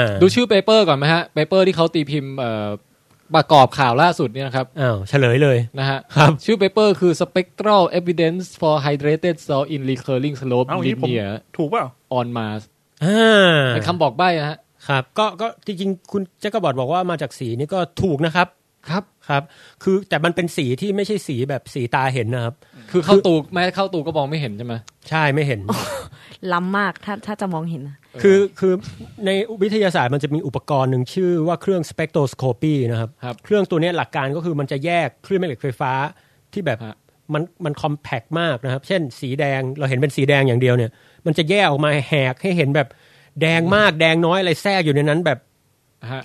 [SPEAKER 5] า
[SPEAKER 4] ดูชื่อเปเปอร์ก่อนไหมฮะเปเปอร์ที่เขาตีพิมพ์เอ่อประกอบข่าวล่าสุดเนี่ยนะครับ
[SPEAKER 5] อ้าวเฉลยเลย
[SPEAKER 4] นะฮะ
[SPEAKER 5] ครับ
[SPEAKER 4] ชื่อเปเปอร์คือ spectral evidence for hydrated soil in recurring slope
[SPEAKER 6] เอาอย่างนี้ผม
[SPEAKER 4] linear
[SPEAKER 6] ถูกเปล่า
[SPEAKER 4] on Mars
[SPEAKER 5] อ่า
[SPEAKER 4] เป็นคำบอกใบ้นะฮะ
[SPEAKER 5] ครับก็ก็จริงๆคุณแจ็คกระบอดบอกว่ามาจากสีนี่ก็ถูกนะครับ
[SPEAKER 4] ครับ
[SPEAKER 5] ครับ คือแต่มันเป็นสีที่ไม่ใช่สีแบบสีตาเห็นนะครับ
[SPEAKER 4] คือเข้าตูแม้เข้าตูก็มองไม่เห็นใช่ไหม
[SPEAKER 5] ใช่ไม่เห็น
[SPEAKER 7] ล้ำมากถ้าถ้าจะมองเห็นนะ
[SPEAKER 5] คือคือในวิทยาศาสตร์มันจะมีอุปกรณ์หนึ่งชื่อว่าเครื่องสเปกโทรสโคปีนะครับ
[SPEAKER 4] ครับ
[SPEAKER 5] เครื่องตัวเนี้ยหลักการก็คือมันจะแยกคลื่นแม่เหล็กไฟฟ้าที่แบบ
[SPEAKER 4] ฮะ
[SPEAKER 5] มันมันคอมแพกมากนะครับ เช่น สีแดงเราเห็นเป็นสีแดงอย่างเดียวเนี่ย มันจะแยกออกมาแหกให้เห็นแบบแดงมากแดงน้อยอะไรแทรกอยู่ในนั้นแบบ
[SPEAKER 4] ฮะ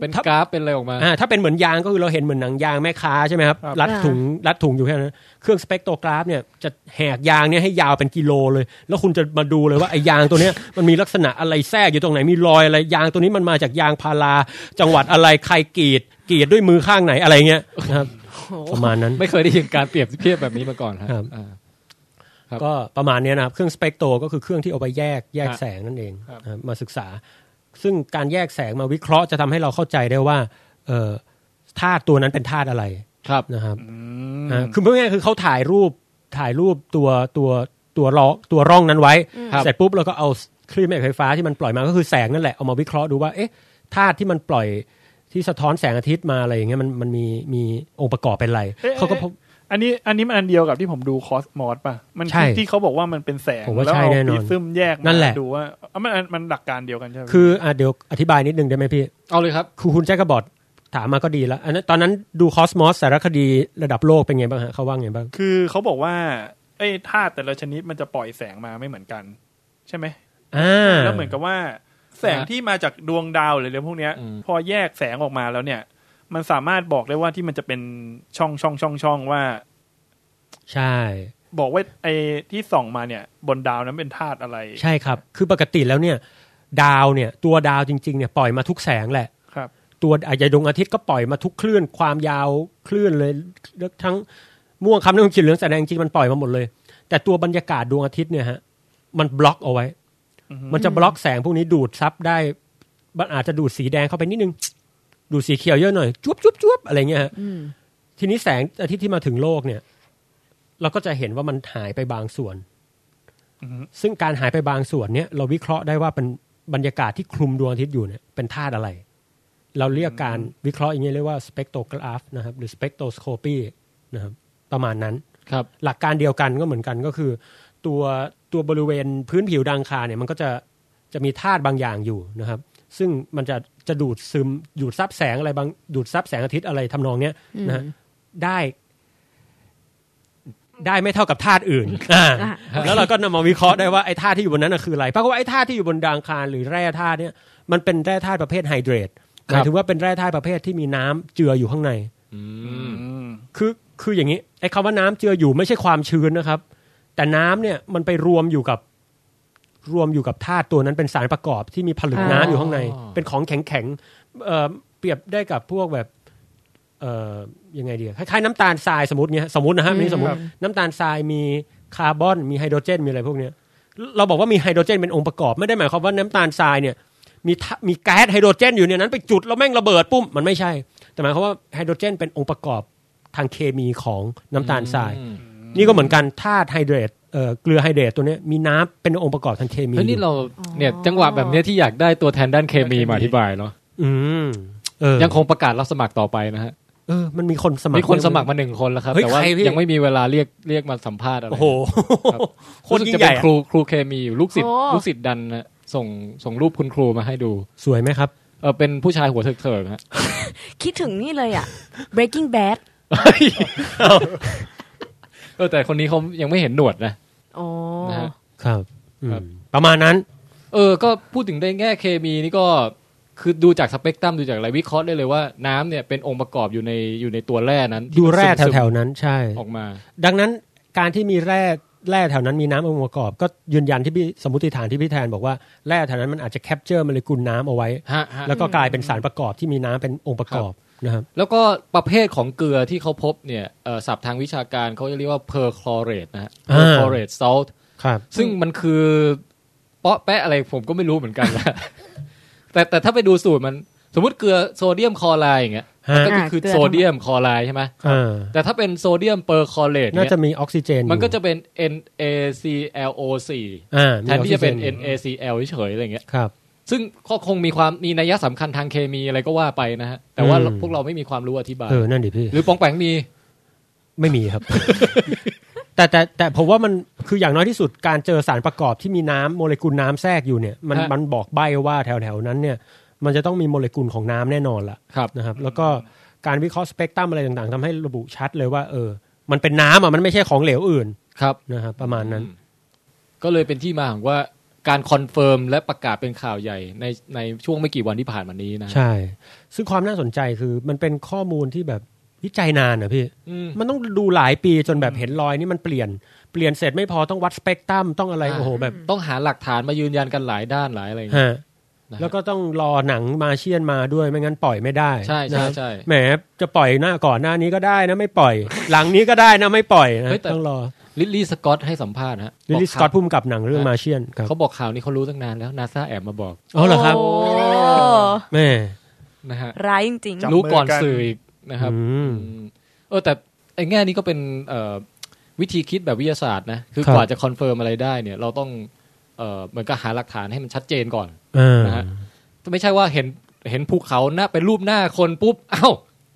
[SPEAKER 4] เป็นกราฟเป็นอะไรออกมา
[SPEAKER 5] อ่าถ้าเป็นเหมือนยางก็คือเราเห็นเหมือนหนังยางแม่ค้าใช่ไหมครับ
[SPEAKER 6] ครับ
[SPEAKER 5] รัดถุงรัดถุงอยู่แค่นั้นเครื่องสเปกโตกราฟเนี่ยจะแหกยางเนี่ยให้ยาวเป็นกิโลเลย แล้วคุณจะมาดูเลยว่าไอ้ยางตัวเนี้ยมันมีลักษณะอะไรแทรกอยู่ตรงไหนมีรอยอะไรยางตัวนี้มันมาจากยางพาราจังหวัดอะไรใครกรีดกรีดด้วยมือข้างไหนอะไรเงี้ยนะครับประมาณนั้น
[SPEAKER 4] ไม่เคยได้ยินการเปรียบเทียบแบบนี้มาก่อนฮะ
[SPEAKER 5] ครับ
[SPEAKER 4] อ่า ครับ
[SPEAKER 5] ก็ประมาณเนี้ยนะครับเครื่องสเปกโตรก็คือเครื่องที่เอาไปแยกแยก
[SPEAKER 4] ครับ
[SPEAKER 5] แสงนั่นเอง
[SPEAKER 4] ครับ
[SPEAKER 5] นะครับมาศึกษา ซึ่งการแยกแสงมาวิเคราะห์จะทำให้เราเข้าใจได้ว่าเอ่อธาตุตัวนั้นเป็นธาตุอะไร
[SPEAKER 4] ครับ
[SPEAKER 5] นะครับ
[SPEAKER 6] อืม
[SPEAKER 5] อ่าคือเพื่อง่ายๆคือเขาถ่ายรูปถ่ายรูปตัวตัวตัวล้อตัวร่องนั้นไว้ เสร็จปุ๊บเราก็เอาคลื่นแม่เหล็กไฟฟ้าที่มันปล่อยมาก็คือแสงนั่นแหละเอามาวิเคราะห์ดูว่าเอ๊ะธาตุที่มันปล่อยที่สะท้อนแสงอาทิตย์มาอะไรอย่างเงี้ยมันมันมีมีองค์ประกอบเป็นอะไร
[SPEAKER 6] อ๊ะ
[SPEAKER 5] เขาก็พบ
[SPEAKER 6] อันนี้อันนี้มันอันเดียวกับที่ผมดูคอสมอสป่ะ มัน
[SPEAKER 5] ใช่
[SPEAKER 6] คือที่เขาบอกว่ามันเป็นแสง
[SPEAKER 5] ผมว่า
[SPEAKER 6] แล้ว
[SPEAKER 5] ใช่
[SPEAKER 6] เอา
[SPEAKER 5] แน่นอน
[SPEAKER 6] ปีซึมแยกมา
[SPEAKER 5] นั่นแหละ
[SPEAKER 6] ดูว่าอ่ะมันมันหลักการเดียวกันใช่ไหม
[SPEAKER 5] คืออ่ะเดี๋ยวอธิบายนิดนึงได้ไหมพี่
[SPEAKER 4] เอาเลยครับ
[SPEAKER 5] คือคุณแจ็คกระบอดถามมาก็ดีแล้วอันนั้นตอนนั้นดูคอสมอสสารคดีระดับโลกเป็นไงบ้างฮะเขาว่าไงบ้าง
[SPEAKER 6] คือเขาบอกว่าไอ้ธาตุแต่ละชนิดมันจะปล่อยแสงมาไม่เหมือนกัน ใช่ไหม
[SPEAKER 5] อ่า
[SPEAKER 6] แล้วเหมือนกับว่าแสงที่มาจากดวงดาวหรืออะไรพวกเนี้ย
[SPEAKER 4] อืม
[SPEAKER 6] พอแยกแสงออกมาแล้วเนี่ย มันสามารถบอกได้ว่าที่มันจะเป็นช่องช่องช่องช่องว่า
[SPEAKER 5] ใช่
[SPEAKER 6] บอกว่าไอ้ที่ส่องมาเนี่ย บนดาวนั้นเป็นธาตุอะไร
[SPEAKER 5] ใช่ครับ คือปกติแล้วเนี่ย ดาวเนี่ย ตัวดาวจริงๆเนี่ยปล่อยมาทุกแสงแหละ
[SPEAKER 6] ครับ
[SPEAKER 5] ตัวอาจจะดวงอาทิตย์ก็ปล่อยมาทุกคลื่นความยาวคลื่นเลยทั้งม่วงคำน้ำเงินเขียวเหลืองแสดงจริงๆมันปล่อยมาหมดเลย แต่ตัวบรรยากาศดวงอาทิตย์เนี่ยฮะมันบล็อกเอาไว้
[SPEAKER 6] อือฮึ
[SPEAKER 5] มันจะบล็อกแสงพวกนี้ดูดซับได้มันอาจจะดูดสีแดงเข้าไปนิดนึง ดูดสีเขียวเยอะหน่อยจุ๊บจุ๊บจุ๊บอะไรเงี้ยฮะทีนี้แสงอาทิตย์ที่มาถึงโลกเนี่ย เราก็จะเห็นว่ามันหายไปบางส่วน
[SPEAKER 6] อือฮึ
[SPEAKER 5] ซึ่งการหายไปบางส่วนเนี่ยเราวิเคราะห์ได้ว่าเป็นบรรยากาศที่คลุมดวงอาทิตย์อยู่เนี่ยเป็นธาตุอะไร เราเรียกการวิเคราะห์อย่างนี้เรียกว่าสเปกโตกราฟนะครับหรือสเปกโตสโคปีนะครับประมาณนั้น
[SPEAKER 4] ครับ
[SPEAKER 5] หลักการเดียวกันก็เหมือนกันก็คือ ตัวตัวบริเวณพื้นผิวดังคารเนี่ยมันก็จะจะมีธาตุบางอย่างอยู่นะครับ ซึ่งมันจะจะดูดซึมดูดซับแสงอะไรบางดูดซับแสงอาทิตย์อะไรทำนองเนี้ยนะฮะได้ ได้ไม่เท่ากับธาตุอื่น อ่าแล้วเราก็นำมาวิเคราะห์ได้ว่าไอ้ธาตุที่อยู่บนนั้นนะคืออะไรปรากฏว่าไอ้ธาตุที่อยู่บนดาวอังคารหรือแร่ธาตุเนี่ยมันเป็นแร่ธาตุประเภทไฮเดรตหมายถึงว่าเป็นแร่ธาตุประเภทที่มีน้ำเจืออยู่ข้างใน
[SPEAKER 6] อืม
[SPEAKER 5] คือคืออย่างนี้ไอ้คำว่าน้ำเจืออยู่ไม่ใช่ความชื้นนะครับ แต่น้ำเนี่ยมันไปรวมอยู่กับรวมอยู่กับธาตุตัวนั้นเป็นสารประกอบที่มีผลึกน้ำอยู่ข้างใน
[SPEAKER 4] อ๋อ
[SPEAKER 5] เป็นของแข็งแข็งๆเอ่อเปรียบได้กับพวกแบบเอ่อยังไงดีคล้ายๆน้ำตาลทรายสมมติเนี้ยสมมตินะฮะนี่สมมติน้ำตาลทรายมีคาร์บอนมีไฮโดรเจน มีอะไรพวกเนี้ยเราบอกว่ามีไฮโดรเจนเป็นองค์ประกอบ ไม่ได้หมายความว่าน้ำตาลทรายเนี่ย มีทะมีแก๊สไฮโดรเจนอยู่ในนั้นไปจุดแล้วแม่งระเบิดปุ๊บมันไม่ใช่ แต่หมายความว่าไฮโดรเจนเป็นองค์ประกอบทางเคมีของน้ำตาลทราย
[SPEAKER 4] อืม
[SPEAKER 5] นี่ก็เหมือนกันธาตุไฮเดรตเอ่อเกลือไฮเดรตตัวเนี้ยมีน้ำเป็นองค์ประกอบทางเคมี
[SPEAKER 4] เฮ้ยนี่เราเนี่ยจังหวะแบบเนี้ยที่อยากได้ตัวแทนด้านเคมีมาอธิบายเนาะ
[SPEAKER 5] อืมเออ
[SPEAKER 4] ยังคงประกาศรับสมัครต่อไปนะฮะ
[SPEAKER 5] เออมันมีคนสมัคร
[SPEAKER 4] มีคนสมัครมาหนึ่งคนแล้วครับ
[SPEAKER 5] เฮ้ย
[SPEAKER 4] แต่ว่า
[SPEAKER 5] ใครพี่
[SPEAKER 4] ยังไม่มีเวลาเรียกเรียกมาสัมภาษณ์อะไร
[SPEAKER 5] โอ้โห
[SPEAKER 4] รับ
[SPEAKER 5] โค
[SPEAKER 4] รู้
[SPEAKER 5] น
[SPEAKER 4] สึก
[SPEAKER 5] ยิ่
[SPEAKER 4] จะ
[SPEAKER 5] งให
[SPEAKER 4] เป็
[SPEAKER 5] ญ่
[SPEAKER 4] น
[SPEAKER 5] อะ
[SPEAKER 4] ครูครูเคมีอยู่ลูกศิษย์
[SPEAKER 7] โอ้
[SPEAKER 4] ลูกศิษย์ดันนะส่งส่งรูปคุณครูมาให้ดู
[SPEAKER 5] สวยไหมครับ
[SPEAKER 4] เออเป็นผู้ชายหัวเถิกๆฮะ
[SPEAKER 7] คิดถึงนี่เลยอ่ะ breaking bad
[SPEAKER 4] เออแต่คนนี้เขายังไม่เห็นหนวดนะ
[SPEAKER 7] อ๋อ
[SPEAKER 4] นะฮะ
[SPEAKER 5] ครับอืม
[SPEAKER 4] ครับ
[SPEAKER 5] ประมาณนั้น
[SPEAKER 4] เออ ก็พูดถึงได้แง่เคมีนี่ก็คือดูจากสเปกตรัมดูจากอะไรวิเคราะห์ได้เลยว่าน้ำเนี่ยเป็นองค์ประกอบอยู่ในอยู่ในตัวแร่นั้น
[SPEAKER 5] ดูแร่
[SPEAKER 4] ซึมๆ
[SPEAKER 5] แถวๆนั้นใช่
[SPEAKER 4] ออกมา
[SPEAKER 5] ดังนั้นการที่มีแร่แร่แถวนั้นมีน้ำองค์ประกอบ ก็ยืนยันที่พี่สมมติฐานที่พี่แทนบอกว่าแร่แถวนั้นมันอาจจะแคปเจอร์โมเลกุลน้ำเอาไว้
[SPEAKER 4] ฮะฮะ
[SPEAKER 5] แล้วก็กลายเป็นสารประกอบที่มีน้ำเป็นองค์ประกอบนะครับ
[SPEAKER 4] แล้วก็ประเภทของเกลือที่เขาพบเนี่ยเอ่อศัพท์ทางวิชาการเขาจะเรียกว่า perchlorate นะฮะ
[SPEAKER 5] อ่า
[SPEAKER 4] perchlorate salt
[SPEAKER 5] ครับ
[SPEAKER 4] ซึ่งมันคือเปาะแปะอะไรผมก็ไม่รู้เหมือนกันนะ แต่แต่ถ้าไปดูสูตรมันสมมติเกลือโซเดียมคลอไรด์อย่างเงี้ย
[SPEAKER 5] ฮะ
[SPEAKER 4] ก็คือ
[SPEAKER 7] เกลือ
[SPEAKER 4] โซเดียมคลอไรด์ใช่ไหม
[SPEAKER 5] อ่า
[SPEAKER 4] แต่ถ้าเป็นโซเดียมเปอร์คลอเรต
[SPEAKER 5] น่า
[SPEAKER 4] เนี่ย
[SPEAKER 5] จะมีออกซิเจนอยู่
[SPEAKER 4] มันก็จะเป็น NaClO4
[SPEAKER 5] อ่ามี
[SPEAKER 4] แทนที่จะเป็น
[SPEAKER 5] ออกซิจอยู่
[SPEAKER 4] NaCl เฉยๆอะไรเงี้ย
[SPEAKER 5] ครับ
[SPEAKER 4] ซึ่งก็คงมีความมีนัยสำคัญทางเคมีอะไรก็ว่าไปนะฮะ แต่ว่า
[SPEAKER 5] อืม
[SPEAKER 4] พวกเราไม่มีความรู้อธิบาย
[SPEAKER 5] เออ นั่นดิพี่
[SPEAKER 4] หรือปองแปงมี
[SPEAKER 5] ไม่มี ครับ แต่แต่แต่ผมว่ามันคืออย่างน้อยที่สุดการเจอสารประกอบที่มีน้ำโมเลกุลน้ำแทรกอยู่เนี่ย มัน
[SPEAKER 4] ฮะ
[SPEAKER 5] มันบอกใบ้ว่าแถวแถวๆนั้นเนี่ย มันจะต้องมีโมเลกุลของน้ำแน่นอนล่ะ
[SPEAKER 4] ครับ
[SPEAKER 5] นะครับแล้วก็การวิเคราะห์สเปกตรัมอะไรต่างๆทำให้ระบุชัดเลยว่า เออ มันเป็นน้ำอ่ะมันไม่ใช่ของเหลวอื่น
[SPEAKER 4] ครับ
[SPEAKER 5] นะครับประมาณนั้น
[SPEAKER 4] ก็เลยเป็นที่มาของว่า การคอนเฟิร์มและประกาศเป็นข่าวใหญ่ในในช่วงไม่กี่วันที่ผ่านมานี้นะ
[SPEAKER 5] ใช่ ซึ่งความน่าสนใจคือมันเป็นข้อมูลที่แบบวิจัยนานอะพี่
[SPEAKER 4] อืม
[SPEAKER 5] มันต้องดูหลายปีจนแบบเห็นรอยนี่มันเปลี่ยน เปลี่ยนเสร็จไม่พอต้องวัดสเปกตรัมต้องอะไร
[SPEAKER 4] อ่า
[SPEAKER 5] โอ้โหแบบ
[SPEAKER 4] ต้องหาหลักฐานมายืนยันกันหลายด้านหลายอะไรอย่างเงี้ย
[SPEAKER 5] ฮะ
[SPEAKER 4] นะฮะ
[SPEAKER 5] แล้วก็ต้องรอหนังมาเชียนมาด้วยไม่งั้นปล่อยไม่ได้
[SPEAKER 4] ใช่ใช่
[SPEAKER 5] นะ
[SPEAKER 4] ใช่
[SPEAKER 5] แหมจะปล่อยหน้าก่อนหน้านี้ก็ได้นะไม่ปล่อย หลังนี้ก็ได้นะไม่ปล่อยนะ
[SPEAKER 4] เฮ้ยแต่
[SPEAKER 5] ต้องรอ
[SPEAKER 4] ลิลลี่สกอตให้สัมภาษณ์ฮะ
[SPEAKER 5] ลิลลี่ส
[SPEAKER 4] บ
[SPEAKER 5] กอ
[SPEAKER 4] ข่า
[SPEAKER 5] ต
[SPEAKER 4] ว
[SPEAKER 5] พุ่มกับหนังเรื่องมาเชียนครับ
[SPEAKER 4] เขาบอกข่าวนี้เขารู้ตั้งนานแล้วนาซาแอบมาบอก
[SPEAKER 5] อ๋อเหรอครับ
[SPEAKER 7] โ
[SPEAKER 5] แม่
[SPEAKER 4] นะฮะ
[SPEAKER 7] ร้ายจริง
[SPEAKER 6] จับมือกัน
[SPEAKER 4] รู้ก่อนสื่ออีกนะครับ
[SPEAKER 5] อืม
[SPEAKER 4] อืมเออแต่ไอ้แง่นี้ก็เป็นเอ่อวิธีคิดแบบวิทยาศาสตร์นะคือ
[SPEAKER 5] ครับ
[SPEAKER 4] กว่าจะคอนเฟิร์มอะไรได้เนี่ยเราต้องเอ่อเหมือนกับหาหลักฐานให้มันชัดเจนก่อน
[SPEAKER 5] อ่า
[SPEAKER 4] นะฮะ ไม่ใช่ว่าเห็นเห็นภูเขาหน้าเป็นรูปหน้าคนปุ๊บเอ้า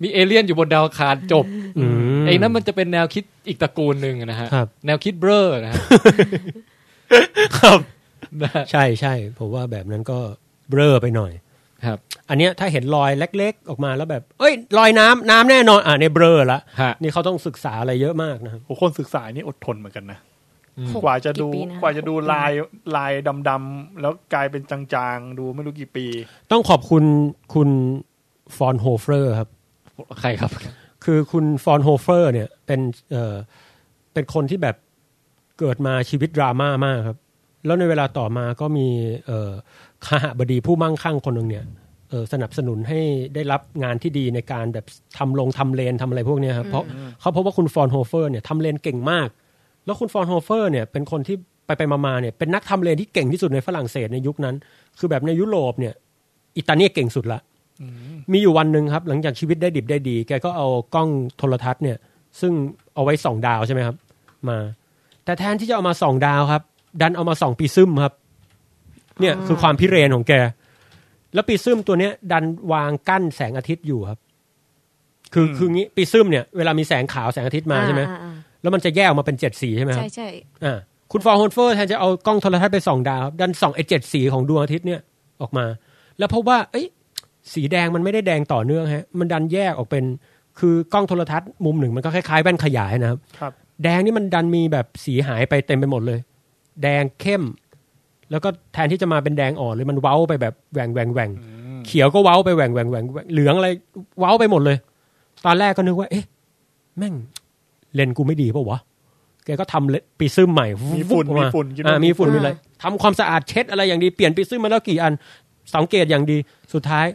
[SPEAKER 4] มีเอเลี่ยนอยู่บนดาวอังคารจบ
[SPEAKER 5] อืม
[SPEAKER 4] ไอ้นั้นมันจะเป็นแนวคิดอีกตระกูลหนึ่งนะฮะ
[SPEAKER 5] ครับ
[SPEAKER 4] แนวคิดเบ้อนะฮะ
[SPEAKER 5] ครับ
[SPEAKER 4] นะฮะ
[SPEAKER 5] ใช่ใช่ผมว่าแบบนั้นก็เบลอไปหน่อย
[SPEAKER 4] ครับ
[SPEAKER 5] อันเนี้ยถ้าเห็นรอยเล็ก ๆ ออกมาแล้วแบบ เอ้ย รอยน้ำน้ำแน่นอนอ่ะเนี่ยเบลอละ
[SPEAKER 4] ฮะ
[SPEAKER 5] นี่เขาต้องศึกษาอะไรเยอะมากนะครับ
[SPEAKER 6] โอ้คนศึกษานี่อดทนเหมือนกันนะ
[SPEAKER 4] อืม
[SPEAKER 7] ๆห
[SPEAKER 6] กว่าจะดู
[SPEAKER 7] ปีนค
[SPEAKER 6] กว่าจะดู
[SPEAKER 7] หปี
[SPEAKER 6] ลายลายดำๆแล้วกลายเป็นจางๆ ดูไม่รู้กี่ปี
[SPEAKER 5] ต้องขอบคุณคุณฟอนโฮเฟอร์ครับ
[SPEAKER 4] ใครครับ
[SPEAKER 5] คือคุณฟอนโฮเฟอร์เนี่ยเป็นเอ่อเป็นคนที่แบบเกิดมาชีวิตดราม่ามากครับ แล้วในเวลาต่อมาก็มีเอ่อขหบดีผู้มั่งคั่งคนหนึ่งเนี่ยเอ่อสนับสนุนให้ได้รับงานที่ดีในการแบบทำลงทำเลนทำอะไรพวกเนี้ยครับเพราะเขาพบว่าคุณฟอนโฮเฟอร์เนี่ยทำเลนเก่งมาก แล้วคุณฟอนโฮเฟอร์เนี่ยเป็นคนที่ไปไปมามาๆเนี่ยเป็นนักทำเลนที่เก่งที่สุดในฝรั่งเศสในยุคนั้น คือแบบในยุโรปเนี่ยอิตาเลียเก่งสุดละ มีอยู่วันหนึ่งครับ หลังจากชีวิตได้ดิบได้ดี แกก็เอากล้องโทรทัศน์เนี่ย ซึ่งเอาไว้ส่องดาวใช่ไหมครับ มา แต่แทนที่จะเอามาส่องดาวครับ ดันเอามาส่องปีซึมครับ เนี่ยคือความพิเรนของแก แล้วปีซึมตัวเนี้ย ดันวางกั้นแสงอาทิตย์อยู่ครับ คือ
[SPEAKER 6] อืม
[SPEAKER 5] คืองี้ปีซึมเนี่ยเวลามีแสงขาวแสงอาทิตย์มาใช่ไหม
[SPEAKER 7] อ่อ่
[SPEAKER 5] แล้วมันจะแยกออกมาเป็นเจ็ดสีใช่ไหม
[SPEAKER 7] อ่า
[SPEAKER 5] ครับ
[SPEAKER 7] ใช่ใช่
[SPEAKER 5] อ่าคุณฟอร์โฮนเฟอร์แทนจะเอากล้องโทรทัศน์ไปส่องดาวครับดันส่องไอเจ็ดสีของดวงอาทิตย์เนี่ยออกมา แล้วพบว่า เอ้ยสีแดงมันไม่ได้แดงต่อเนื่องฮะมันดันแยกออกเป็นคือกล้องโทรทัศน์มุมหนึ่งมันก็คล้ายๆแว่นขยายนะครับ
[SPEAKER 6] ครับ
[SPEAKER 5] แดงนี่มันดันมีแบบสีหายไปเต็มไปหมดเลย แดงเข้ม แล้วก็แทนที่จะมาเป็นแดงอ่อนเลยมันเว้าไปแบบแหว่งแหว่งแหว่งเขียวก็เว้าไปแหว่งแหว่งแหว่งแหว่งเหลืองอะไรเว้าไปหมดเลย ตอนแรกก็นึกว่า เอ๊ะ แม่งเลนส์กูไม่ดีเปล่าวะแกก็ทำเลนส์ปีซึมใหม่
[SPEAKER 6] มีฝุ่น
[SPEAKER 5] วุ๊บออก
[SPEAKER 6] มี
[SPEAKER 5] มา
[SPEAKER 6] ฝุ่นคิดว่า
[SPEAKER 5] อ่ามีฝุ่นมีอะไรทำความสะอาดเช็ดอะไรอย่างดีเปลี่ยนปีซึมมาแล้วกี่อันสังเกตอย่างดีสุดท้าย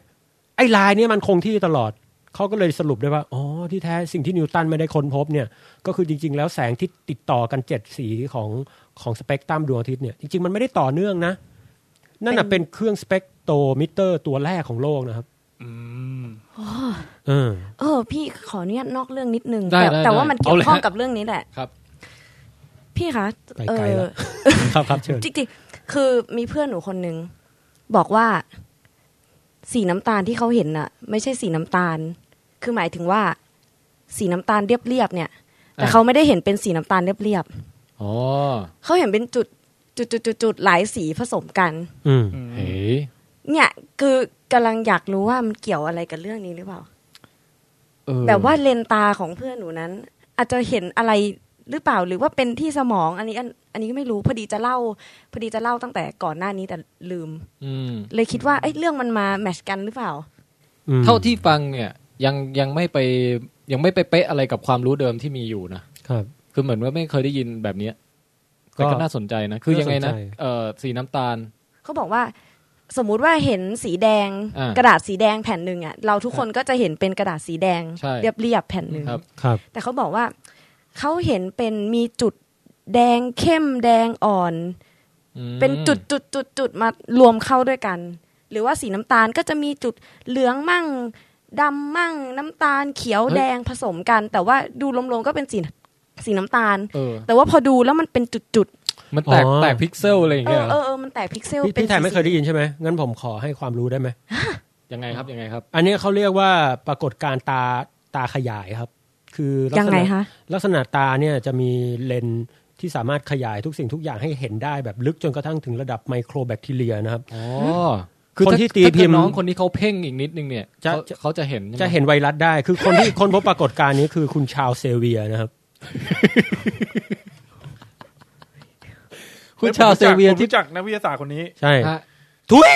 [SPEAKER 5] ไอ้ลายเนี่ยมันคงที่ตลอด เขาก็เลยสรุปได้ว่า อ๋อ ที่แท้สิ่งที่นิวตันไม่ได้ค้นพบเนี่ย ก็คือจริง ๆ แล้วแสงที่ติดต่อกันเจ็ดสีของของสเปกตรัมดวงอาทิตย์เนี่ย จริง ๆ มันไม่ได้ต่อเนื่องนะ นั่นน่ะเป็นเครื่องสเปกโตรมิเตอร์ตัวแรกของโลกนะครับ
[SPEAKER 6] อืม
[SPEAKER 5] เออ
[SPEAKER 7] เออ พี่ขออนุญาตนอกเรื่องนิดนึง
[SPEAKER 4] ได้
[SPEAKER 7] แต่
[SPEAKER 4] ได้
[SPEAKER 7] แต่ว่า
[SPEAKER 4] ได้
[SPEAKER 7] มันเกี่ยว
[SPEAKER 4] เอาเลย
[SPEAKER 7] ข้อง
[SPEAKER 4] ฮะ
[SPEAKER 7] กับเรื่องนี้แหละ
[SPEAKER 4] ครับ
[SPEAKER 7] พี่คะ
[SPEAKER 5] ไป
[SPEAKER 7] เอ
[SPEAKER 5] ไกล
[SPEAKER 7] อ
[SPEAKER 5] ละ ครับครับเชิญ
[SPEAKER 7] จริงๆคือมีเพื่อนหนูคนนึงบอกว่าสีน้ำตาลที่เขาเห็นน่ะ ไม่ใช่สีน้ำตาล คือหมายถึงว่า สีน้ำตาลเรียบๆเนี่ย แต่
[SPEAKER 4] อ่ะ
[SPEAKER 7] เขาไม่ได้เห็นเป็นสีน้ำตาลเรียบ
[SPEAKER 4] อ๋อ
[SPEAKER 7] ๆเขาเห็นเป็นจุดจุดจุดจุดจุดหลายสีผสมกัน
[SPEAKER 5] อืม
[SPEAKER 4] เฮ้ย
[SPEAKER 7] เนี่ยคือกำลังอยากรู้ว่ามันเกี่ยวอะไรกับเรื่องนี้หรือเปล่า
[SPEAKER 4] เออ
[SPEAKER 7] แบบว่าเลนตาของเพื่อนหนูนั้น อาจจะเห็นอะไรหรือเปล่าหรือว่าเป็นที่สมองอันนี้อันอันนี้ก็ไม่รู้พอดีจะเล่า พอดีจะเล่าตั้งแต่ก่อนหน้านี้แต่ลืม
[SPEAKER 4] อืม
[SPEAKER 7] เลยคิดว่าเอ้ยเรื่องมันมาแมชกันหรือเปล่า
[SPEAKER 5] อืม
[SPEAKER 4] เท่าที่ฟังเนี่ยยังยังไม่ไปยังไม่ไปเป๊ะอะไรกับความรู้เดิมที่มีอยู่นะครับ คือเหมือนว่าไม่เคยได้ยินแบบเนี้ย
[SPEAKER 5] ก็
[SPEAKER 4] แต่ก็น่าสนใจนะ คือยังไงนะ
[SPEAKER 5] น่าสนใจ
[SPEAKER 4] เออสีน้ำตาล
[SPEAKER 7] เขาบอกว่า สมมุติว่าเห็นสีแดง
[SPEAKER 4] อ่าก
[SPEAKER 7] ระดาษสีแดงแผ่นหนึ่งอ่ะเราทุกคนก็จะเห็นเป็นกระดาษสีแดง
[SPEAKER 4] ใช่
[SPEAKER 7] เรียบเรียบๆแผ่นหนึ่ง
[SPEAKER 4] ครับ
[SPEAKER 5] ครับ
[SPEAKER 7] แต่เขาบอกว่าเขาเห็นเป็นมีจุดแดงเข้มแดงอ่อน
[SPEAKER 4] อืม
[SPEAKER 7] เป็นจุดจุดจุดจุดมารวมเข้าด้วยกัน หรือว่าสีน้ำตาลก็จะมีจุดเหลืองมั่งดำมั่งน้ำตาลเขียวแดงผสมกัน แต่ว่าดูรวมๆก็เป็นสีสีน้ำตาล
[SPEAKER 4] เออ
[SPEAKER 7] แต่ว่าพอดูแล้วมันเป็นจุด
[SPEAKER 4] มันแตก
[SPEAKER 5] อ๋อ
[SPEAKER 4] แตกพิกเซลอะไรอย่าง
[SPEAKER 7] ๆเอ
[SPEAKER 4] เงี้ย
[SPEAKER 7] อ
[SPEAKER 4] เหร
[SPEAKER 7] เอ
[SPEAKER 4] อ
[SPEAKER 7] อเออมันแตกพิกเซล
[SPEAKER 5] พี่
[SPEAKER 7] เป็น
[SPEAKER 5] พี่ไทยไม่เคย
[SPEAKER 7] สี
[SPEAKER 5] ได้ยินใช่ไหมงั้นผมขอให้ความรู้ได้ไหม
[SPEAKER 4] ยังไงครับยังไงครับ
[SPEAKER 5] อันเนี้ยเขาเรียกว่าปรากฏการณ์ตาตาขยายครับ คือลักษณะ
[SPEAKER 7] ยังไงคะ
[SPEAKER 5] ลักษณะตาเนี่ยจะมีเลนส์ที่สามารถขยายทุกสิ่งทุกอย่างให้เห็นได้แบบลึกจนกระทั่งถึงระดับไมโครแบคทีเรียนะครับ
[SPEAKER 4] อ๋อ
[SPEAKER 5] คือ
[SPEAKER 4] ถ้า
[SPEAKER 5] ที่ตี
[SPEAKER 4] ถ้าเกิด
[SPEAKER 5] พิมพ์
[SPEAKER 4] น้องคนนี้เขาเพ่งอีกนิดนึงเนี่ย
[SPEAKER 5] จะ
[SPEAKER 4] เขาเขาจะเห็นใช่ไม
[SPEAKER 5] จะเห็นไวรัสได้ คือคนที่ คนพบปรากฏการณ์นี้คือคุณ ชาวเซเวียนะครับ
[SPEAKER 4] ค คุณชาวเซเวีย
[SPEAKER 6] ผม
[SPEAKER 4] ที่
[SPEAKER 6] รู้จักนักวิทยาศาสตร์คนนี้
[SPEAKER 5] ใช่
[SPEAKER 4] ฮะ
[SPEAKER 5] ทุย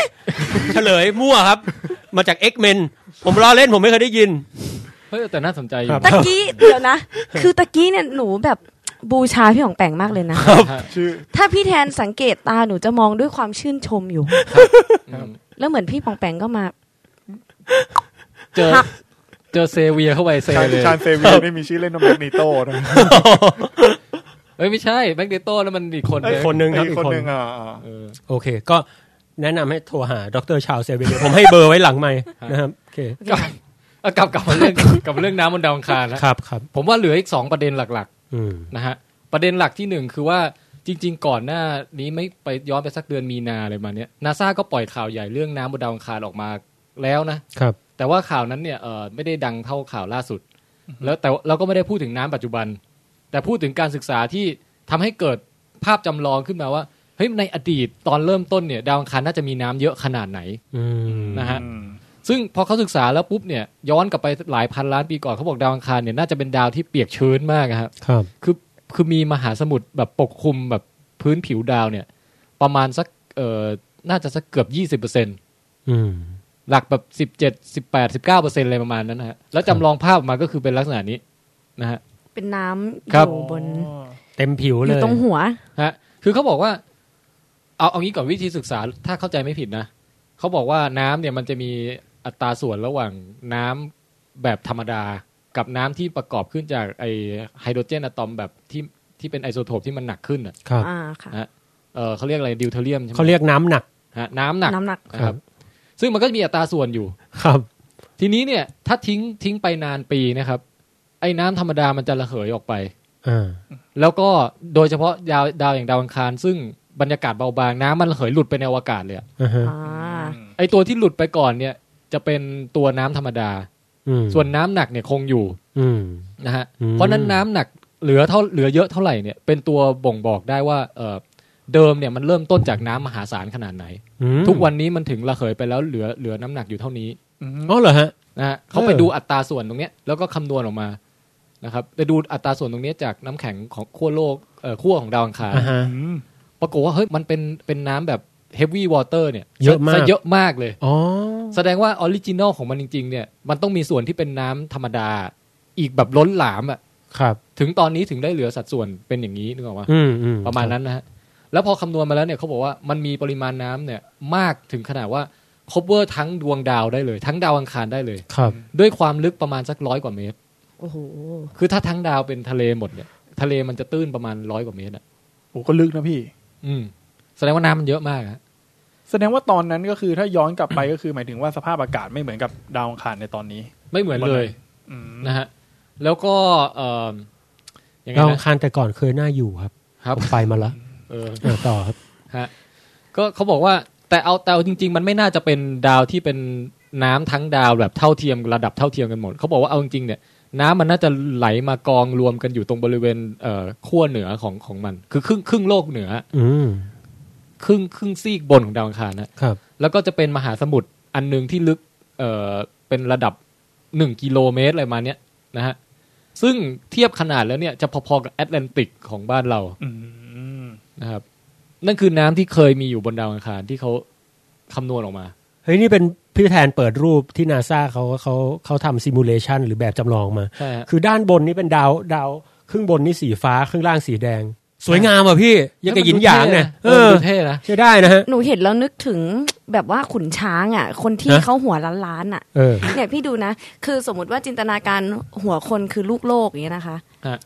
[SPEAKER 5] เฉลยมั่วครับ มาจาก X-Men ผมล้อเล่นผมไม่เคยได้ยิน
[SPEAKER 4] เฮ้ยแต่น่าสนใจอยู่
[SPEAKER 5] ครับ
[SPEAKER 7] ตะกี้เดี๋ยวนะ คือตะกี้เนี่ยหนูแบบบูชาพี่ของแปงมากเลย นะ
[SPEAKER 6] ชื่อ
[SPEAKER 7] ถ้าพี่แทนสังเกตตาหนูจะมองด้วยความชื่นชมอยู่
[SPEAKER 4] อืม
[SPEAKER 7] แล้วเหมือนพี่ปองแปงก็มา
[SPEAKER 4] เจอ
[SPEAKER 7] หัก
[SPEAKER 4] เจอเซเวียเข้าไปเซ
[SPEAKER 6] ชาญ
[SPEAKER 4] เลย
[SPEAKER 6] ชาญเซเวียไม่มีชื่อเล่นว่าแมกนิโตนะ
[SPEAKER 4] เอ้ยไม่ใช่แบงค์เดโต้แล้วมันอีกคน
[SPEAKER 5] อีกคนนึงครับ
[SPEAKER 6] อี
[SPEAKER 5] อี
[SPEAKER 6] ก
[SPEAKER 5] ก
[SPEAKER 6] ค
[SPEAKER 5] คน น
[SPEAKER 6] หนึ่งอ่ะ
[SPEAKER 4] เออ
[SPEAKER 5] โอเค ก็แนะนำให้โทรหาดรชาวเซเวียผมให้เบอร์ไว้หลังไม่นะครับโอเค
[SPEAKER 4] กลับเอากลับกลับมาเรื่องกลับมาเรื่องน้ำบนดาวอังคารนะครับ
[SPEAKER 5] ครับ
[SPEAKER 4] ผมว่าเหลืออีกสองประเด็นหลัก ๆ
[SPEAKER 5] อืม
[SPEAKER 4] นะฮะประเด็นหลักที่หนึ่งคือว่าจริง ๆ ก่อนหน้านี้ไม่ไปย้อนไปสักเดือนมีนาอะไรมาเนี้ยนาซาก็ปล่อยข่าวใหญ่เรื่องน้ำบนดาวอังคารออกมาแล้วนะครับ แต่ว่าข่าวนั้นเนี่ยเออไม่ได้ดังเท่าข่าวล่าสุด แล้วแต่เราก็ไม่ได้พูดถึงน้ำปัจจุบัน แต่พูดถึงการศึกษาที่ทำให้เกิดภาพจำลองขึ้นมาว่าเฮ้ยในอดีตตอนเริ่มต้นเนี่ยดาวอังคารน่าจะมีน้ำเยอะขนาดไหน
[SPEAKER 5] อืม
[SPEAKER 4] นะฮะ
[SPEAKER 6] อืม
[SPEAKER 4] ซึ่งพอเขาศึกษาแล้วปุ๊บเนี่ยย้อนกลับไปหลายพันล้านปีก่อนเขาบอกดาวอังคารเนี่ยน่าจะเป็นดาวที่เปียกชื้นมากอะครับ
[SPEAKER 5] ครับ
[SPEAKER 4] คือคือมีมหาสมุทรแบบปกคลุมแบบพื้นผิวดาวเนี่ย ประมาณสักเอ่อน่าจะสักเกือบยี่สิบเปอร์เซ็น
[SPEAKER 5] อืม
[SPEAKER 4] หลักแบบสิบเจ็ดสิบแปดสิบเก้าเปอร์เซ็นอะไรประมาณนั้นนะฮะแล้วจำลองภาพออกมาก็คือเป็นลักษณะนี้นะฮะ
[SPEAKER 7] เป็นน้ำอ
[SPEAKER 4] ครับ
[SPEAKER 7] ยู่บน
[SPEAKER 6] อ๋อ
[SPEAKER 5] เต็มผิว
[SPEAKER 7] อ
[SPEAKER 5] เล
[SPEAKER 7] ยู่
[SPEAKER 5] ย
[SPEAKER 7] ตรงหัว
[SPEAKER 4] ฮะคือเขาบอกว่า เอาเอางี้ก่อนวิธีศึกษาถ้าเข้าใจไม่ผิดนะเขาบอกว่าน้ำเนี่ยมันจะมีอัตราส่วนระหว่างน้ำแบบธรรมดา กับน้ำที่ประกอบขึ้นจากไอไฮโดรเจนอะตอมแบบที่ที่เป็นไอโซโทปที่มันหนักขึ้นอ่ะ
[SPEAKER 5] ครับ
[SPEAKER 7] อ่าค่ะ
[SPEAKER 4] เออเขาเรียกอะไรดิวเทเรียมใช่ไหม
[SPEAKER 5] เขาเรียกน้ำหนัก
[SPEAKER 4] ฮะน้ำหนัก
[SPEAKER 7] น้ำหนัก
[SPEAKER 4] นะค
[SPEAKER 5] ครั
[SPEAKER 4] รับบ ซึ่งมันก็จะมีอัตราส่วนอยู่
[SPEAKER 5] ครับ
[SPEAKER 4] ทีนี้เนี่ย ถ้าทิ้งทิ้งไปนานปีนะครับ ไอ้น้ำธรรมดามันจะระเหยออกไป
[SPEAKER 5] อ่า
[SPEAKER 4] แล้วก็โดยเฉพาะดาวดาวอย่างดาวอังคาร ซึ่งบรรยากาศเบาบางน้ำมันระเหยหลุดไปในอวกาศเลยอะ
[SPEAKER 5] อ่าฮะ
[SPEAKER 7] อ่า
[SPEAKER 4] ไอ้ตัวที่หลุดไปก่อนเนี่ย จะเป็นตัวน้ำธรรมดา
[SPEAKER 5] อืม
[SPEAKER 4] ส่วนน้ำหนักเนี่ยคงอยู่
[SPEAKER 5] อืม
[SPEAKER 4] นะฮะ
[SPEAKER 5] อืม
[SPEAKER 4] เพราะฉะนั้นน้ำหนักเหลือเท่าเหลือเยอะเท่าไหร่เนี่ยเป็นตัวบ่งบอกได้ว่าเออเดิมเนี่ยมันเริ่มต้นจากน้ำมหาศาลขนาดไหน
[SPEAKER 5] อืม
[SPEAKER 4] ทุกวันนี้มันถึงระเหยไปแล้วเหลือเหลือน้ำหนักอยู่เท่านี้
[SPEAKER 6] อืม
[SPEAKER 5] อ๋อเหรอฮะ
[SPEAKER 4] นะฮะเขาไปดูอัตราส่วนตรงเนี้ยแล้วก็คำนวณออกมานะครับไปดูอัตราส่วนตรงเนี้ยจากน้ำแข็งของขั้วโลกเอ่อขั้วของดาวอังคาร
[SPEAKER 5] อ่าฮะ
[SPEAKER 6] อืม
[SPEAKER 4] ปรากฏว่าเฮ้ยมันเป็นเป็นน้ำแบบเฮฟวี่วอเตอร์เนี่ย
[SPEAKER 5] เยอะมาก
[SPEAKER 4] ซเยอะมากเลย
[SPEAKER 5] อ๋อ
[SPEAKER 4] แสดงว่าออริจินอลของมันจริง ๆ เนี่ย มันต้องมีส่วนที่เป็นน้ำธรรมดา อีกแบบล้นหลามอ่ะ
[SPEAKER 5] ครับ
[SPEAKER 4] ถึงตอนนี้ถึงได้เหลือสัดส่วนเป็นอย่างนี้นึกออกปะ
[SPEAKER 5] อืมอืม
[SPEAKER 4] ประมาณนั้นนะฮะแล้วพอคำนวณมาแล้วเนี่ยเขาบอกว่ามันมีปริมาณน้ำเนี่ยมากถึงขนาดว่าครอบเวอร์ทั้งดวงดาวได้เลย ทั้งดาวอังคารได้เลย
[SPEAKER 5] ครับ
[SPEAKER 4] ด้วยความลึกประมาณสักร้อยกว่าเมตร
[SPEAKER 7] โอ้โห
[SPEAKER 4] คือถ้าทั้งดาวเป็นทะเลหมดเนี่ย ทะเลมันจะตื้นประมาณร้อยกว่าเมตรอ่ะ
[SPEAKER 6] โอ้ก็ลึกนะพี่
[SPEAKER 4] อืมแสดงว่าน้ำมันเยอะมากอะ
[SPEAKER 6] แสดงว่าตอนนั้นก็คือถ้าย้อนกลับไปก็คือหมายถึงว่าสภาพอากาศไม่เหมือนกับดาวอังคารในตอนนี้
[SPEAKER 4] ไม่เหมือนเลย
[SPEAKER 6] อืม
[SPEAKER 4] นะฮะ แล้วก็เอ่อยังไง
[SPEAKER 5] ดาวอัง
[SPEAKER 4] นะ
[SPEAKER 5] คารแต่ก่อนเคยน่าอยู่ครับ
[SPEAKER 4] ครับ
[SPEAKER 5] ผมไปมาละ
[SPEAKER 4] เออ
[SPEAKER 5] เออต่อครับ
[SPEAKER 4] ก็เขาบอกว่า แต่เอาแต่เอาจริง ๆ มันไม่น่าจะเป็นดาวที่เป็นน้ำทั้งดาวแบบเท่าเทียมระดับเท่าเทียมกันหมด เขาบอกว่าเอาจริงๆเนี่ย น้ำมันน่าจะไหลมากองรวมกันอยู่ตรงบริเวณเอ่อขั้วเหนือของของมัน คือครึ่งครึ่งโลกเหนือ
[SPEAKER 5] อืม
[SPEAKER 4] ครึ่งครึ่งซีกบนของดาวอังคารนะ
[SPEAKER 5] ครับ
[SPEAKER 4] แล้วก็จะเป็นมหาสมุทรอันหนึ่งที่ลึกเอ่อเป็นระดับหนึ่งกิโลเมตรอะไรมาเนี้ยนะฮะซึ่งเทียบขนาดแล้วเนี่ยจะพอๆกับแอตแลนติกของบ้านเรา
[SPEAKER 6] อืม
[SPEAKER 4] นะครับ นั่นคือน้ำที่เคยมีอยู่บนดาวอังคารที่เขาคำนวณออกมา
[SPEAKER 5] เฮ้ย นี่เป็นพี่แทนเปิดรูปที่นาซาเขาเขาเขาทำซิมูเลชันหรือแบบจำลองมา
[SPEAKER 4] ใช่ฮะ
[SPEAKER 5] คือด้านบนนี่เป็นดาวดาว ครึ่งบนนี่สีฟ้า ครึ่งล่างสีแดง สวยงามอ่ะพี่ ยังกับหยินหยางเนี่ย
[SPEAKER 4] เอ
[SPEAKER 5] เอ
[SPEAKER 4] อ
[SPEAKER 5] อ
[SPEAKER 4] มันดูเท่นะ
[SPEAKER 5] ใช่ได้นะฮะ
[SPEAKER 7] หนูเห็นแล้วนึกถึงแบบว่าขุนช้างอ่ะ คนที่
[SPEAKER 5] ฮะ
[SPEAKER 7] เขาหัวล้านล้านๆอ่ะ
[SPEAKER 5] เออ
[SPEAKER 7] เนี่ยพี่ดูนะ คือสมมติว่าจินตนาการหัวคนคือลูกโลกอย่างเงี้ยนะคะ
[SPEAKER 4] ฮะ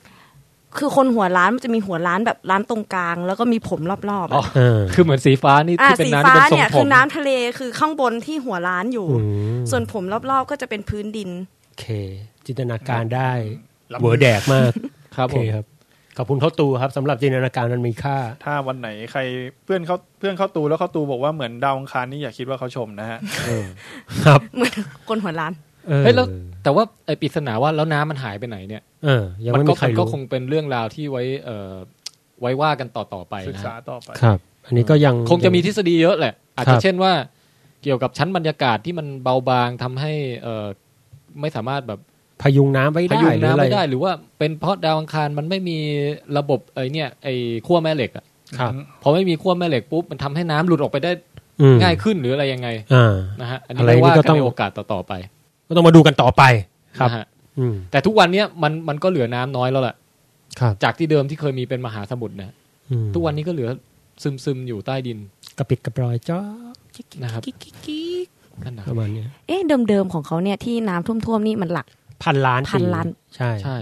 [SPEAKER 7] คือคนหัวล้านมันจะมีหัวล้านแบบล้านตรงกลาง แล้วก็มีผมรอบๆ
[SPEAKER 4] อ๋อ
[SPEAKER 7] อะ
[SPEAKER 5] เออ
[SPEAKER 4] คือเหมือนสีฟ้านี่
[SPEAKER 7] อ่า
[SPEAKER 4] ที่เป็น
[SPEAKER 7] สี
[SPEAKER 4] น้ำที่
[SPEAKER 7] ฟ้า
[SPEAKER 4] เป็นทรง
[SPEAKER 7] เนี่ย
[SPEAKER 4] ผ
[SPEAKER 7] คือ
[SPEAKER 4] ม
[SPEAKER 7] น้ำทะเลคือข้างบนที่หัวล้านอยู่
[SPEAKER 5] อืม
[SPEAKER 7] ส่วนผมรอบๆก็จะเป็นพื้นดิน
[SPEAKER 5] โอเค จินตนาการได้เวอร์แดกมาก
[SPEAKER 4] ครับ
[SPEAKER 5] โอ
[SPEAKER 4] ผ
[SPEAKER 5] เค
[SPEAKER 4] ม
[SPEAKER 5] ครับ ขอบคุณเข้าตูครับสำหรับจินตนาการมันมีค่า
[SPEAKER 6] ถ้าวันไหนใครเพื่อนเขาเพื่อนเขาตูแล้วเขาตูบอกว่าเหมือนดาวอังคารนี่อย่าคิดว่าเขาชมนะฮะ
[SPEAKER 5] ครับ
[SPEAKER 7] เหมือนคนหัวล้าน
[SPEAKER 5] เออ
[SPEAKER 4] เฮ้ยแล้วแต่ว่าไอปริศนาว่าแล้วน้ำมันหายไปไหนเนี่ย
[SPEAKER 5] เออ ยัง
[SPEAKER 4] มั
[SPEAKER 5] ไม่
[SPEAKER 4] ก็
[SPEAKER 5] มีใคร
[SPEAKER 4] มันก็
[SPEAKER 5] รู้
[SPEAKER 4] คงเป็นเรื่องราวที่ไว้เอ่อไว้ว่ากันต่อๆไป
[SPEAKER 6] ศึก
[SPEAKER 4] นะ
[SPEAKER 6] ษา
[SPEAKER 4] ฮะ
[SPEAKER 6] ต่อไป
[SPEAKER 5] ครับ อันนี้ก็ยัง
[SPEAKER 4] คงจะมีทฤษฎีเยอะแหละ อาจ
[SPEAKER 5] ครั
[SPEAKER 4] จะ
[SPEAKER 5] บ
[SPEAKER 4] เช่นว่าเกี่ยวกับชั้นบรรยากาศที่มันเบาบางทำให้เอ่อไม่สามารถแบบ
[SPEAKER 5] พยุงน้ำไว้
[SPEAKER 4] พ
[SPEAKER 5] ได้
[SPEAKER 4] ยุง
[SPEAKER 5] หรือ
[SPEAKER 4] น้ำ
[SPEAKER 5] อะไร
[SPEAKER 4] ไม่ได้ หรือว่าเป็นเพราะดาวอังคารมันไม่มีระบบไอเนี่ยไอขั้วแม่เหล็กอะ
[SPEAKER 5] ครับ
[SPEAKER 4] พอไม่มีขั้วแม่เหล็กปุ๊บมันทำให้น้ำหลุดออกไปได้
[SPEAKER 5] อืม
[SPEAKER 4] ง่ายขึ้นหรืออะไรยังไง
[SPEAKER 5] อ่า
[SPEAKER 4] นะฮะอัน
[SPEAKER 5] อะ
[SPEAKER 4] นี้
[SPEAKER 5] ไรนี่
[SPEAKER 4] ไม่ว่า
[SPEAKER 5] ก็
[SPEAKER 4] กัน
[SPEAKER 5] ต้อง
[SPEAKER 4] ในโอกาสต่อๆไป
[SPEAKER 5] ก็ต้องมาดูกันต่อไปครับ
[SPEAKER 4] นะฮะ
[SPEAKER 5] อืม
[SPEAKER 4] แต่ทุกวันเนี้ยมันมันก็เหลือน้ำน้อยแล้วล่ะ
[SPEAKER 5] ครับ
[SPEAKER 4] จากที่เดิมที่เคยมีเป็นมหาสมุทรนะ
[SPEAKER 5] อืม
[SPEAKER 4] ทุกวันนี้ก็เหลือซึมซึมๆอยู่ใต้ดิน
[SPEAKER 5] กระปิดกระปลอยจ้อ
[SPEAKER 4] นะครับ
[SPEAKER 7] กิ๊กกิ๊กกิ๊ก
[SPEAKER 4] นั่นนะ
[SPEAKER 5] ประมาณเนี้ย
[SPEAKER 7] เอ๊ะเดิมๆของเขาเนี่ยที่น้ำท่วมๆนี่มันหลัก
[SPEAKER 5] พันล้าน
[SPEAKER 7] พัน
[SPEAKER 5] ปี
[SPEAKER 7] ล้าน
[SPEAKER 5] ใช่
[SPEAKER 4] ใช่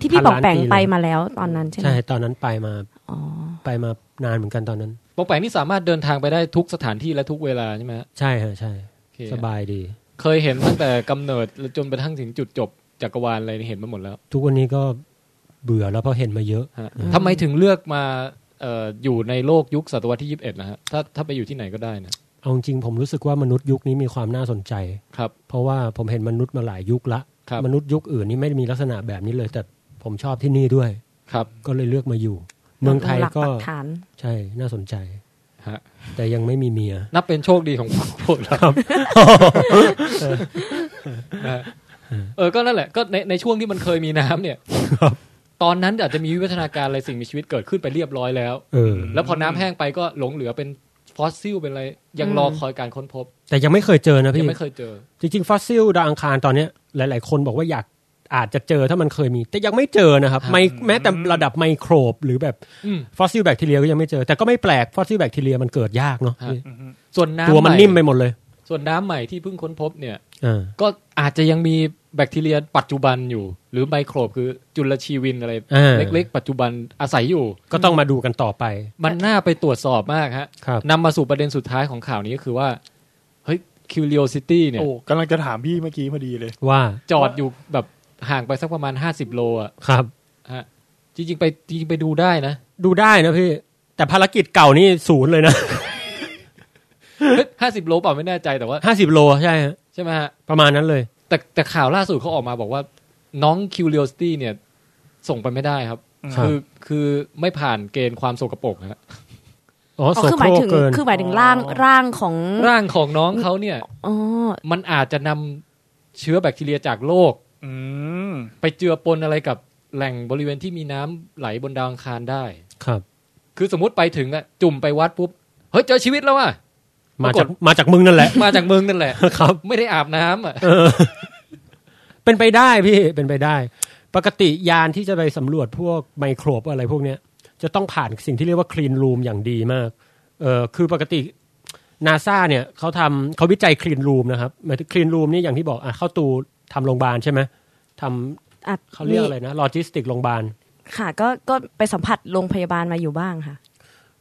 [SPEAKER 7] ที่พี่บอกแปลงไปมาแล้วตอนนั้นใช่ไหม
[SPEAKER 5] ใช่ตอนนั้นไปมา
[SPEAKER 7] อ๋อ
[SPEAKER 5] ไปมานานเหมือนกันตอนนั้น
[SPEAKER 4] ปองแปงนี่สามารถเดินทางไปได้ทุกสถานที่และทุกเวลาใช่ไหมฮะ
[SPEAKER 5] ใช่ฮะใช่
[SPEAKER 4] โอเค
[SPEAKER 5] สบายดี
[SPEAKER 4] เคยเห็นตั้งแต่กำเนิดจนไปทั้งถึงจุดจบจักรวาลอะไรนี่เห็นมาหมดแล้ว
[SPEAKER 5] ทุกวันนี้ก็เบื่อแล้วเพราะเห็นมาเยอะ
[SPEAKER 4] ฮะทำไมถึงเลือกมาเอ่ออยู่ในโลกยุคศตวรรษที่ 21นะฮะถ้าถ้าไปอยู่ที่ไหนก็ได้นะ
[SPEAKER 5] เอาจริงๆผมรู้สึกว่ามนุษย์ยุคนี้มีความน่าสนใจ
[SPEAKER 4] ครับ
[SPEAKER 5] เพราะว่าผมเห็นมนุษย์มาหลายยุคละ
[SPEAKER 4] ครับ
[SPEAKER 5] มนุษย์ยุคอื่นนี่ไม่ได้มีลักษณะแบบนี้เลย แต่ผมชอบที่นี่ด้วย
[SPEAKER 4] ครับ
[SPEAKER 5] ก็เลยเลือกมาอยู่ เมืองไทย
[SPEAKER 7] หลัก
[SPEAKER 5] ก็
[SPEAKER 7] ปัฐาน
[SPEAKER 5] ใช่น่าสนใจ
[SPEAKER 4] ฮะ
[SPEAKER 5] แต่ยังไม่มีเมีย
[SPEAKER 4] นับเป็นโชคดีของพวกเรานะฮะเออก็นั่นแหละก็ในในช่วงที่มันเคยมีน้ำเนี่ย
[SPEAKER 5] ครับ
[SPEAKER 4] ตอนนั้นอาจจะมีวิวัฒนาการอะไรสิ่งมีชีวิตเกิดขึ้นไปเรียบร้อยแล้ว
[SPEAKER 5] เออ
[SPEAKER 4] แล้วพอน้ำแห้งไปก็หลงเหลือเป็นฟอสซิลเป็นอะไรยังรอคอยการค้นพบ
[SPEAKER 5] แต่ยังไม่เคยเจอนะ
[SPEAKER 4] ยั
[SPEAKER 5] พี่
[SPEAKER 4] งไม่เคยเจอ
[SPEAKER 5] จริงๆฟอสซิลดาวอังคารตอนเนี้ยหลาย ๆ คนบอกว่าอยากอาจจะเจอถ้ามันเคยมี แต่ยังไม่เจอนะครับ
[SPEAKER 4] ครับ
[SPEAKER 5] ไมแม้แต่ระดับไมโครบหรือแบบ
[SPEAKER 4] อืม
[SPEAKER 5] ฟอสซิลแบคทีเรียก็ยังไม่เจอ แต่ก็ไม่แปลกฟอสซิลแบคทีเรียมันเกิดยากเนาะพี่
[SPEAKER 4] ส่วนน้ำ
[SPEAKER 5] ตัวมัน
[SPEAKER 4] ให
[SPEAKER 5] นิ่มไปหมดเลย
[SPEAKER 4] ส่วนน้ำใหม่ที่เพิ่งค้นพบเนี่ย
[SPEAKER 5] อ่า
[SPEAKER 4] ก็อาจจะยังมีแบคทีเรียปัจจุบันอยู่ หรือไมโครบคือจุลชีวินอะไร
[SPEAKER 5] เออ
[SPEAKER 4] เล็กๆ ปัจจุบันอาศัยอยู่
[SPEAKER 5] ก็ต้องมาดูกันต่อไป
[SPEAKER 4] มันน่าไปตรวจสอบมากฮะ
[SPEAKER 5] ครับ
[SPEAKER 4] นำมาสู่ประเด็นสุดท้ายของข่าวนี้ก็คือว่า เฮ้ย curiosity เนี่ย
[SPEAKER 6] โอ้กำลังจะถามพี่เมื่อกี้พอดีเลย
[SPEAKER 5] ว่า
[SPEAKER 4] จอดอยู่แบบห่างไปสักประมาณ 50 โลอ่ะ
[SPEAKER 5] ครับ
[SPEAKER 4] ฮะจริงๆไปจริงๆไปดูได้นะ
[SPEAKER 5] ดูได้นะพี่ แต่ภารกิจเก่านี่ศูนย์เลยนะ
[SPEAKER 4] ห้าสิบโลเปล่าไม่แน่ใจแต่ว่า
[SPEAKER 5] ห้าสิบโลใช่ฮะ
[SPEAKER 4] ใช่ไหมฮะ
[SPEAKER 5] ประมาณนั้นเลย
[SPEAKER 4] แต่แต่ข่าวล่าสุดเขาออกมาบอกว่า น้อง curiosity เนี่ย ส่งไปไม่ได้ครับ
[SPEAKER 5] ครับ
[SPEAKER 4] คือคือไม่ผ่านเกณฑ์ความโสกรปรกฮะ
[SPEAKER 5] อ๋อ
[SPEAKER 7] อ๋อ
[SPEAKER 5] โสโค
[SPEAKER 7] คือหมารย
[SPEAKER 5] ก
[SPEAKER 7] ถึง
[SPEAKER 5] เกิน
[SPEAKER 7] คือหมายถึงร่างร่างของ
[SPEAKER 4] ร่างของน้องเขาเนี่ย
[SPEAKER 7] อ๋อ
[SPEAKER 4] มันอาจจะนำเชื้อแบคทีเรียจากโลก
[SPEAKER 6] อืม
[SPEAKER 4] ไปเจือปนอะไรกับแหล่งบริเวณที่มีน้ำไหลบนดาวอังคารได้
[SPEAKER 5] ครับ
[SPEAKER 4] คือสมมติไปถึงอะจุ่มไปวัดปุ๊บ เฮ้ย เจอชีวิตแล้วอ่ะ
[SPEAKER 5] มา
[SPEAKER 4] ปรากฏ
[SPEAKER 5] จากมาจากมึงนั่นแหละ
[SPEAKER 4] มาจากเมืองนั่นแหละ
[SPEAKER 5] ครับ
[SPEAKER 4] ไม่ได้อาบน้ำอ่ะ
[SPEAKER 5] เอ อเป็นไปได้พี่ เป็นไปได้ ปกติยานที่จะไปสำรวจพวกไมโครบอะไรพวกเนี้ย จะต้องผ่านสิ่งที่เรียกว่าคลีนรูมอย่างดีมาก เออคือปกตินาซาเนี่ยเขาทำเขาวิจัยคลีนรูมนะครับหมายถึงคลีนรูมนี่อย่างที่บอกอ่ะเข้าตูทำโรงพยาบาลใช่ไหมท
[SPEAKER 7] อ่ะ
[SPEAKER 5] ำเขาเรียกอะไรนะโลจิสติกโรงพยาบาล
[SPEAKER 7] ค่ะก็ก็ไปสัมผัสโรงพยาบาลมาอยู่บ้างค่ะ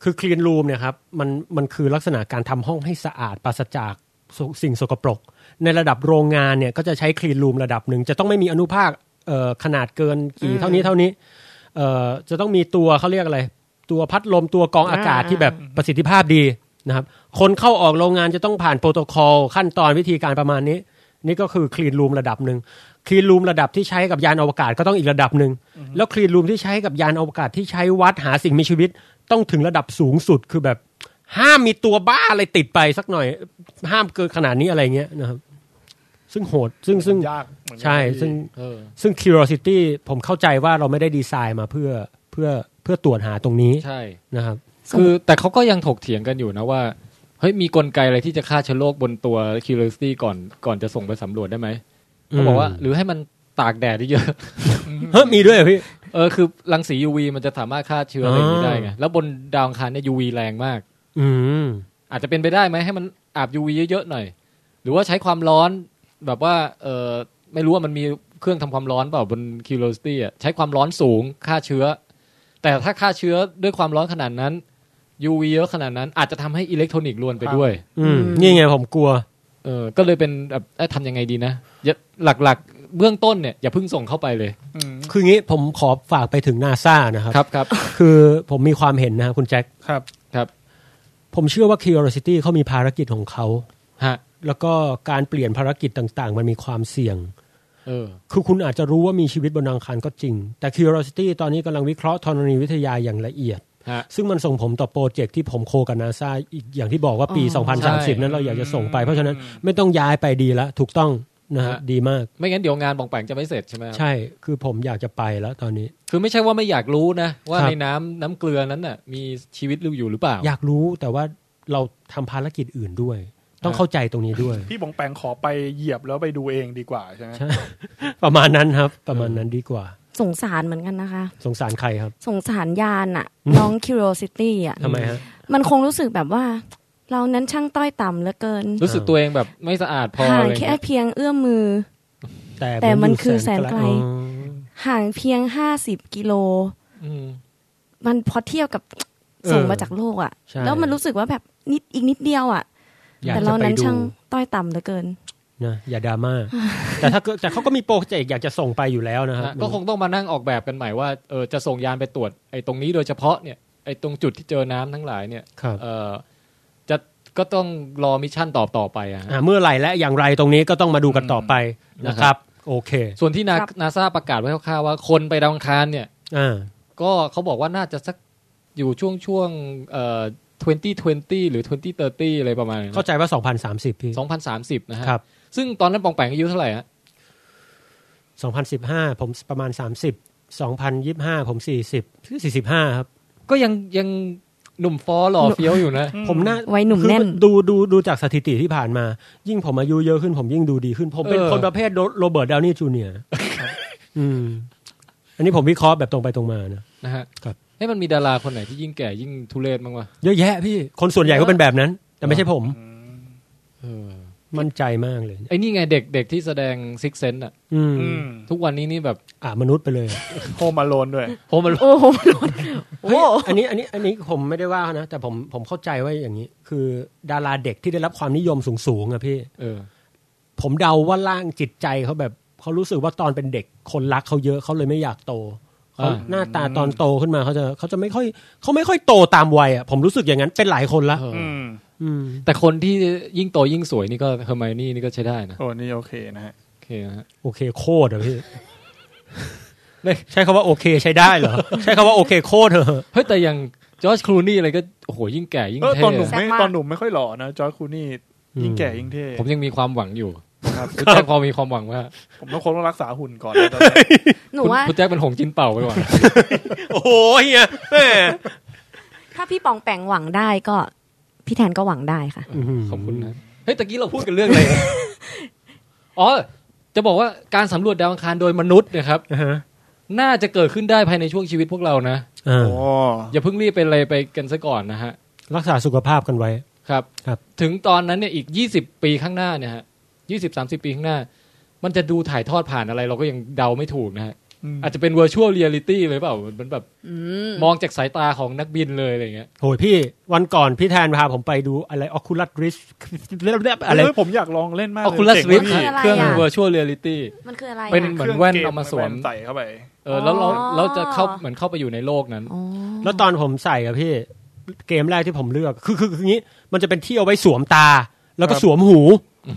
[SPEAKER 5] คือคลีนรูมเนี่ยครับมันมันคือลักษณะการทำห้องให้สะอาดปราศจากสสิ่งสกปรก ในระดับโรงงานเนี่ยก็จะใช้คลีนรูมระดับหนึ่ง จะต้องไม่มีอนุภาคเอ่อขนาดเกินกี่เท่านี้เท่านี้เอ่อจะต้องมีตัวเขาเรียกอะไร ตัวพัดลมตัวกรองอากาศที่แบบประสิทธิภาพดีนะครับคนเข้าออกโรงงานจะต้องผ่านโปรโตคอลขั้นตอนวิธีการประมาณนี้ นี่ก็คือคลีนรูมระดับหนึ่งคลีนรูมระดับที่ใช้กับยานอวกาศก็ต้องอีกระดับหนึ่งแล้วคลีนรูมที่ใช้กับยานอวกาศที่ใช้วัดหาสิ่งมีชีวิต ต้องถึงระดับสูงสุดคือแบบ ห้ามมีตัวบ้าอะไรติดไปสักหน่อย ห้ามเกินขนาดนี้อะไรเงี้ยนะครับ ซึ่งโหดซึ่งซึ่ง
[SPEAKER 6] ยากเหมือนกัน
[SPEAKER 5] ใช่
[SPEAKER 6] พี่
[SPEAKER 5] ซึ่ง
[SPEAKER 4] เออ
[SPEAKER 5] ซึ่ง curiosity ผมเข้าใจว่าเราไม่ได้ดีไซน์มาเพื่อเพื่อเพื่อตรวจหาตรงนี้
[SPEAKER 4] ใช่
[SPEAKER 5] นะครับ
[SPEAKER 4] คือแต่เขาก็ยังถกเถียงกันอยู่นะว่า เฮ้ย มีกลไกอะไรที่จะฆ่าเชื้อโรคบนตัว curiosity ก่อนก่อนจะส่งไปสำรวจได้ไหมเขาบอกว่าหรือให้มันตากแดดเยอะ
[SPEAKER 5] เฮ้ยมีด้วยเหรอพี่
[SPEAKER 4] ๆ เออคือรังสี UV มันจะสามารถฆ่าเชื้ออะไรอย่างนี้ได้ไง
[SPEAKER 5] อ่า
[SPEAKER 4] แล้วบนดาวอังคารเนี่ย UV แรงมาก
[SPEAKER 5] อืม
[SPEAKER 4] อาจจะเป็นไปได้ไหมให้มันอาบ UV เยอะๆหน่อย หรือว่าใช้ความร้อนแบบว่าเออไม่รู้ว่ามันมีเครื่องทำความร้อนเปล่าบน curiosity อ่ะใช้ความร้อนสูงฆ่าเชื้อ แต่ถ้าฆ่าเชื้อด้วยความร้อนขนาดนั้น UV เยอะขนาดนั้นอาจจะทำให้อิเล็กทรอนิกส์ล้วนไปด้วย
[SPEAKER 5] อืม นี่ไงผมกลัว
[SPEAKER 4] เออก็เลยเป็นแบบเอ๊ะทำยังไงดีนะอย่าหลักๆ เบื้องต้นเนี่ยอย่าเพิ่งส่งเข้าไปเลย
[SPEAKER 6] อืม
[SPEAKER 5] คืองี้ผมขอฝากไปถึงนาซานะครับ
[SPEAKER 4] ครับครับ
[SPEAKER 5] คือผมมีความเห็นนะครับคุณแจ็ค
[SPEAKER 6] ครับ
[SPEAKER 4] ครับ
[SPEAKER 5] ผมเชื่อว่า curiosity เขามีภารกิจของเขา
[SPEAKER 4] ฮะ
[SPEAKER 5] แล้วก็การเปลี่ยนภารกิจต่างๆ มันมีความเสี่ยง
[SPEAKER 4] เออ
[SPEAKER 5] คือคุณอาจจะรู้ว่ามีชีวิตบนดาวอังคารก็จริง แต่ Curiosity ตอนนี้กำลังวิเคราะห์ธรณีวิทยาอย่างละเอียด
[SPEAKER 4] ฮะ
[SPEAKER 5] ซึ่งมันส่งผมต่อโปรเจกต์ที่ผมโคกับนาซาอีกอย่างที่บอกว่าปี
[SPEAKER 7] อ๋อ
[SPEAKER 5] 2030 นั้นเราอยากจะส่งไป เพราะฉะนั้นไม่ต้องย้ายไปดีละถูกต้อง นะฮะ
[SPEAKER 4] ฮะ
[SPEAKER 5] ดีมาก
[SPEAKER 4] ไม่งั้นเดี๋ยวงานบองแปงจะไม่เสร็จใช่ไหมครับ
[SPEAKER 5] ใช่ คือผมอยากจะไปแล้วตอนนี้
[SPEAKER 4] คือไม่ใช่ว่าไม่อยากรู้นะ ว่า
[SPEAKER 5] ครับ
[SPEAKER 4] ในน้ำน้ำเกลือนั้นน่ะ มีชีวิตอยู่หรือเปล่า
[SPEAKER 5] อยากรู้แต่ว่าเราทำภารกิจอื่นด้วย ต้อง
[SPEAKER 4] อ่า
[SPEAKER 5] เข้าใจตรงนี้ด้วย
[SPEAKER 6] พี่บงแปงขอไปเหยียบแล้วไปดูเองดีกว่าใช่ไหม
[SPEAKER 5] ใช่ ประมาณนั้นครับ ประมาณนั้นดีกว่า
[SPEAKER 7] สงสารเหมือนกันนะคะ
[SPEAKER 5] สงสารใครครับ
[SPEAKER 7] สงสารยานอะ
[SPEAKER 5] อืม
[SPEAKER 7] น้อง curiosity อะ
[SPEAKER 5] ทำไมฮะ
[SPEAKER 7] มันคงรู้สึกแบบว่า เรานั้นช่างต้อยต่ำเหลือเกิน
[SPEAKER 4] รู้สึก
[SPEAKER 5] อ่า
[SPEAKER 4] ตัวเองแบบไม่สะอาดพอ
[SPEAKER 7] ห่าง
[SPEAKER 4] อะไร
[SPEAKER 7] แค่
[SPEAKER 4] เงี้ย
[SPEAKER 7] เพียงเอื้อมมือ
[SPEAKER 5] แต่
[SPEAKER 7] แต่มัน
[SPEAKER 5] ยู่
[SPEAKER 7] คือแสนไกล
[SPEAKER 5] อ๋อ
[SPEAKER 7] ห่างเพียงห้าสิบกิโล
[SPEAKER 4] อืม
[SPEAKER 7] มันพอเทียบกับส่งมาจากโลกอะ
[SPEAKER 5] ใช่
[SPEAKER 7] แล้วมันรู้สึกว่าแบบนิดอีกนิดเดียวอะ
[SPEAKER 5] อยาก
[SPEAKER 7] แต่เรา
[SPEAKER 5] จะไป
[SPEAKER 7] นั้น
[SPEAKER 5] ดู
[SPEAKER 7] ช่างต้อยต่ำเหลือเกิน
[SPEAKER 5] นะอย่าดราม่าแต่ถ้าเกิดแต่เขาก็มีโปรเจกต์อยากจะส่งไปอยู่แล้วนะครับ
[SPEAKER 4] นะก็คงต้องมานั่งออกแบบกันใหม่ว่าเออจะส่งยานไปตรวจไอ้ตรงนี้โดยเฉพาะเนี่ยไอ้ตรงจุดที่เจอน้ำทั้งหลายเนี่ย
[SPEAKER 5] ครับ
[SPEAKER 4] เออจะก็ต้องรอมิชชั่นต่อต่อไปอะ
[SPEAKER 5] อ่า
[SPEAKER 4] ฮะ
[SPEAKER 5] เมื่อไหร่และอย่างไรตรงนี้ก็ต้องมาดูกันต่อไปนะค
[SPEAKER 4] นะครั
[SPEAKER 5] รับ
[SPEAKER 4] บ
[SPEAKER 5] โอเค
[SPEAKER 4] ส่วนที่นา
[SPEAKER 7] ครับ
[SPEAKER 4] นาซาประกาศไว้คร่าวๆว่าคนไปดาวอังคารเนี่ย
[SPEAKER 5] อ่า
[SPEAKER 4] ก็เขาบอกว่าน่าจะสักอยู่ช่วงช่วงๆเอ่อ2020 หรือ 2030 อะไรประมาณนี้
[SPEAKER 5] เข้าใจว่า 2030 พี่
[SPEAKER 4] 2030 นะฮะ
[SPEAKER 5] ครับ
[SPEAKER 4] ซึ่งตอนนั้นปองแปงอายุเท่าไหร่ฮะ
[SPEAKER 5] 2015 ผมประมาณ 30 2025 ผม 40หรือ45 ครับ
[SPEAKER 4] ก็ยังยังหนุ่มฟอหล่อเฟี้ยวอยู่นะ
[SPEAKER 5] ผมน่า
[SPEAKER 7] ไว้หนุ่มแน่น
[SPEAKER 5] คือดูดูดูจากสถิติที่ผ่านมา ยิ่งผมอายุเยอะขึ้นผมยิ่งดูดีขึ้น ผมเป็น
[SPEAKER 4] เออ
[SPEAKER 5] คนประเภทโรโรเบิร์ตดาวนี่จูเนียร์อืม อันนี้ผมวิเคราะห์แบบตรงไปตรงมานะ
[SPEAKER 4] นะฮะ
[SPEAKER 5] ครับ
[SPEAKER 4] ให้ยมันมีดาราคนไหนที่ยิ่งแก่ยิ่งทุเรศบ้างวะ
[SPEAKER 5] เยอะแยะพี่ คนส่วนใหญ่ก็เป็นแบบนั้น แต่ไม่ใช่ผม
[SPEAKER 4] เออ
[SPEAKER 5] มั่นใจมากเลยเนี่ย
[SPEAKER 4] ไอ้นี่ไงเด็กเด็กที่แสดงซิกเซนต์อ่ะ
[SPEAKER 5] อืม
[SPEAKER 6] อืม
[SPEAKER 4] ทุกวันนี้นี่แบบ
[SPEAKER 5] อ่ามนุษย์ไปเลย
[SPEAKER 6] โฮมาโลนด้วย
[SPEAKER 4] โฮมัน
[SPEAKER 7] โอ้โหโอ้
[SPEAKER 5] เฮ้ย
[SPEAKER 7] โห
[SPEAKER 5] อันนี้อันนี้อันนี้ผมไม่ได้ว่านะ แต่ผมผมเข้าใจว่าอย่างนี้ คือดาราเด็กที่ได้รับความนิยมสูงๆอะพี่
[SPEAKER 4] เออ
[SPEAKER 5] ผมเดาว่าล่างจิตใจเขาแบบเขารู้สึกว่าตอนเป็นเด็กคนรักเขาเยอะเขาเลยไม่อยากโตเขา
[SPEAKER 4] อ่า
[SPEAKER 5] หน้าตาตอนโตขึ้นมาเขาจะเขาจะไม่ค่อยเขาไม่ค่อยโตตามวัยอะผมรู้สึกอย่างนั้นเป็นหลายคนละ
[SPEAKER 4] เอออ
[SPEAKER 6] อืม
[SPEAKER 5] อืม
[SPEAKER 4] แต่คนที่ยิ่งโตยิ่งสวยนี่ก็เฮอร์ไมนี่นี่ก็ใช้ได้นะ
[SPEAKER 6] โอ้นี่โอเคนะฮะ
[SPEAKER 4] โอเคนะฮะ
[SPEAKER 5] โอเคโคตรอะพี่ใช้คำว่าโอเคใช้ได้เหรอ ใช้คำว่าโอเคโคตรเหรอะ
[SPEAKER 4] เฮ้ย แต่อย่างจอร์จคลูนี่อะไรก็โอ้โหยิ่งแก่ยิ่ง
[SPEAKER 6] เออ
[SPEAKER 4] เท่
[SPEAKER 6] ตอนหนุ่มไม่
[SPEAKER 7] แซ่บมาก
[SPEAKER 6] ตอนหนุ่มไม่ค่อยหล่อนะจอร์จคลูนี่ยิ่งแก่ยิ่งเท่
[SPEAKER 4] ผมยังมีความหวังอยู่
[SPEAKER 6] ครับ
[SPEAKER 4] คุณแจ็คพอมีความหวังว่า
[SPEAKER 6] ผมต้องคงต้องรักษาหุ่นก่อนนะตอนนี้
[SPEAKER 7] หนู
[SPEAKER 4] คุณ
[SPEAKER 7] ว่า
[SPEAKER 4] คุณแจ็คเป็นหงจินเป่าไปก่อน
[SPEAKER 5] โอ้โหเฮียแม่
[SPEAKER 7] ถ้าพี่ปองแปงหวังได้ก็ พี่แทนก็หวังได้ค่ะ
[SPEAKER 4] ขอบคุณนะเฮ้ยตะกี้เราพูดกันเรื่องอะไรนะอ๋อจะบอกว่าการสำรวจดาวอังคารโดยมนุษย์นะครับ
[SPEAKER 5] อ่าฮะ
[SPEAKER 4] น่าจะเกิดขึ้นได้ภายในช่วงชีวิตพวกเรานะ
[SPEAKER 5] อ่า
[SPEAKER 6] โอ้
[SPEAKER 4] อย่าเพิ่งรีบเป็นอะไรไปกันซะก่อนนะฮะ
[SPEAKER 5] รักษาสุขภาพกันไว้
[SPEAKER 4] ครับ
[SPEAKER 5] ครับ
[SPEAKER 4] ถึงตอนนั้นเนี่ยอีกยี่สิบปีข้างหน้าเนี่ยฮะยี่สิบสามสิบปีข้างหน้า มันจะดูถ่ายทอดผ่านอะไรเราก็ยังเดาไม่ถูกนะฮะ
[SPEAKER 6] ม
[SPEAKER 4] อาจจะเป็น virtual reality เลยเปล่า มันแบบมองจากสายตาของนักบินเลยอะไรเงี้ย
[SPEAKER 5] โหยพี่วันก่อนพี่แทนพาผมไปดูอะไรออคูลัสริชอะไร
[SPEAKER 6] เฮ้ยผมอยากลองเล่นมากเลย
[SPEAKER 4] Oculus
[SPEAKER 6] เจ๋ง
[SPEAKER 4] Rift
[SPEAKER 6] มาก
[SPEAKER 7] อะไร
[SPEAKER 4] เครื่อง
[SPEAKER 7] อ่ะ
[SPEAKER 4] virtual reality
[SPEAKER 7] มันคืออะไร
[SPEAKER 4] เป็น
[SPEAKER 7] อะ
[SPEAKER 4] หมือแว่นเอามาสวม
[SPEAKER 6] ครื่องเกแใส่เข้าไป
[SPEAKER 4] เออแล้วเรา
[SPEAKER 7] อ๋อ
[SPEAKER 4] เราจะเข้าเหมือนเข้าไปอยู่ในโลกนั้น
[SPEAKER 7] อ๋อ
[SPEAKER 5] แล้วตอนผมใส่อะพี่เกมแรกที่ผมเลือกคือคือคืออย่างนี้ มันจะเป็นที่เอาไว้สวมตา แล้วก็
[SPEAKER 6] ครับ
[SPEAKER 5] สวมหู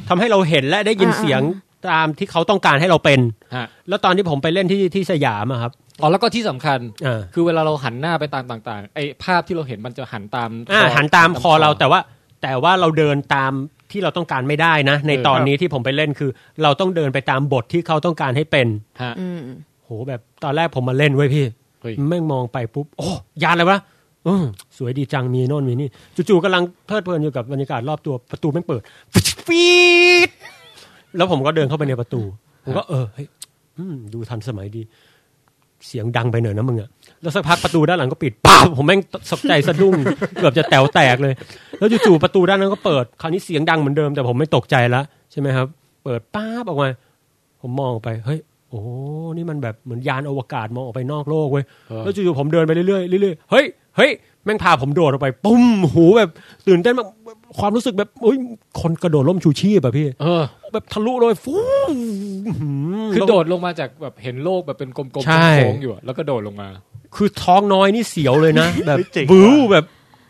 [SPEAKER 5] ทำให้เราเห็นและได้ยินเสียงตามที่เขาต้องการให้เราเป็น
[SPEAKER 4] ฮะ
[SPEAKER 5] แล้วตอนที่ผมไปเล่นที่ที่สยามอะครับ
[SPEAKER 4] อ๋อ แล้วก็ที่สำคัญ
[SPEAKER 5] อ่า
[SPEAKER 4] คือเวลาเราหันหน้าไปตามต่างๆ ไอ้ภาพที่เราเห็นมันจะหันตาม
[SPEAKER 5] อ่า
[SPEAKER 4] ค
[SPEAKER 5] หันตามคอเรา
[SPEAKER 4] แต่
[SPEAKER 5] แต่ว่า แต่ว่าเราเดินตามที่เราต้องการไม่ได้นะ ใน
[SPEAKER 4] เออ
[SPEAKER 5] ตอนนี้ที่ผมไปเล่นคือ เราต้องเดินไปตามบทที่เขาต้องการให้เป็น
[SPEAKER 4] ฮะ
[SPEAKER 7] อืม
[SPEAKER 5] โหแบบตอนแรกผมมาเล่นไว้ยพี่
[SPEAKER 4] เฮ้ย
[SPEAKER 5] แม่งมองไปปุ๊บ โอ้ยานอะไรวะอืมสวยดีจังมีโน่นมีนี่จู่ๆกำลังเพลิดเพลินอยู่กับบรรยากาศรอบตัวประตูแม่งเปิดฟีดแล้วผมก็เดินเข้าไปในประตู ผมก็เออเฮ้ยอืมดูทันสมัยดี เสียงดังไปหน่อยนะมึงอะแล้วสักพักประตูด้านหลังก็ปิดป้าบผมแม่งสกใจสะดุ้ง เกือบจะแต๋วแตกเลย แล้วจู่ๆประตูด้านนั้นก็เปิด คราวนี้เสียงดังเหมือนเดิมแต่ผมไม่ตกใจละใช่ไหมครับ เปิดป้าบออกมา ผมมองออกไปเฮ้ยโอ้นี่มันแบบเหมือนยานอวกาศมองออกไปนอกโลกเว้ย
[SPEAKER 4] เออ
[SPEAKER 5] แล้วจู่ๆผมเดินไปเรื่อยๆเรื่อยๆ เฮ้ย เฮ้ย แม่งพาผมโดดออกไป ปุ้ม หูแบบ ตื่นเต้นมาก ความรู้สึกแบบเอ้ย คนกระโดดล่มชูชีพอะพี่
[SPEAKER 4] เออ
[SPEAKER 5] แบบทะลุเลยฟู
[SPEAKER 4] คือ
[SPEAKER 5] แล้ว
[SPEAKER 4] โดดลงมาจากแบบเห็นโลกแบบเป็นกลมๆ
[SPEAKER 5] ใช่
[SPEAKER 4] โค้งๆอยู่อะแล้วก็โดดลงมา
[SPEAKER 5] คือท้องน้อยนี่เสียวเลย นะ แบบ
[SPEAKER 6] เฮ้ยเจ๋ง
[SPEAKER 5] บื้อ
[SPEAKER 6] ว่ะ
[SPEAKER 5] แบบ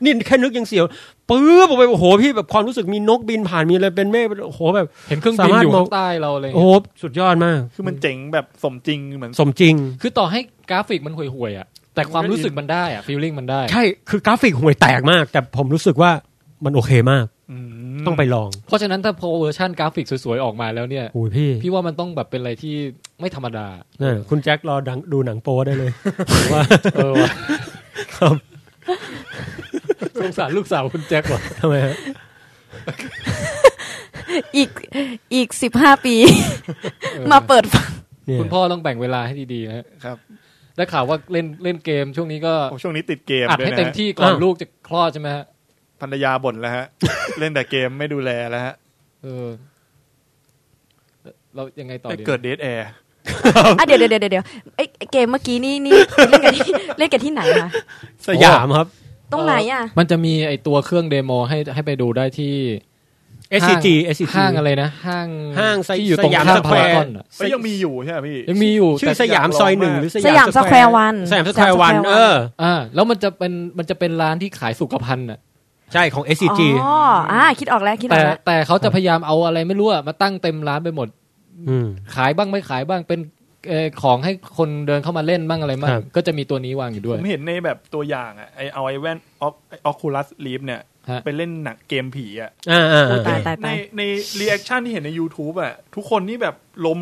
[SPEAKER 5] นี่แค่นึกยังเสียว ปื้อออกไป โอ้โห พี่แบบความรู้สึกมีนกบินผ่าน มีอะไรเป็นเมฆ โอ้โหแบบ
[SPEAKER 4] เห็นเครื่องบิน
[SPEAKER 5] สามารถ
[SPEAKER 4] อยู่
[SPEAKER 5] มอง
[SPEAKER 4] ข้างใต้เราอะไร
[SPEAKER 5] โอ้
[SPEAKER 4] เงี้ย
[SPEAKER 5] โห สุดยอดมาก
[SPEAKER 6] คือมันเจ๋งแบบสมจริงเหมือน
[SPEAKER 5] สมจริง
[SPEAKER 4] คือต่อให้กราฟิกมันห่วยๆอ่ะ แต่ความรู้สึกมันได้อ่ะฟีลลิ่งมันได้
[SPEAKER 5] ใช่ คือกราฟิกห่วยแตกมาก แต่ผมรู้สึกว่ามันโอเคมาก
[SPEAKER 6] อืม
[SPEAKER 5] ต้องไปลอง
[SPEAKER 4] เพราะฉะนั้นถ้าพอเวอร์ชันกราฟิกสวยๆออกมาแล้วเนี่ย
[SPEAKER 5] โอ้ยพี่
[SPEAKER 4] พี่ว่ามันต้องแบบเป็นอะไรที่ไม่ธรรมดา
[SPEAKER 5] เออคุณแจ็ครอดังดูหนังโป้ได้ เลยผมว่า
[SPEAKER 4] เออว่ะ
[SPEAKER 5] ครับ
[SPEAKER 4] สงสารลูกสาวคุณแจ็คว่ะ
[SPEAKER 5] ทำไมฮะ
[SPEAKER 7] อีกอีกสิบห้าปี มาเปิดฟัง
[SPEAKER 5] เนี่ย
[SPEAKER 4] คุณพ่อต้องแบ่งเวลาให้ดีๆนะฮะ
[SPEAKER 6] ครับ
[SPEAKER 4] ได้ข่าวว่าเล่นเล่นเกมช่วงนี้ก็
[SPEAKER 6] โอ้ช่วงนี้ติดเกม
[SPEAKER 4] อัด
[SPEAKER 6] ด้วย
[SPEAKER 4] ให้
[SPEAKER 6] นะ
[SPEAKER 4] เต็ม
[SPEAKER 6] ฮะ
[SPEAKER 4] ที่ก่อนลูกจะคลอดใช่ไหมฮะ
[SPEAKER 6] ภรรยาบ่นแล้วฮะ เล่นแต่เกมไม่ดูแลแล้วฮะ
[SPEAKER 4] เออเรายังไงต่อ
[SPEAKER 6] ไป
[SPEAKER 4] ดี
[SPEAKER 6] เกิดเดทแอร์
[SPEAKER 7] อ่ะเดี๋ยวเดี๋ยวเดี๋ยวเดี๋ยวไอ้ไอ้เกมเมื่อกี้นี่นี่เล่นกันที่ เล่นกันที่ไหนคะ
[SPEAKER 5] สยามครับ
[SPEAKER 7] ตรงไหนอ่ะ
[SPEAKER 4] มันจะมีไอตัวเครื่องเดโมให้ให้ไปดูได้ที่
[SPEAKER 5] SCG
[SPEAKER 4] ห้าง
[SPEAKER 5] SCG
[SPEAKER 4] ห้างอะไรนะ ห้าง
[SPEAKER 5] ห้างสย
[SPEAKER 4] ที่อยู่ตรง
[SPEAKER 5] สยาม
[SPEAKER 4] ข้า
[SPEAKER 5] ส
[SPEAKER 4] ม
[SPEAKER 5] แค
[SPEAKER 4] พาวรา
[SPEAKER 5] ร์
[SPEAKER 4] กอนอะ
[SPEAKER 6] เอ้ยยังมีอยู่ใช่ไหมพี่
[SPEAKER 4] ยังมีอยู่
[SPEAKER 5] ชื่อ
[SPEAKER 4] แต่
[SPEAKER 5] สยามซอยหนึ่ง
[SPEAKER 6] แต่
[SPEAKER 5] หรือ
[SPEAKER 7] สยามสแควร์วัน
[SPEAKER 5] สยามสแควร์วันเออ
[SPEAKER 4] อ่าแล้วมันจะเป็นมันจะเป็นร้านที่ขายสุขภัณฑ์อ่ะ
[SPEAKER 5] ใช่ของ
[SPEAKER 7] อ๋
[SPEAKER 5] SCG
[SPEAKER 7] ออ่าคิดออกแล้วคิดอ
[SPEAKER 4] แต่
[SPEAKER 7] อกแล้ว
[SPEAKER 4] แต่เขาจะพยายามเอาอะไรไม่รู้อะมาตั้งเต็มร้านไปหมด
[SPEAKER 5] อืม
[SPEAKER 4] ขายบ้างไม่ขายบ้างเป็นเอ่อของให้คนเดินเข้ามาเล่นบ้างอะไรบ้าง
[SPEAKER 5] ครับ
[SPEAKER 4] ก็จะมีตัวนี้วางอยู่ด้
[SPEAKER 6] ผ
[SPEAKER 4] วย
[SPEAKER 6] มเห็นในแบบตัวอย่างอ่ะไอเอาไอแว่นออคูลัสลีฟเนี่ย
[SPEAKER 4] ฮะ
[SPEAKER 6] ไปเล่นหนักเกมผีอ่ะ
[SPEAKER 5] อ่าอ่า
[SPEAKER 7] โอ้ตายตาย
[SPEAKER 6] ใน
[SPEAKER 7] ตาย
[SPEAKER 6] ในรีแอคชั่นที่เห็นใน YouTube อ่ะทุกคนนี่แบบล้ม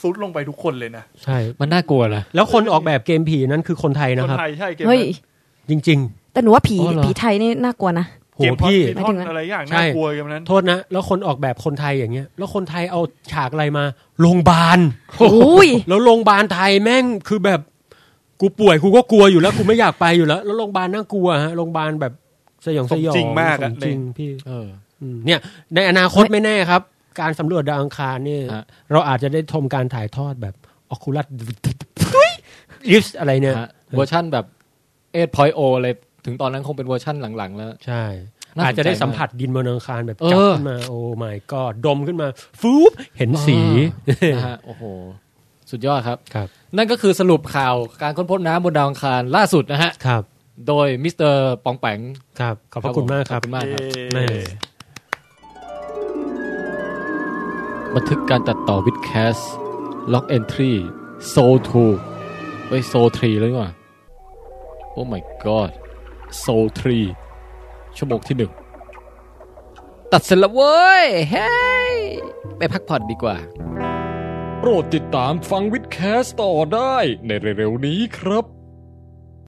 [SPEAKER 6] ซุดลงไปทุกคนเลยนะ
[SPEAKER 5] ใช่
[SPEAKER 4] มันน่ากลัวนะ
[SPEAKER 5] แล้วคนออกแบบเกมผีนั้นคือคนไทยนะ
[SPEAKER 6] คน
[SPEAKER 5] ครับ
[SPEAKER 6] ไทยใช่เกม
[SPEAKER 7] เฮ้ย
[SPEAKER 5] จริง
[SPEAKER 7] แต่หนูว่าผี
[SPEAKER 4] อ๋อเหรอ
[SPEAKER 7] ผีไทยนี่น่ากลัวนะ
[SPEAKER 5] ๆโห
[SPEAKER 6] เกมพอด
[SPEAKER 5] พี่
[SPEAKER 6] เกมพอดอะไรอย่างน่า
[SPEAKER 5] ใช่
[SPEAKER 6] กลัวเกมนั้น
[SPEAKER 5] โทษนะ แล้วคนออกแบบคนไทยอย่างเงี้ย แล้วคนไทยเอาฉากอะไรมาโรงพยาบาล
[SPEAKER 7] โอ้ย
[SPEAKER 5] แล้วโรงพยาบาลไทยแม่งคือแบบกูป่วยกูก็กลัวอยู่แล้วกูไม่อยากไปอยู่แล้ว แล้วโรงพยาบาลน่ากลัวฮะโรงพยาบาลแบบสยองสยอง
[SPEAKER 6] สมจริงมาก
[SPEAKER 5] ส
[SPEAKER 6] อะ
[SPEAKER 5] มจริงพี่
[SPEAKER 4] เออ
[SPEAKER 5] อืมเนี่ย ในอนาคตไม่แน่ครับ การสำรวจดาวอังคารเนี่ย
[SPEAKER 4] ฮะ
[SPEAKER 5] เราอาจจะได้ชมการถ่ายทอดแบบออคู ลัสลิฟอะไรเนี่ย
[SPEAKER 4] ฮะเวอร์ชั่นแบบเอทพอยโอเลยถึงตอนนั้นคงเป็นเวอร์ชั่นหลังๆแล้ว
[SPEAKER 5] ใช่
[SPEAKER 4] น่าสนใจมาก
[SPEAKER 5] อาจจะได้สัมผัสดินบนอังคารแบบ
[SPEAKER 4] เออ
[SPEAKER 5] จับขึ้นมาโอ้ my god ดมขึ้นมาฟูบเห็นสี
[SPEAKER 4] นะฮะโอ้โห สุดยอดครับ
[SPEAKER 5] ครับ
[SPEAKER 4] นั่นก็คือสรุปข่าวการค้นพบน้ำบนดาวอังคารล่าสุดนะฮะ
[SPEAKER 5] ครับ
[SPEAKER 4] โดยมิสเตอร์ปองแปง
[SPEAKER 5] ครับขอบพระคุณมากค
[SPEAKER 4] ข
[SPEAKER 5] รั
[SPEAKER 4] อบบ คุณมากครับ
[SPEAKER 5] แม่
[SPEAKER 4] บันทึกการตัดต่อวิดแคสล็อกเอนทรีโซ2เฮ้ยโซ3แล้วนี่หว่าโอ้ my god โซ3ชั่วโมงที่หนึ่ง ตัดเสร็จแล้วเว้ย เฮ้ย ไปพักผ่อนดีกว่า โปรดติดตามฟังวิดแคสต่อได้ในเร็วๆนี้ครับ